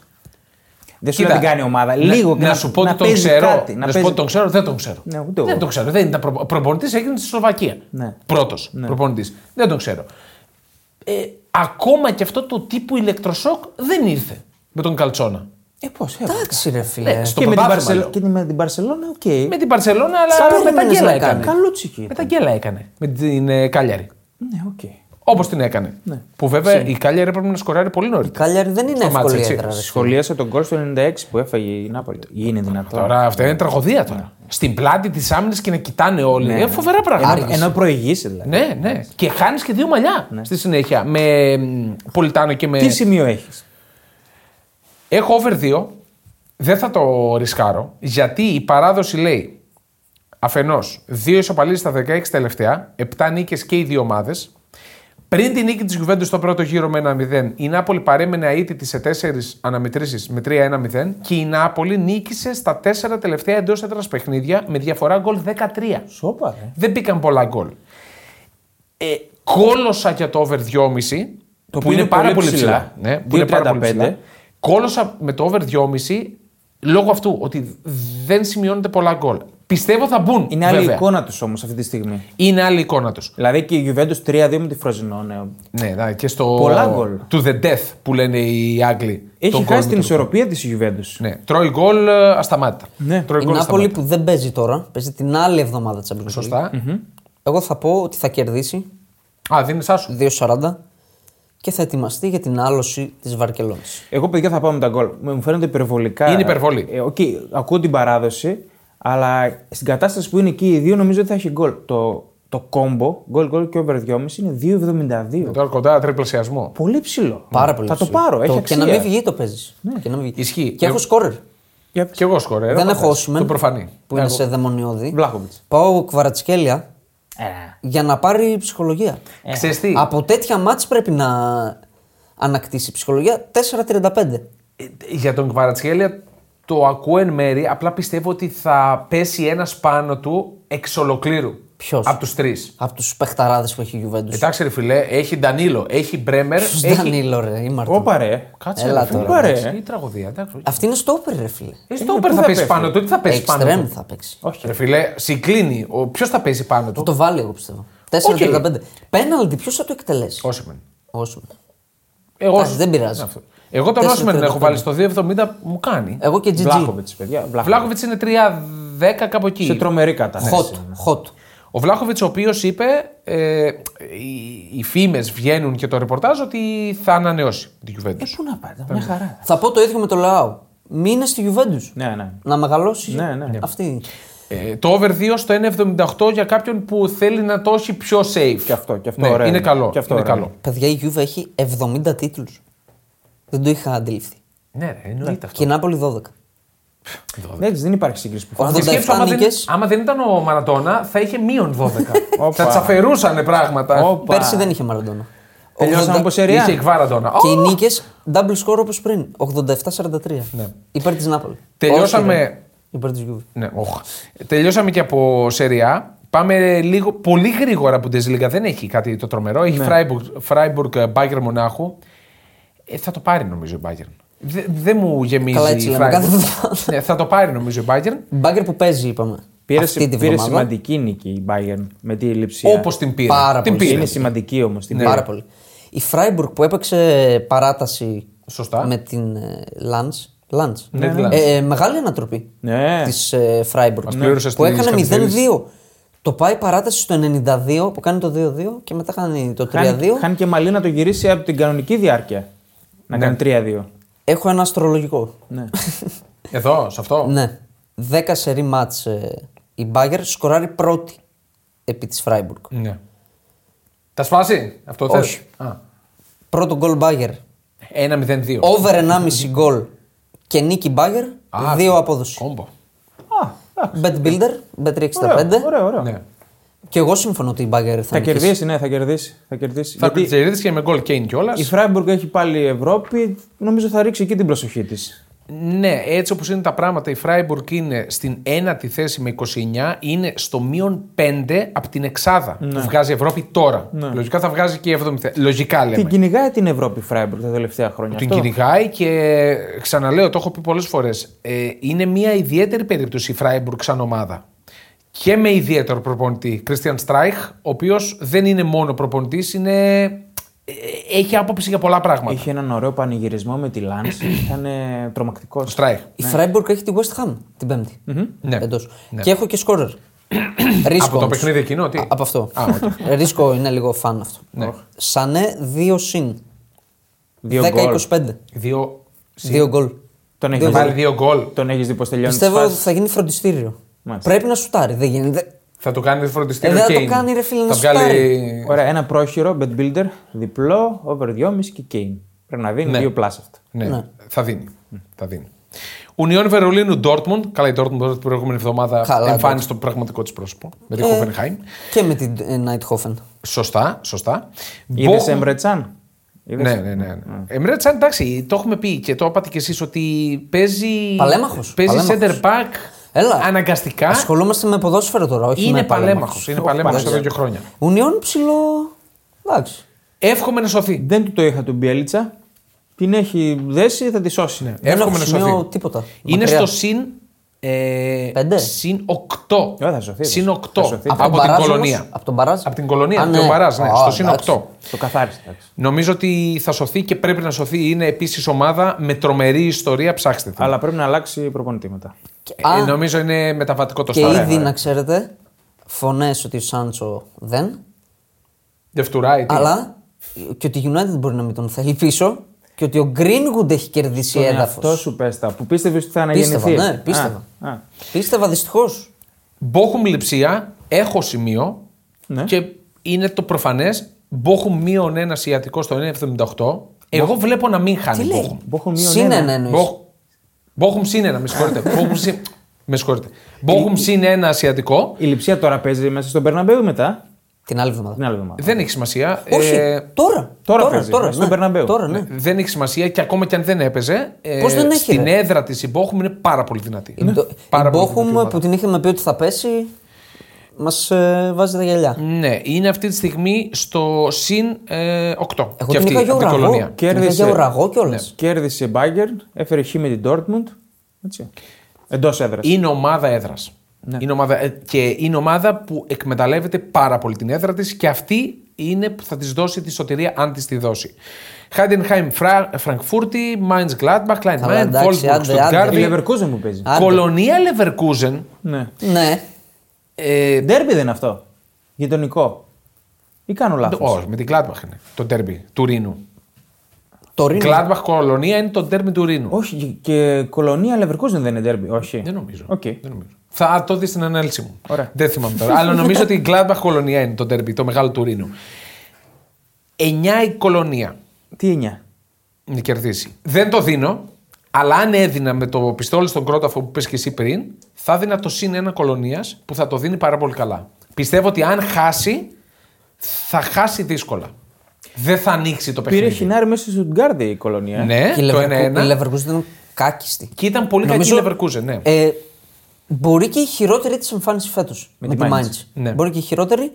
S2: Δεν σου λέει
S3: Κοίτα,
S2: να την κάνει η ομάδα.
S3: να-
S2: Λίγο
S3: να, σου πω ότι τον
S2: παίζει
S3: ξέρω.
S2: κάτι,
S3: να, σου
S2: παίζει-
S3: πω ότι τον ξέρω, δεν τον ξέρω.
S2: Ναι, ούτε εγώ.
S3: δεν τον ξέρω. Δεν ήταν προ... Προπονητής έγινε στη Σλοβακία.
S2: Ναι.
S3: Πρώτος προπονητής. Δεν τον ξέρω. Ε, ακόμα και αυτό το τύπου ηλεκτροσόκ δεν ήρθε με τον Καλτσόνα.
S2: Ε, πώς, ε,
S1: Εντάξει, ρε φίλε.
S3: Ναι, στο
S2: και, με την
S3: πρωτάθλημα,
S2: Μπαρσελο-
S3: λέω.
S2: και με την Μπαρσελόνα, οκ.
S3: Με την Παρσελώνα,
S1: Σαν
S3: αλλά με τα
S1: περίμενες
S3: γκέλα
S1: να
S3: έκανε.
S1: κάνει.
S2: Καλούτσικη.
S3: Με τα γκέλα έκανε. Με την ε, Κάλιαρη.
S2: Ναι, οκ.
S3: Όπως την έκανε.
S2: Ναι.
S3: Που βέβαια η Κάλιαρη έπρεπε να σκοράρει πολύ νωρίτερα.
S1: Κάλιαρη δεν είναι
S3: Στο μάτς,
S1: εύκολη
S3: έτσι.
S1: έδρα. ρε.
S2: Σχολίασε τον κόλ στο 96 που έφαγε η Νάπολη. Είναι δυνατόν.
S3: Τώρα αυτό είναι τραγωδία τώρα. Στην πλάτη της άμυνας και να κοιτάνε όλοι.
S2: Ναι,
S3: είναι
S2: ναι.
S3: φοβερά
S2: Ενώ,
S3: πράγματα.
S2: ενώ προηγήσει δηλαδή.
S3: Ναι, ναι. Και χάνεις και δύο μαλλιά στη συνέχεια. Με μ, Πολιτάνο και με.
S2: Τι σημείο έχεις.
S3: Έχω over 2. Δεν θα το ρισκάρω. Γιατί η παράδοση λέει αφενός δύο ισοπαλίες στα 16 τελευταία, 7 νίκες και οι δύο ομάδες. Πριν την νίκη της Γιουβέντους στο πρώτο γύρο με 1-0, η Νάπολη παρέμενε αίτητη σε 4 αναμετρήσεις με 3-1-0 και η Νάπολη νίκησε στα 4 τελευταία εντός έδρας παιχνίδια με διαφορά γκολ 13.
S2: Σόπα, ρε.
S3: Δεν μπήκαν πολλά γκολ. Ε, κόλωσα για το over 2,5
S2: Το
S3: που είναι πάρα πολύ ψηλά. Ναι, που είναι πάρα πολύ
S2: 2,35.
S3: ψηλά. Κόλωσα με το over 2,5 λόγω αυτού ότι δεν σημειώνεται πολλά γκολ. Πιστεύω θα μπουν.
S2: Είναι άλλη
S3: βέβαια.
S2: εικόνα τους όμως αυτή τη στιγμή.
S3: Είναι άλλη εικόνα τους.
S2: Δηλαδή και η Juventus 3-2 με τη Φροζινόνε.
S3: Ναι, να, και στο.
S2: Πολλά γκολ.
S3: To the death που λένε οι Άγγλοι. Το
S2: Έχει
S3: γκολ
S2: χάσει
S3: με
S2: την
S3: το-
S2: ισορροπία της η Juventus.
S3: Ναι, τρώει γκολ ε, ασταμάτητα.
S2: Ναι.
S3: τρώει
S1: Η
S3: γκολ
S1: Νάπολη
S3: ασταμάτητα.
S1: που δεν παίζει τώρα, παίζει την άλλη εβδομάδα Champions League.
S2: Ε,
S3: Σωστά.
S1: Εγώ θα πω ότι θα κερδίσει
S3: Α, δίνεις άσου.
S1: 2-40 και θα ετοιμαστεί για την άλωση της Βαρκελόνης.
S2: Εγώ, παιδιά, θα πάω με τα γκολ. Μου μου φαίνονται υπερβολικά.
S3: Είναι υπερβολή.
S2: Ε, οκ, ακούω την παράδοση, αλλά στην κατάσταση που είναι εκεί οι δύο νομίζω ότι θα έχει γκολ. Το, το κόμπο, γκολ, γκολ και over 2,5 είναι 2,72.
S3: Τώρα κοντά τριπλασιασμό.
S2: Πολύ ψηλό.
S1: Πάρα πολύ.
S2: Θα το
S1: ψηλό.
S2: πάρω, έχει
S1: Και
S2: αξία.
S1: να μην βγει το παίζεις. Και να μην βγει.
S3: Ναι. Ισχύει.
S1: Και έχω
S3: Εγώ-
S1: σκόρερ.
S2: Για-
S3: Κι εγώ σκορέ.
S1: Δεν έχω
S3: Το
S1: Όσιμεν.
S3: προφανή.
S1: Που είναι σε δαιμονιώδη.
S2: Βλάχοβιτς.
S1: Πάω κουβαρατσχέλια
S2: Ε,
S1: για να πάρει ψυχολογία.
S3: Ξέρεις Ε, τι.
S1: Από τέτοια μάτς πρέπει να ανακτήσει ψυχολογία 4-35.
S3: Ε, Για τον Κβαρατσχέλια το ακούω εν μέρη, απλά πιστεύω ότι θα πέσει ένας πάνω του εξ ολοκλήρου.
S1: Ποιος?
S3: Από τους τρεις.
S1: Από τους παιχταράδες που έχει η Juventus.
S3: Εντάξει, ρε φιλέ, έχει Ντανίλο, έχει Μπρέμερ.
S1: Ποιος
S3: Ε, έχει...
S1: Ντανίλο, ρε, ή Μαρτίν.
S2: Όπα ρε.
S3: Κάτσε,
S1: Έλα
S3: ρε, φίλε,
S1: τώρα,
S3: εντάξει,
S2: ρε.
S3: Η τραγωδία, εντάξει.
S1: Αυτή είναι στόπερ, ρε φίλε.
S3: Ε,
S2: είναι,
S3: στο
S2: πού
S3: όπερ θα
S2: θα
S3: πέσει
S2: πέφτει?
S3: πάνω του, τι θα πέσει πάνω
S1: Εξτρέμ
S3: του.
S1: θα παίξει.
S2: Όχι.
S3: Ρε φιλέ, συγκλίνει. Ποιος θα πέσει πάνω
S1: Θα
S3: του.
S1: το βάλει, εγώ πιστεύω. 4-35. Πέναλτι, ποιος θα το εκτελέσει.
S3: Όσιμεν.
S1: Όσο.
S3: Εγώ,
S1: Εντάξει, δεν πειράζει.
S3: Αυτό. Εγώ τον
S1: Τέσσερα
S3: Όσιμεν
S1: τριάντα
S3: έχω βάλει στο 2,70 μου κάνει.
S1: Εγώ και GG.
S2: Βλάχοβιτ, παιδιά. Βλάχοβιτ.
S3: Βλάχοβιτ είναι 3,10 κάπου εκεί.
S2: Σε τρομερή κατάσταση.
S1: Hot, hot.
S3: Ο Βλάχοβιτ, ο οποίος είπε, ε, οι, οι φήμες βγαίνουν και το ρεπορτάζ ότι θα ανανεώσει την Juventus.
S1: Ε,
S2: Πού να πάτε, μια χαρά.
S1: Θα πω το ίδιο με το Λεάο. Μείνε στη Juventus.
S2: Ναι, ναι.
S1: Να μεγαλώσει
S2: Ναι, ναι.
S1: αυτή.
S3: Ε, το over 2 στο 1,78 για κάποιον που θέλει να το έχει πιο safe.
S2: Και αυτό, και αυτό
S3: Ναι,
S2: ωραίο
S3: είναι
S2: είναι.
S3: καλό.
S2: Και αυτό
S3: είναι
S2: ωραίο
S3: καλό.
S1: Παιδιά, η Juve έχει 70 τίτλους. Δεν το είχα αντιληφθεί.
S3: Ναι, ρε, εννοείται
S1: Και η Νάπολη 12.
S2: Εντάξει, δεν υπάρχει σύγκριση που
S1: Ο-
S2: φάνηκε.
S3: Και σκέψου, άμα,
S1: 87
S3: δεν,
S1: νίκες.
S3: άμα δεν ήταν ο Μαρατόνα, θα είχε μείον 12.
S2: Όπα.
S3: θα τις αφαιρούσαν πράγματα.
S2: Όπα.
S1: Πέρσι δεν είχε Μαραντόνα.
S2: Τελειώσαμε όπως η
S3: Είχε
S2: Ρεάλ.
S3: εκβάραντονα.
S1: Και οι νίκες double score όπως πριν. 87-43.
S3: Ναι.
S1: Υπέρ της Νάπολη.
S3: Τελειώσαμε-
S1: Όχι, ρε. Υπέρ της Juve.
S3: Ναι, οχ. Τελειώσαμε και από Σεριά. Πάμε λίγο, πολύ γρήγορα που Λίγκα δεν έχει κάτι το τρομερό.
S1: Ναι.
S3: Έχει Freiburg, Freiburg Bayern Μονάχου. Ε, θα το πάρει νομίζω η Bayern. Δε- Δεν μου γεμίζει
S1: Καλά, έτσι
S3: η
S1: λέμε, κάθε εβδομάδα.
S3: Freiburg. ναι, θα το πάρει νομίζω η Bayern.
S1: Μπάγκερ που παίζει, είπαμε.
S2: Πήρε,
S1: αυτή τη
S2: πήρε
S1: βδομάδα.
S2: σημαντική νίκη η Bayern με τη λήψη.
S3: Όπως την πήρε.
S1: Πάρα
S3: την
S1: πολύ
S3: πήρε.
S2: Είναι σημαντική όμως.
S3: Ναι.
S2: την
S1: Πάρα πολύ. Η Φράιμπουργκ που έπαιξε παράταση
S3: Σωστά.
S1: με την ε, Λαντ. Λαντ.
S3: Ναι, τη Lens.
S1: Ε, μεγάλη ανατροπή
S2: Ναι.
S1: της ε, Φράιμπουργκ.
S3: πλήρωσες
S1: Που
S3: στις
S1: έκανε
S3: καθυστερήσεις.
S1: 0-2. Το πάει παράταση στο 92 που κάνει το 2-2 και μετά κάνει το 3-2.
S2: Χάνει, χάνει και μαλλί να το γυρίσει από την κανονική διάρκεια. Να κάνει 3-2.
S1: Έχω ένα αστρολογικό.
S2: Ναι.
S3: Εδώ, σε αυτό.
S1: Ναι. 10 σερή μάτς ε, η Μπάγκερ σκοράρει πρώτη επί της Φράιμπουργκ.
S3: Ναι. Τα σπάσει αυτό θες?
S1: Όχι.
S3: Α.
S1: Πρώτο γκολ Μπάγκερ.
S3: 1-0-2.
S1: Over 1,5 γκολ και νίκη Μπάγκερ.
S3: Α,
S1: Δύο απόδοση.
S3: Κόμπο.
S2: Α, εντάξει.
S1: Bet Builder, Bet365.
S2: Ωραίο, ωραίο. ωραίο.
S3: Ναι.
S1: Και εγώ συμφωνώ ότι η Μπάγκερ θα,
S2: Θα
S1: νικήσει.
S2: κερδίσει, ναι, θα κερδίσει. Θα κερδίσει.
S3: Θα
S2: Γιατί
S3: κερδίσει και με γκολ Κέιν κιόλας.
S2: η Φράιμπουργκ έχει πάλι Ευρώπη. Νομίζω θα ρίξει εκεί την προσοχή της.
S3: Ναι, έτσι όπως είναι τα πράγματα, η Φράιμπουργκ είναι στην ένατη θέση με 29, είναι στο μείον 5 από την εξάδα που βγάζει η Ευρώπη τώρα. Λογικά θα βγάζει και η 7η θέση. Λογικά λέμε.
S2: Την κυνηγάει την Ευρώπη η Φράιμπουργκ τα τελευταία χρόνια.
S3: Ναι, Την
S2: Αυτό.
S3: κυνηγάει και ξαναλέω, το έχω πει πολλές φορές. Ε, είναι μια ιδιαίτερη περίπτωση η Φράιμπουργκ σαν ομάδα. Και με ιδιαίτερο προπονητή, Christian Στράιχ, ο οποίος δεν είναι μόνο προπονητής, είναι... ε, έχει άποψη για πολλά πράγματα.
S2: Είχε έναν ωραίο πανηγυρισμό με τη Λάνς. Ήταν τρομακτικό.
S3: Ο Στράιχ.
S1: Η Φράιμπουργκ έχει τη West Ham την πεμπτη
S3: Ναι.
S1: Εντός. Και έχω και σκόρερ. Ρίσκο.
S3: Από το
S1: όμως.
S3: παιχνίδι εκείνο, τι?
S1: Α, από αυτό. Ρίσκο είναι λίγο φαν αυτό.
S3: Ναι.
S1: Σανέ 2 συν.
S2: Δύο γκολ.
S1: 10-25.
S3: Δύο...
S1: 2 γκολ.
S2: Τον
S3: Έχεις
S2: έχει
S3: βάλει δύο γκολ.
S2: Τον έχεις δει πώς τελειώνει. τις
S1: Πιστεύω ότι
S2: φάσεις.
S1: θα γίνει φροντιστήριο.
S2: Μάλιστα.
S1: Πρέπει να σουτάρει. Δεν γίνεται.
S3: Θα το κάνει φροντιστήριο
S1: Ε, δεν θα
S3: Kane.
S1: το κάνει, ρε φίλε, να
S3: Θα
S1: σου
S3: βγάλει...
S2: Ωραία, ένα πρόχειρο, bet builder, διπλό, over 2,5 και Kane. Πρέπει να δίνει
S3: Ναι.
S2: δύο plus αυτά.
S3: Ναι, θα δίνει. Θα δίνει. Ουνιόν Βερολίνου Ντόρτμουντ. Καλά, η Ντόρτμουντ την προηγούμενη εβδομάδα
S1: Καλά, Ε.
S3: εμφάνισε το πραγματικό της πρόσωπο με τη Χόφενχάιμ.
S1: Και με την ε, Νάιτχόφεν.
S3: Σωστά, σωστά.
S2: Είδες
S3: Bochum-
S2: Emre Can? Είδες? Mm.
S3: Ναι, ναι, ναι. ναι. Εμρέ Τσάν, εντάξει, το έχουμε πει και το είπατε κι εσείς ότι παίζει.
S1: Παλέμαχος,
S3: Παίζει
S1: παλέμαχος.
S3: center back.
S1: Έλα.
S3: Αναγκαστικά.
S1: Ασχολούμαστε με ποδόσφαιρο τώρα, όχι με
S3: Είναι
S1: παλέμαχος.
S3: παλέμαχο. Είναι παλέμαχος εδώ και χρόνια.
S1: Ουνιόν ψηλό. Εντάξει.
S3: Εύχομαι να σωθεί.
S2: Δεν του το είχα τον Μπιέλτσα. Την έχει δέσει, θα τη σώσει.
S1: Δεν
S3: Εύχομαι
S1: έχω
S3: να
S1: σημείο
S3: σωθεί.
S1: τίποτα.
S3: Είναι
S1: Μακριά.
S3: στο συν. Ε,
S1: Πέντε.
S3: Συν 8.
S2: Ε, θα σωθείς,
S3: συν
S2: θα
S3: 8
S2: σωθεί. Θα σωθείς.
S3: από,
S1: τον
S3: την
S1: Μπαράζ
S3: κολονία.
S1: όμως, Από τον Μπαράζ.
S3: Από την κολονία,
S1: Α,
S3: από τον Μπαράζ, ναι,
S1: Α,
S3: στο συν
S1: εντάξει.
S3: 8.
S2: Το καθάρισε. εντάξει.
S3: Νομίζω ότι θα σωθεί και πρέπει να σωθεί. Είναι επίσης ομάδα με τρομερή ιστορία. Ψάξτε την.
S2: Αλλά πρέπει να αλλάξει προπονητή μετά.
S3: Ε,
S1: Α.
S3: νομίζω είναι μεταβατικό το
S1: Και
S3: στάδιο.
S1: ήδη να ξέρετε, φωνές ότι ο Σάντσο
S3: Ε.
S1: δεν.
S3: Δευτουράει. τι.
S1: Αλλά και ότι η United μπορεί να μην τον θέλει πίσω. Και ότι ο Greenwood έχει κερδίσει
S2: Τον
S1: έδαφος.
S2: εαυτό Ε, σου πέστα που πίστευες ότι θα αναγεννηθεί.
S1: Πίστευα, ναι, πίστευα.
S2: Α, α.
S1: Πίστευα δυστυχώς.
S3: Μπόχουμ λειψία, έχω σημείο
S2: Ναι.
S3: και είναι το προφανές. Μπόχουμ μείον ένα ιατρικό στο 1,78. Εγώ βλέπω να μην χάνει
S1: Τι
S3: Μπόχουμ.
S1: λέει.
S2: Μπόχουμ μείον
S1: Συν
S2: ένα.
S1: ένα εννοείς.
S3: Μπόχ- Μπόχουμ συν ένα, με συγχωρείτε. Μπόχουμ συν... Με συγχωρείτε.
S1: Ε,
S3: Μπόχουμ συν ένα ασιατικό.
S2: Η λειψία τώρα παίζει μέσα στον Περναμπέου μετά.
S1: Την άλλη εβδομάδα.
S2: Την άλλη εβδομάδα.
S3: Δεν έχει σημασία.
S1: Όχι,
S3: Ναι. Ε,
S1: τώρα.
S2: τώρα
S1: Τώρα,
S2: παίζει,
S1: τώρα.
S2: στον
S1: ναι.
S2: Bernabeu.
S1: Τώρα, ναι.
S3: δεν έχει σημασία και ακόμα και αν δεν έπαιζε. ε,
S1: Πώς δεν έχει,
S3: στην
S1: ρε?
S3: έδρα της η Μπόχουμ είναι πάρα πολύ δυνατή.
S1: Η Μπο- Η
S3: Ναι. Πάρα πολύ δυνατή
S1: Μπόχουμ
S3: ομάδα.
S1: που την είχαμε πει ότι θα πέσει, μας ε, βάζει τα γυαλιά.
S3: Ναι, είναι αυτή τη στιγμή στο συν ε, 8.
S1: Εγώ την είχα για ουραγό. Την είχα
S2: Κέρδισε. Ναι,
S1: για ουραγό κιόλας.
S2: Κέρδισε η Bayern, έφερε χ με την Dortmund. Έτσι. Εντός έδρας.
S3: Είναι ομάδα έδρας. Είναι ομάδα, ε, και είναι ομάδα που εκμεταλλεύεται πάρα πολύ την έδρα της και αυτή είναι που θα της δώσει τη σωτηρία αν της τη δώσει. Χάιντενχάιμ Φρα, Φραγκφούρτη, Μάιντ Γκλάντμπαχ, Κλάιν
S1: Καλά,
S3: Μάιντ,
S1: εντάξει,
S3: Βόλφμπουργκ,
S1: άντε, άντε.
S2: Η
S1: Άρη.
S3: Στουτγκάρδι.
S2: Leverkusen μου παίζει.
S1: Άντε.
S3: Κολονία Λεβερκούζεν.
S2: Ναι.
S1: Ναι.
S3: Ε,
S2: Ντέρμπι δεν είναι αυτό. Γειτονικό. Ή κάνω λάθος.
S3: όχι, με την Gladbach είναι το τέρμπι του Ρήνου.
S1: Το Ρήνο.
S3: Gladbach Κολονία είναι το τέρμπι του Ρήνου.
S2: Όχι, και κολονία Λεβερκούζεν δεν είναι ντέρμπι. Όχι.
S3: Δεν νομίζω.
S2: Οκ.
S3: Δεν νομίζω. Θα το δεις στην ανάλυση μου.
S2: Ωραία.
S3: Δεν θυμάμαι τώρα. Αλλά νομίζω ότι η Gladbach Κολονία είναι το τέρμπι, το μεγάλο του Ρήνου. 9 η Κολονία.
S2: Τι εννιά.
S3: να κερδίσει. Δεν το δίνω, αλλά αν έδινα με το πιστόλι στον κρόταφο που πες και εσύ πριν, θα έδινα το συν ένα κολονία που θα το δίνει πάρα πολύ καλά. Πιστεύω ότι αν χάσει, θα χάσει δύσκολα. Δεν θα ανοίξει το
S2: Πήρε
S3: παιχνίδι.
S2: χινάρι μέσα στη Στουτγκάρδη η κολονία.
S3: Ναι,
S1: Και η
S3: το
S1: Leverkusen-
S3: 1-1.
S1: η Leverkusen ήταν κάκιστη.
S3: Και ήταν πολύ κακή η Leverkusen, ναι.
S1: Ε, μπορεί και η χειρότερη της εμφάνισης φέτος. Με,
S2: τη
S1: τη
S2: Mainz.
S1: Mainz.
S3: Ναι.
S1: Μπορεί και η χειρότερη.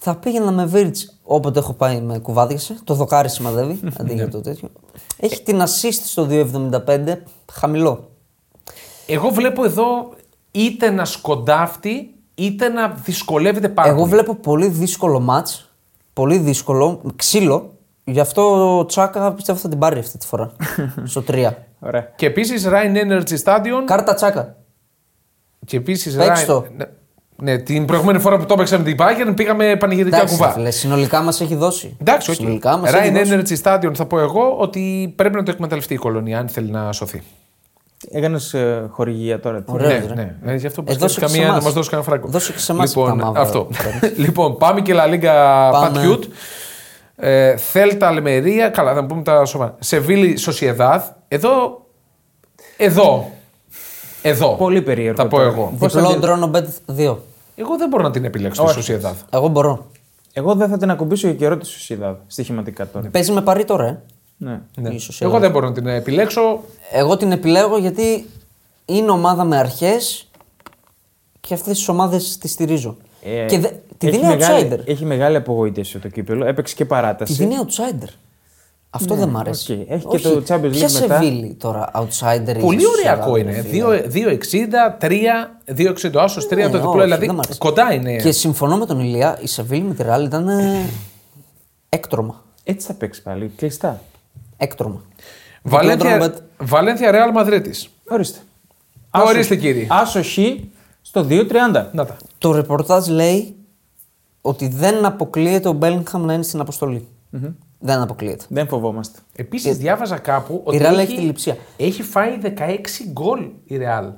S1: Θα πήγαινα με Βίρτ όποτε έχω πάει με κουβάδιασε. Το δοκάρι σημαδεύει αντί για
S3: Ναι.
S1: το τέτοιο. Έχει την assist στο 2,75. Χαμηλό.
S3: Εγώ βλέπω εδώ είτε να σκοντάφτει, είτε να δυσκολεύεται πάρα
S1: Εγώ
S3: πολύ.
S1: βλέπω πολύ δύσκολο μάτ. Πολύ δύσκολο. Ξύλο. Γι' αυτό ο Τσάκα πιστεύω θα την πάρει αυτή τη φορά. στο 3.
S2: Ωραία.
S3: Και επίσης Ryan Energy Stadion.
S1: Κάρτα Τσάκα.
S3: Και επίσης
S1: Παίξ'
S3: Ryan.
S1: το.
S3: Ναι, ναι, την προηγούμενη φορά που το έπαιξαμε την Bayern πήγαμε πανηγυρικά
S1: Εντάξει,
S3: κουβά.
S1: ρε φίλε, συνολικά μας έχει δώσει.
S3: Εντάξει, όχι.
S1: Συνολικά μας έχει
S3: Ryan
S1: δώσει.
S3: Energy Stadion θα πω εγώ ότι πρέπει να το εκμεταλλευτεί η κολονία αν θέλει να σωθεί.
S2: Έκανες ε, χορηγία τώρα. Τι-
S1: Ωραίος.
S3: Ναι,
S1: Βέβαια, ρε.
S3: ναι. Ε, γι' αυτό που
S1: Ε,
S3: σκέφτηκα
S1: δώσε και σε
S3: μία να
S1: εμάς.
S3: μας δώσει κανένα φράγκο.
S1: Δώσε και σε εμάς τα
S3: Λοιπόν,
S1: μαύρα
S3: αυτό.
S1: που παίρνεις.
S3: λοιπόν, πάμε και La Liga
S1: Πάμε.
S3: Πατιούτ. Ε, Θέλτα Αλμερία. Καλά, θα πούμε τα σοβαρά. Σεβίλη Σοσιεδάδ. Εδώ. Εδώ. Εδώ.
S2: Πολύ περίεργο
S3: Θα πω
S2: τώρα.
S3: εγώ.
S2: Πώς θα
S1: Διπλό
S2: τη-
S1: drone bet 2.
S3: Εγώ δεν μπορώ να την επιλέξω τη Σοσιεδάδ.
S1: Εγώ μπορώ.
S2: Εγώ δεν θα την ακουμπήσω για καιρό τη Σουσίδα στοιχηματικά τώρα.
S1: Παίζει με παρή τώρα, ε.
S2: Ναι.
S3: Ναι.
S1: Ίσως,
S3: Εγώ δεν μπορώ να την επιλέξω.
S1: Εγώ την επιλέγω γιατί είναι ομάδα με αρχές και αυτές τις ομάδες τη στηρίζω.
S2: Ε,
S1: και δε- τη
S2: έχει
S1: δίνει
S2: μεγάλη-
S1: outsider.
S2: Έχει μεγάλη απογοήτευση το κύπελο. Έπαιξε και παράταση.
S1: Τη δίνει outsider. Αυτό δεν μ' αρέσει.
S2: Ναι, οκ. Έχει και το Champions League
S1: Ποια
S2: μετά.
S1: Σεβίλη τώρα, outsider.
S3: Πολύ
S1: ίσως,
S3: ωριακό
S1: Ελλάδα,
S3: είναι. ε.
S1: φίλε.
S3: 2,60, 3, 2,60. Άσο 3 το
S1: Ναι,
S3: διπλό,
S1: όχι,
S3: δηλαδή
S1: δεν μ' αρέσει.
S3: κοντά είναι.
S1: Και συμφωνώ με τον Ηλία, η Σεβίλη με τη Ρεάλ ήταν ε, έκτρωμα.
S2: Έτσι θα παίξει πάλι. Κλειστά.
S1: Έκτρωμα.
S3: Βαλένθια,
S1: Διπλό
S3: Βαλένθια Ρεάλ Μαδρίτης.
S2: Ορίστε.
S3: Ορίστε, κύριε.
S2: Άσο χ στο 2.30.
S3: Να τα.
S1: Το ρεπορτάζ λέει ότι δεν αποκλείεται ο Μπέλιγχαμ να είναι στην αποστολη Δεν αποκλείεται.
S2: Δεν φοβόμαστε.
S3: Επίσης, διάβαζα κάπου ότι.
S1: Ε, η Real έχει τη λειψία.
S3: έχει φάει 16 γκολ η Ρεάλ.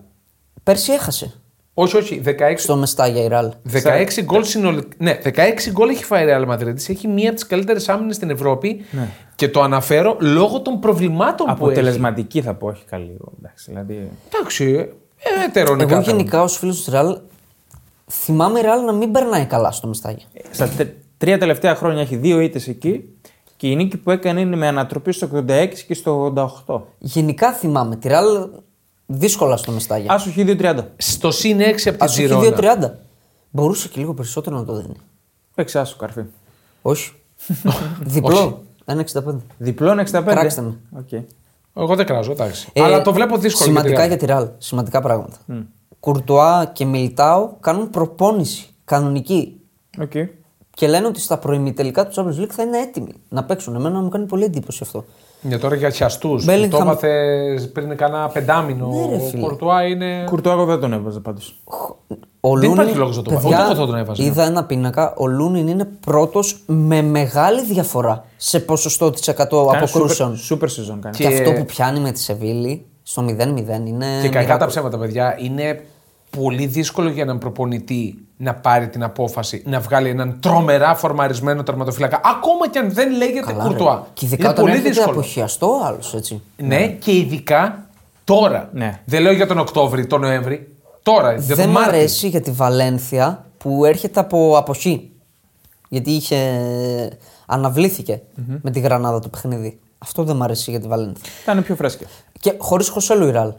S1: Πέρσι έχασε
S3: Όχι, όχι, 16,
S1: στο Μεστάγια η Ρεάλ.
S3: 16 γκολ συνολικά. Ναι, 16 γκολ έχει φάει η Real Madrid. Έχει μία από τις καλύτερες άμυνες στην Ευρώπη.
S1: Ναι.
S3: Και το αναφέρω λόγω των προβλημάτων που
S2: Αποτελεσματική θα πω, όχι καλή. Εντάξει, δηλαδή...
S3: έχει. Εντάξει. Ε, ετερονικά.
S1: Εγώ
S3: τα λέμε.
S1: γενικά ως φίλος της Ρεάλ θυμάμαι η Ρεάλ να μην περνάει καλά στο Μεστάγια.
S2: Στα τε- τρία τελευταία χρόνια έχει δύο ήττες εκεί και η νίκη που έκανε είναι με ανατροπή στο 86 και στο 88.
S1: Γενικά θυμάμαι τη Ρεάλ δύσκολα στο Μεστάγια.
S2: Άσο χ 2.30.
S3: Στο συν 6 από τη
S1: Ας έχει
S3: Ζηρώνα.
S1: 2-30. Μπορούσε και λίγο περισσότερο να το δίνει.
S2: Παίξε άσο καρφί.
S1: Όχι. Διπλό. 1,65.
S2: Διπλό 65.
S1: Κράξτε με.
S2: Οκ.
S3: Εγώ δεν κράζω, εντάξει.
S1: Ε,
S3: Αλλά το βλέπω δύσκολο. για τη
S1: Σημαντικά
S3: Real.
S1: για τη Ρεάλ. Σημαντικά πράγματα. Κουρτουά και Μιλτάο κάνουν προπόνηση κανονική.
S2: Οκ.
S1: Και λένε ότι στα προημιτελικά τους Champions League θα είναι έτοιμοι να παίξουν. Εμένα μου κάνει πολύ εντύπωση αυτό.
S3: Για τώρα για χιαστού.
S1: Bellingham.
S3: Το έπαθε πριν κανένα πεντάμινο.
S1: Ναι, ρε,
S3: ο
S1: φίλε. Ναι,
S3: Κορτουά είναι.
S2: Κουρτουάγο δεν τον έβαζα πάντως.
S1: Ο
S3: Δεν
S1: Λούνιν-
S3: υπάρχει λόγος να το
S1: παιδιά,
S3: βάλω. Ούτε εγώ θα τον ναι. έβαζα.
S1: Είδα ένα πίνακα. Ο Λούνιν είναι πρώτος με μεγάλη διαφορά σε ποσοστό της 100 αποκρούσεων.
S2: Σούπερ σεζόν κάνει.
S1: Και...
S3: Και-
S1: αυτό που πιάνει με τη Σεβίλη στο 0-0 είναι.
S3: Και κακά
S1: μοιραίο.
S3: τα ψέματα, παιδιά. Είναι πολύ δύσκολο για έναν προπονητή να πάρει την απόφαση να βγάλει έναν τρομερά φορμαρισμένο τερματοφύλακα. Ακόμα και αν δεν λέγεται
S1: Καλά, ρε.
S3: κουρτουά.
S1: Και ειδικά όταν
S3: πολύ
S1: έρχεται
S3: δύσκολο.
S1: αποχιαστό άλλος έτσι.
S3: Ναι, και ειδικά τώρα.
S2: Ναι.
S3: Δεν λέω για τον Οκτώβρη, τον Νοέμβρη. Τώρα. για τον
S1: Δεν μ'
S3: Μάρτιο.
S1: αρέσει για τη Βαλένθια που έρχεται από αποχή. Γιατί είχε. αναβλήθηκε με τη γρανάδα το παιχνίδι. Αυτό δεν μ' αρέσει για τη Βαλένθια.
S2: Θα είναι πιο φρέσκια.
S1: Και χωρίς Χωσέλου η Ραλ.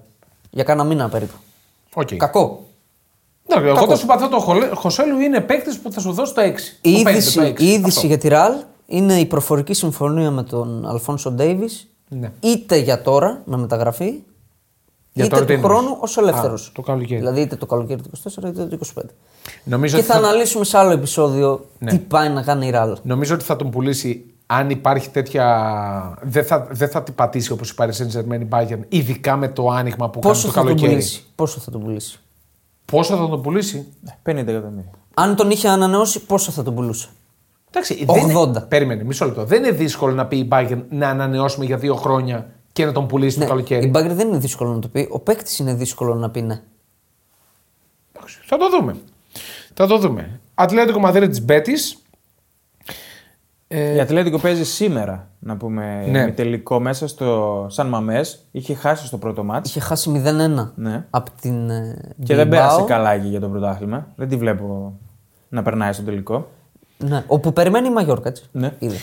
S1: Για κάνα μήνα περίπου.
S3: Οκ.
S1: Κακό.
S3: Ναι, εγώ το συμπαθώ το Χολε- Χωσέλου είναι παίκτης που θα σου δώσει το 6.
S1: Η είδηση, η είδηση για τη Ραλ είναι η προφορική συμφωνία με τον Αλφόνσο Ντέιβις.
S3: Ναι.
S1: Είτε για τώρα με μεταγραφή,
S3: Για
S1: είτε
S3: τώρα τι
S1: του
S3: είναι.
S1: χρόνου ως ελεύθερο.
S3: Α, το καλοκαίρι.
S1: Δηλαδή είτε το καλοκαίρι του 24 είτε το 25.
S3: Νομίζω
S1: και
S3: ότι
S1: θα αναλύσουμε σε άλλο επεισόδιο
S3: Ναι.
S1: τι πάει να κάνει η Ραλ.
S3: Νομίζω ότι θα τον πουλήσει αν υπάρχει τέτοια. Δεν θα, δεν θα την πατήσει όπως η Paris Saint Germain η Bayern, ειδικά με το άνοιγμα που
S1: Πόσο
S3: κάνει
S1: θα,
S3: το
S1: τον
S3: καλοκαίρι.
S1: πουλήσει, πόσο θα τον πουλήσει.
S3: Πόσο θα τον πουλήσει.
S1: Ναι.
S2: 50 εκατομμύρια.
S1: Αν τον είχε ανανεώσει, πόσο θα τον πουλούσε.
S3: Εντάξει,
S1: 80.
S3: Δεν... Περίμενε, μισό λεπτό. Δεν είναι δύσκολο να πει η Bayern να ανανεώσουμε για δύο χρόνια και να τον πουλήσει το καλοκαίρι.
S1: Ναι, η Μπάγκερ δεν είναι δύσκολο να το πει. Ο παίκτης είναι δύσκολο να πει ναι.
S3: Εντάξει, Θα το δούμε. Θα το δούμε. Ατλέτικο Μαδρίτη Μπέτης.
S1: Ε.
S2: Η Ατλέτικο παίζει σήμερα, να πούμε,
S3: Ναι.
S2: με τελικό μέσα στο Σαν Μαμές. Είχε χάσει στο πρώτο μάτς
S1: Είχε χάσει 0-1
S2: Ναι.
S1: από την. ε,
S2: και δεν
S1: Bilbao.
S2: πέρασε καλά εκεί για το πρωτάθλημα. Δεν τη βλέπω να περνάει στο τελικό.
S1: Ναι. Όπου περιμένει η Μαγιόρκα, έτσι.
S2: Ναι.
S1: Είδε.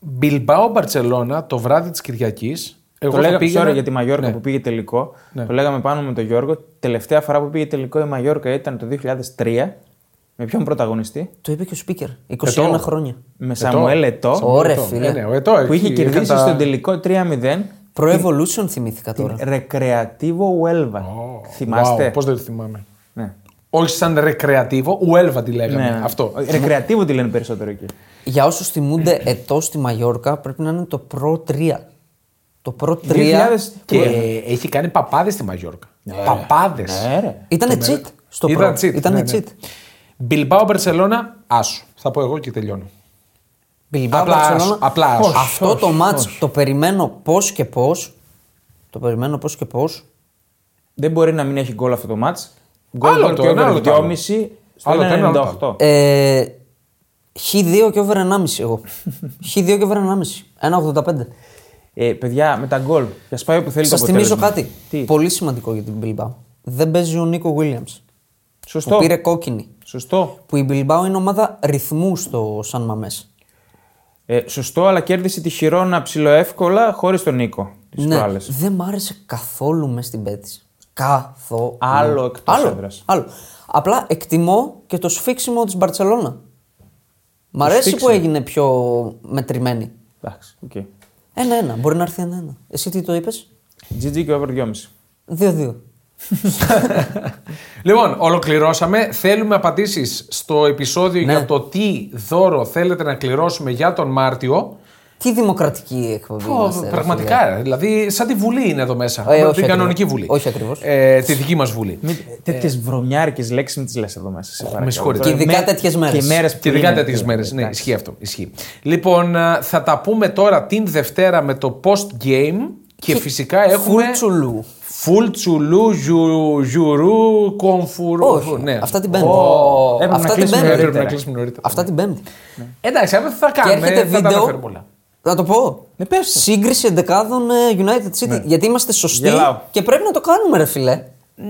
S3: Μπιλμπάο Μπαρσελόνα το βράδυ της Κυριακής.
S2: το λέγαμε πήγαινα... για τη Μαγιόρκα
S3: Ναι.
S2: που πήγε τελικό. Το λέγαμε πάνω με τον Γιώργο. Τελευταία φορά που πήγε τελικό η Μαγιόρκα ήταν το 2003. Με ποιον πρωταγωνιστή,
S1: Το είπε και ο Σπίκερ. 21
S3: Ετώ.
S1: χρόνια.
S2: με Σαμουέλ Ετό,
S1: Ωραία,
S3: Ναι,
S1: φίλε.
S3: ναι, ο Ετώ
S2: που είχε
S3: έχει-
S2: κερδίσει
S3: κατά-
S2: στον τελικό 3-0
S1: Pro-Evolution θυμήθηκα τώρα.
S2: Ρεκρεατίβο Ουέλβα. Θυμάστε.
S3: Wow, Πώς δεν το θυμάμαι.
S2: Ναι.
S3: Όχι σαν ρεκρεατίβο, ουέλβα τη λέγαμε.
S2: Ναι.
S3: Αυτό.
S2: Ρεκρεατίβο τη λένε περισσότερο εκεί.
S1: Για όσους θυμούνται ετό στη Μαγιόρκα, πρέπει να είναι το Pro-3. Το Pro-3
S2: 2000
S3: Και
S2: και-
S3: Ε, έχει κάνει παπάδες στη Μαγιόρκα. Παπάδες.
S2: Ναι, ρε.
S1: ήταν cheat. Στο
S3: Ήταν
S1: Pro.
S3: cheat, ναι,
S1: Ήταν
S3: ναι.
S1: cheat.
S3: Μπιλμπάο Μπαρσελόνα, άσου. Θα πω εγώ και τελειώνω.
S1: Bilbao,
S3: Απλά
S1: Barcelona.
S3: άσο, απλά άσο.
S1: Όχι, Αυτό
S3: όχι,
S1: το
S3: όχι.
S1: μάτς το περιμένω πώς και πώς. Το περιμένω πώς και πώς.
S2: Δεν μπορεί να μην έχει γκολ αυτό το μάτς. Γκολ
S3: Άλλο
S2: γκολ
S3: το
S2: και
S3: ένα,
S2: over
S3: άλλο το άλλο.
S2: 2,5 στο
S3: Άλλο το ένα, άλλο το άλλο.
S2: 1,98.
S1: Ε, Χ2 και over 1,5 εγώ. Χ2 και over 1,5. 1,85.
S2: Ε, παιδιά, με τα γκολ. Για σπάει όπου θέλει
S1: Σας
S2: το
S1: θυμίζω
S2: αποτέλεσμα.
S1: κάτι.
S2: Τι.
S1: Πολύ σημαντικό για την Bilbao. Δεν παίζει ο Νίκο Williams.
S2: Σωστό.
S1: Που πήρε κόκκινη.
S2: Σωστό.
S1: Που η Bilbao είναι ομάδα ρυθμού στο Σαν Μαμές.
S2: Ε, σωστό, αλλά κέρδισε τη χειρόνα ψηλοεύκολα χωρίς τον Νίκο. Τις
S1: Ναι,
S2: προάλλες.
S1: δεν μ' άρεσε καθόλου μες στην Πέτης. Καθόλου. Ναι.
S2: Άλλο εκτός
S1: άλλο,
S2: έδρας.
S1: Άλλο. Απλά εκτιμώ και το σφίξιμο της Μπαρσελόνα. Μ' αρέσει
S2: σφίξιμο.
S1: που έγινε πιο μετρημένη.
S2: Εντάξει, οκ.
S1: Ένα-ένα. Μπορεί να έρθει ένα-ένα. Εσύ τι το είπες,
S2: GG και over 2,5.
S1: Δύο-δύο.
S3: Λοιπόν, ολοκληρώσαμε. Θέλουμε απαντήσεις στο επεισόδιο
S1: Ναι.
S3: για το τι δώρο θέλετε να κληρώσουμε για τον Μάρτιο.
S1: Τι δημοκρατική εκπομπή.
S3: Πω,
S1: είμαστε, ρε
S3: πραγματικά,
S1: φίλε.
S3: ρε. δηλαδή σαν τη Βουλή είναι εδώ μέσα.
S1: Ε,
S3: την
S1: όχι
S3: κανονική
S1: ακριβώς.
S3: Βουλή.
S1: Όχι ακριβώς.
S3: Ε, τη δική μας Βουλή.
S1: Ε,
S2: Τέτοιες βρωμιάρικες λέξεις μην τις λες εδώ μέσα. σε παρακαλώ.
S3: Ε, συγχωρείτε.
S2: Τώρα,
S1: Και ειδικά
S2: με-
S1: τέτοιες μέρες.
S2: Και μέρες
S3: Και
S2: που
S3: ειδικά
S2: είναι- ε,
S3: τέτοιες μέρες. Ναι,
S2: Εντάξει.
S3: ισχύει αυτό. Ισχύει. Λοιπόν, α, θα τα πούμε τώρα την Δευτέρα με το post game και φυσικά έχουμε.
S1: Φουρτσουλού.
S3: Full τσουλού, γιου- γιουρού, κομφουρού. Ναι.
S1: Όχι, αυτά την Πέμπτη.
S3: Ω,
S2: Έπρεπε
S1: Αυτά
S2: ναι.
S1: την
S2: να κλείσουμε
S1: Πέμπτη.
S3: Έπρεπε να
S2: νωρίτερα.
S3: κλείσουμε νωρίτερα.
S1: Αυτά την Πέμπτη.
S3: Εντάξει, αύριο θα τα
S1: Και
S3: κάνουμε.
S1: έρχεται
S3: θα τα
S1: βίντεο.
S3: αναφέρουμε όλα.
S1: Να το πω.
S2: Ναι, πες το.
S1: Σύγκριση εντεκάδων ε, United City. Γιατί είμαστε σωστοί
S2: Γελάω.
S1: και πρέπει να το κάνουμε, ρε φιλέ.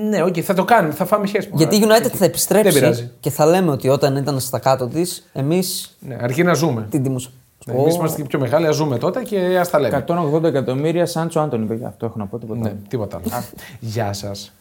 S3: Ναι, οκ, θα το κάνουμε. Θα φάμε χέσμα.
S1: Γιατί η United θα
S3: Ε, Δεν πειράζει.
S1: επιστρέψει και θα λέμε ότι όταν ήταν στα κάτω της, εμείς
S3: Ναι, αρκεί να ζούμε.
S1: την τιμούσαμε.
S3: Ναι, Εμείς είμαστε και πιο μεγάλοι, ας ζούμε τότε και ας τα λέμε.
S2: 180 εκατομμύρια Σάντσο Άντωνη, παιδιά. Αυτό έχω να πω τίποτα.
S3: Ναι, τίποτα άλλο. Γεια σας.